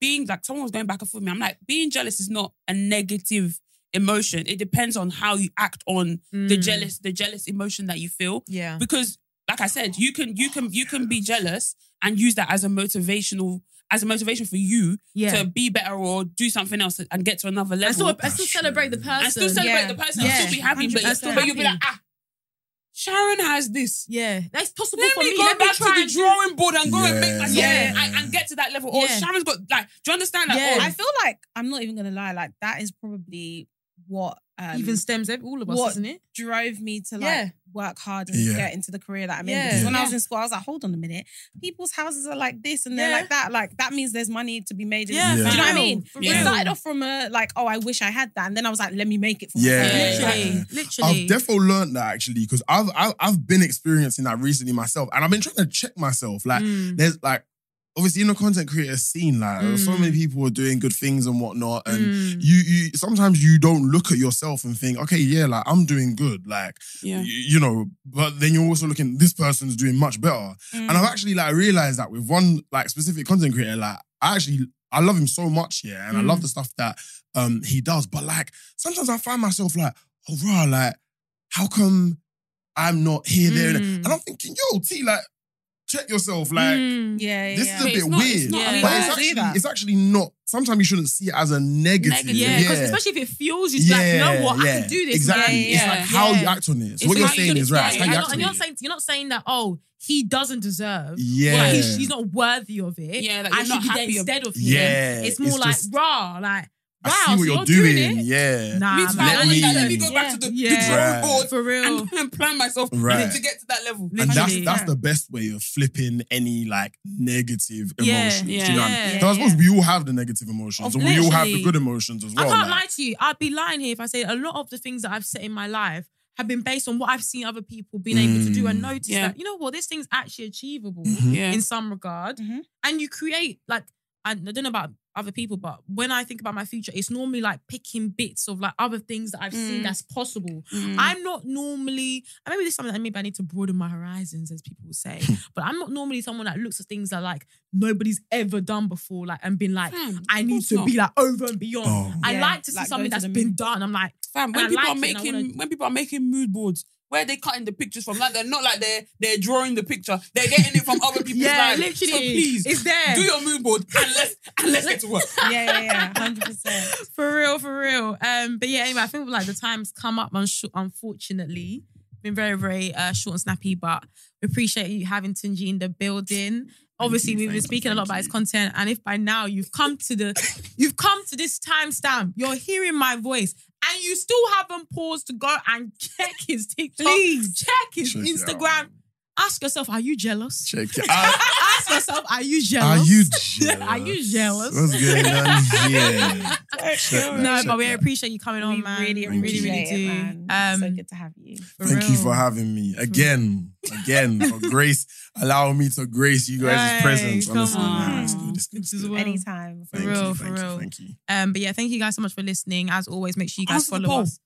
[SPEAKER 1] being like someone was going back and forth with me. I'm like, being jealous is not a negative emotion. It depends on how you act on the
[SPEAKER 2] Mm.
[SPEAKER 1] jealous, the jealous emotion that you feel
[SPEAKER 2] Yeah.
[SPEAKER 1] because like i said you can you can you can be jealous and use that as a motivational as a motivation for you
[SPEAKER 2] Yeah.
[SPEAKER 1] to be better or do something else and get to another level
[SPEAKER 2] I still, I still celebrate the person.
[SPEAKER 1] and still celebrate
[SPEAKER 5] Yeah.
[SPEAKER 1] the person and
[SPEAKER 2] Yeah.
[SPEAKER 1] still be happy but,
[SPEAKER 2] 100%
[SPEAKER 1] but you'll be like
[SPEAKER 2] happy.
[SPEAKER 1] ah sharon has this
[SPEAKER 2] Yeah. That's possible
[SPEAKER 1] let
[SPEAKER 2] for
[SPEAKER 1] me
[SPEAKER 2] me.
[SPEAKER 1] go
[SPEAKER 2] Let me
[SPEAKER 1] back
[SPEAKER 2] try
[SPEAKER 1] to the
[SPEAKER 2] and do-
[SPEAKER 1] drawing board and go and make
[SPEAKER 4] Yeah.
[SPEAKER 1] myself
[SPEAKER 2] Yeah.
[SPEAKER 1] and, and get to that level. Or
[SPEAKER 2] Yeah.
[SPEAKER 1] Sharon's got like, do you understand? Like,
[SPEAKER 2] Yeah.
[SPEAKER 1] oh,
[SPEAKER 5] I feel like I'm not even gonna lie. Like that is probably what um,
[SPEAKER 2] Even stems ev- all of us,
[SPEAKER 5] what-
[SPEAKER 2] isn't it?
[SPEAKER 5] drove me to like
[SPEAKER 2] Yeah.
[SPEAKER 5] work hard and
[SPEAKER 4] Yeah.
[SPEAKER 5] get into the career that I'm
[SPEAKER 2] Yeah.
[SPEAKER 5] in. Because when I was
[SPEAKER 2] Yeah.
[SPEAKER 5] in school, I was like, hold on a minute, people's houses are like this and they're
[SPEAKER 2] Yeah.
[SPEAKER 5] like that. Like that means there's money to be made. In
[SPEAKER 2] Yeah,
[SPEAKER 5] Do you know what I
[SPEAKER 2] for
[SPEAKER 5] mean?
[SPEAKER 2] real, for
[SPEAKER 5] It
[SPEAKER 2] real.
[SPEAKER 5] started off from a like, oh, I wish I had that, and then I was like, let me make it for
[SPEAKER 4] Yeah.
[SPEAKER 5] myself.
[SPEAKER 2] Literally,
[SPEAKER 4] Yeah.
[SPEAKER 2] literally.
[SPEAKER 4] I've definitely learned that actually because I've, I've I've been experiencing that recently myself, and I've been trying to check myself. Like,
[SPEAKER 2] Mm.
[SPEAKER 4] there's like obviously in the content creator scene, like there are so
[SPEAKER 2] Mm.
[SPEAKER 4] many people are doing good things and whatnot, and
[SPEAKER 2] Mm.
[SPEAKER 4] you you sometimes you don't look at yourself and think, okay, yeah, like I'm doing good, like
[SPEAKER 1] Yeah.
[SPEAKER 4] y- you know, but then you're also looking, this person's doing much better, and I've actually like realized that with one like specific content creator, like I actually. I love him so much, yeah, and I love the stuff that um he does. But like sometimes I find myself like, oh rah, like how come I'm not here, there, and-
[SPEAKER 2] Mm.
[SPEAKER 4] and I'm thinking, yo, T, like check yourself, like
[SPEAKER 2] Mm.
[SPEAKER 5] Yeah, yeah.
[SPEAKER 4] this
[SPEAKER 5] yeah.
[SPEAKER 4] is a
[SPEAKER 1] But it's
[SPEAKER 4] bit
[SPEAKER 1] not-
[SPEAKER 4] weird.
[SPEAKER 1] it's not
[SPEAKER 2] allowed
[SPEAKER 4] But it's
[SPEAKER 2] to
[SPEAKER 5] do
[SPEAKER 4] actually,
[SPEAKER 5] that.
[SPEAKER 4] it's actually not. Sometimes you shouldn't see it as a negative.
[SPEAKER 1] Negative.
[SPEAKER 2] Yeah, because
[SPEAKER 4] yeah.
[SPEAKER 2] especially if it fuels you, yeah,
[SPEAKER 4] Yeah,
[SPEAKER 2] like, you know what, I
[SPEAKER 4] yeah.
[SPEAKER 2] can do this.
[SPEAKER 4] Exactly.
[SPEAKER 2] man.
[SPEAKER 5] Yeah,
[SPEAKER 4] It's
[SPEAKER 1] yeah,
[SPEAKER 4] like how you
[SPEAKER 5] yeah.
[SPEAKER 4] act on it.
[SPEAKER 1] It's
[SPEAKER 4] So what you're
[SPEAKER 1] how you
[SPEAKER 4] saying
[SPEAKER 1] do
[SPEAKER 4] is
[SPEAKER 1] it.
[SPEAKER 4] right. It's
[SPEAKER 1] Yeah,
[SPEAKER 4] how you
[SPEAKER 2] and,
[SPEAKER 4] act
[SPEAKER 2] not,
[SPEAKER 4] on
[SPEAKER 2] and
[SPEAKER 4] it.
[SPEAKER 2] you're saying you're not saying that. Oh, he doesn't deserve.
[SPEAKER 4] Yeah.
[SPEAKER 2] Or like, he's, he's not worthy of it.
[SPEAKER 1] Yeah, like,
[SPEAKER 2] I
[SPEAKER 1] you're
[SPEAKER 2] should
[SPEAKER 1] not
[SPEAKER 2] be there
[SPEAKER 1] happy of-
[SPEAKER 2] instead of him.
[SPEAKER 4] Yeah,
[SPEAKER 2] It's more
[SPEAKER 4] it's
[SPEAKER 2] like
[SPEAKER 4] just-
[SPEAKER 2] raw. Like wow,
[SPEAKER 4] I see what
[SPEAKER 2] so
[SPEAKER 4] you're,
[SPEAKER 2] you're
[SPEAKER 4] doing.
[SPEAKER 2] it.
[SPEAKER 4] Yeah.
[SPEAKER 2] Nah,
[SPEAKER 1] Me
[SPEAKER 2] man,
[SPEAKER 1] too.
[SPEAKER 4] Let
[SPEAKER 1] Let me,
[SPEAKER 4] me-
[SPEAKER 1] like, let me go back to the,
[SPEAKER 2] Yeah.
[SPEAKER 1] the drawing
[SPEAKER 4] Right.
[SPEAKER 1] board
[SPEAKER 2] for real.
[SPEAKER 1] and, and plan myself
[SPEAKER 4] Right.
[SPEAKER 1] and to get to that level.
[SPEAKER 4] And that's
[SPEAKER 2] Literally.
[SPEAKER 4] that's the best way of flipping any like negative
[SPEAKER 2] Yeah,
[SPEAKER 4] emotions. do
[SPEAKER 1] yeah,
[SPEAKER 4] you know what I mean?
[SPEAKER 2] yeah,
[SPEAKER 4] 'Cause I suppose
[SPEAKER 5] yeah.
[SPEAKER 4] we all have the negative emotions,
[SPEAKER 2] Of
[SPEAKER 4] and we all have the
[SPEAKER 2] literally.
[SPEAKER 4] good emotions as
[SPEAKER 2] I
[SPEAKER 4] well.
[SPEAKER 2] can't
[SPEAKER 4] like-
[SPEAKER 2] lie to you. I'd be lying here if I say a lot of the things that I've said in my life have been based on what I've seen other people being able to do and
[SPEAKER 4] Mm.
[SPEAKER 2] notice
[SPEAKER 1] Yeah. Mm-hmm.
[SPEAKER 2] that, you know what, this thing's actually achievable
[SPEAKER 4] Mhm.
[SPEAKER 1] Yeah.
[SPEAKER 2] in some regard.
[SPEAKER 1] Mm-hmm.
[SPEAKER 5] Mhm.
[SPEAKER 2] And you create, like, I I don't know about other people, but when I think about my future, it's normally like picking bits of like other things that I've seen
[SPEAKER 5] Mm.
[SPEAKER 2] that's possible.
[SPEAKER 1] Mm.
[SPEAKER 2] I'm not normally, and maybe this is something that maybe I need to broaden my horizons, as people would say. but I'm not normally someone that looks at things that like nobody's ever done before, like and been like,
[SPEAKER 1] Fam,
[SPEAKER 2] I
[SPEAKER 1] Hmm, of
[SPEAKER 2] need
[SPEAKER 1] course
[SPEAKER 2] to
[SPEAKER 1] not.
[SPEAKER 2] be like over and beyond.
[SPEAKER 4] Oh.
[SPEAKER 2] I
[SPEAKER 5] Yeah,
[SPEAKER 2] like to see
[SPEAKER 5] like
[SPEAKER 2] something
[SPEAKER 5] go to
[SPEAKER 2] that's
[SPEAKER 5] the
[SPEAKER 2] been
[SPEAKER 5] moon.
[SPEAKER 2] done. I'm like,
[SPEAKER 1] Fam, when
[SPEAKER 2] and I
[SPEAKER 1] people
[SPEAKER 2] like
[SPEAKER 1] are
[SPEAKER 2] it and I
[SPEAKER 1] making
[SPEAKER 2] wanna-
[SPEAKER 1] when people are making mood boards where they're cutting the pictures from, like they're not like they're they're drawing the picture, they're getting it from other people's
[SPEAKER 2] yeah,
[SPEAKER 1] lives.
[SPEAKER 2] literally,
[SPEAKER 1] So please
[SPEAKER 2] it's there
[SPEAKER 1] do your mood board and let's and let's get to work.
[SPEAKER 5] yeah, yeah, yeah, hundred percent.
[SPEAKER 2] for real, for real. Um, but yeah, anyway, I think like the times come up. unsu- Unfortunately, been very, very uh, short and snappy, but we appreciate you having Tunji in the building. Obviously,
[SPEAKER 4] you,
[SPEAKER 2] we've been
[SPEAKER 4] thank you,
[SPEAKER 2] speaking a lot
[SPEAKER 4] thank
[SPEAKER 2] about his
[SPEAKER 4] you.
[SPEAKER 2] content, and if by now you've come to the, you've come to this timestamp, you're hearing my voice, and you still haven't paused to go and check his TikTok,
[SPEAKER 5] Please.
[SPEAKER 2] check his
[SPEAKER 4] Check it out.
[SPEAKER 2] Instagram. Ask yourself, are you jealous?
[SPEAKER 4] Check it out.
[SPEAKER 2] Ask yourself, are you
[SPEAKER 4] Are
[SPEAKER 2] jealous?
[SPEAKER 4] you jealous?
[SPEAKER 2] Are you jealous?
[SPEAKER 4] What's going on here?
[SPEAKER 2] No, but we appreciate you coming on,
[SPEAKER 5] We
[SPEAKER 2] man.
[SPEAKER 5] really,
[SPEAKER 4] Thank
[SPEAKER 5] really,
[SPEAKER 4] you.
[SPEAKER 5] really do.
[SPEAKER 2] Um,
[SPEAKER 5] so good to have you.
[SPEAKER 4] Thank you
[SPEAKER 2] real.
[SPEAKER 4] for having me again, again for grace. Allow me to grace you guys'
[SPEAKER 2] Hey,
[SPEAKER 4] presence.
[SPEAKER 2] come
[SPEAKER 4] Honestly, nah,
[SPEAKER 2] on.
[SPEAKER 4] it's good. It's good. It's
[SPEAKER 2] This is
[SPEAKER 4] good.
[SPEAKER 2] what-
[SPEAKER 5] Anytime.
[SPEAKER 4] Thank
[SPEAKER 2] For real,
[SPEAKER 4] you,
[SPEAKER 2] for
[SPEAKER 4] thank
[SPEAKER 2] real.
[SPEAKER 4] You, thank you.
[SPEAKER 2] Um, but yeah, thank you guys so much for listening. As always, make sure you guys
[SPEAKER 1] Answer the
[SPEAKER 2] follow
[SPEAKER 1] poll.
[SPEAKER 2] us.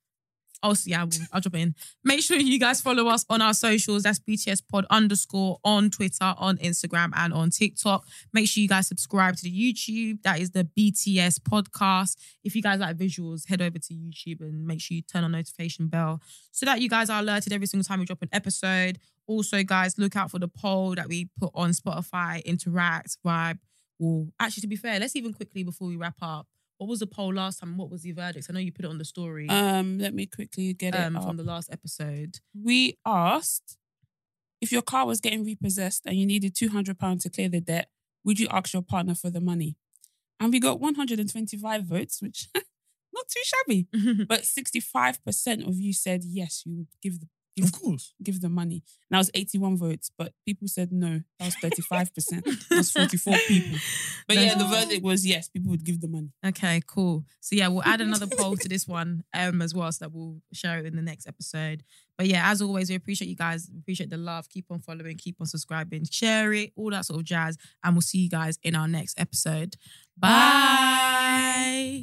[SPEAKER 2] Oh, so yeah, I will. I'll drop it in. Make sure you guys follow us on our socials. That's BTS Pod underscore on Twitter, on Instagram, and on TikTok. Make sure you guys subscribe to the YouTube. That is the BTS podcast. If you guys like visuals, head over to YouTube and make sure you turn on notification bell so that you guys are alerted every single time we drop an episode. Also, guys, look out for the poll that we put on Spotify, Interact, Vibe. Well, actually, to be fair, let's even quickly before we wrap up. What was the poll last time? What was the verdict? I know you put it on the story
[SPEAKER 1] Um, let me quickly get it
[SPEAKER 2] um,
[SPEAKER 1] up.
[SPEAKER 2] from the last episode.
[SPEAKER 1] we asked if your car was getting repossessed and you needed two hundred pounds to clear the debt, would you ask your partner for the money? And we got one hundred and twenty-five votes, which not too shabby. But sixty-five percent of you said yes, you would give the give,
[SPEAKER 4] Of course.
[SPEAKER 1] give the money. And that was eighty-one votes, but people said no. That was thirty-five percent. That was forty-four people. But yeah, the
[SPEAKER 2] No.
[SPEAKER 1] verdict was yes, people would give the money.
[SPEAKER 2] Okay, cool. So yeah, we'll add another poll to this one um as well, so that we'll share it in the next episode. But yeah, as always, we appreciate you guys. We appreciate the love. Keep on following, keep on subscribing, share it, all that sort of jazz. And we'll see you guys in our next episode. Bye.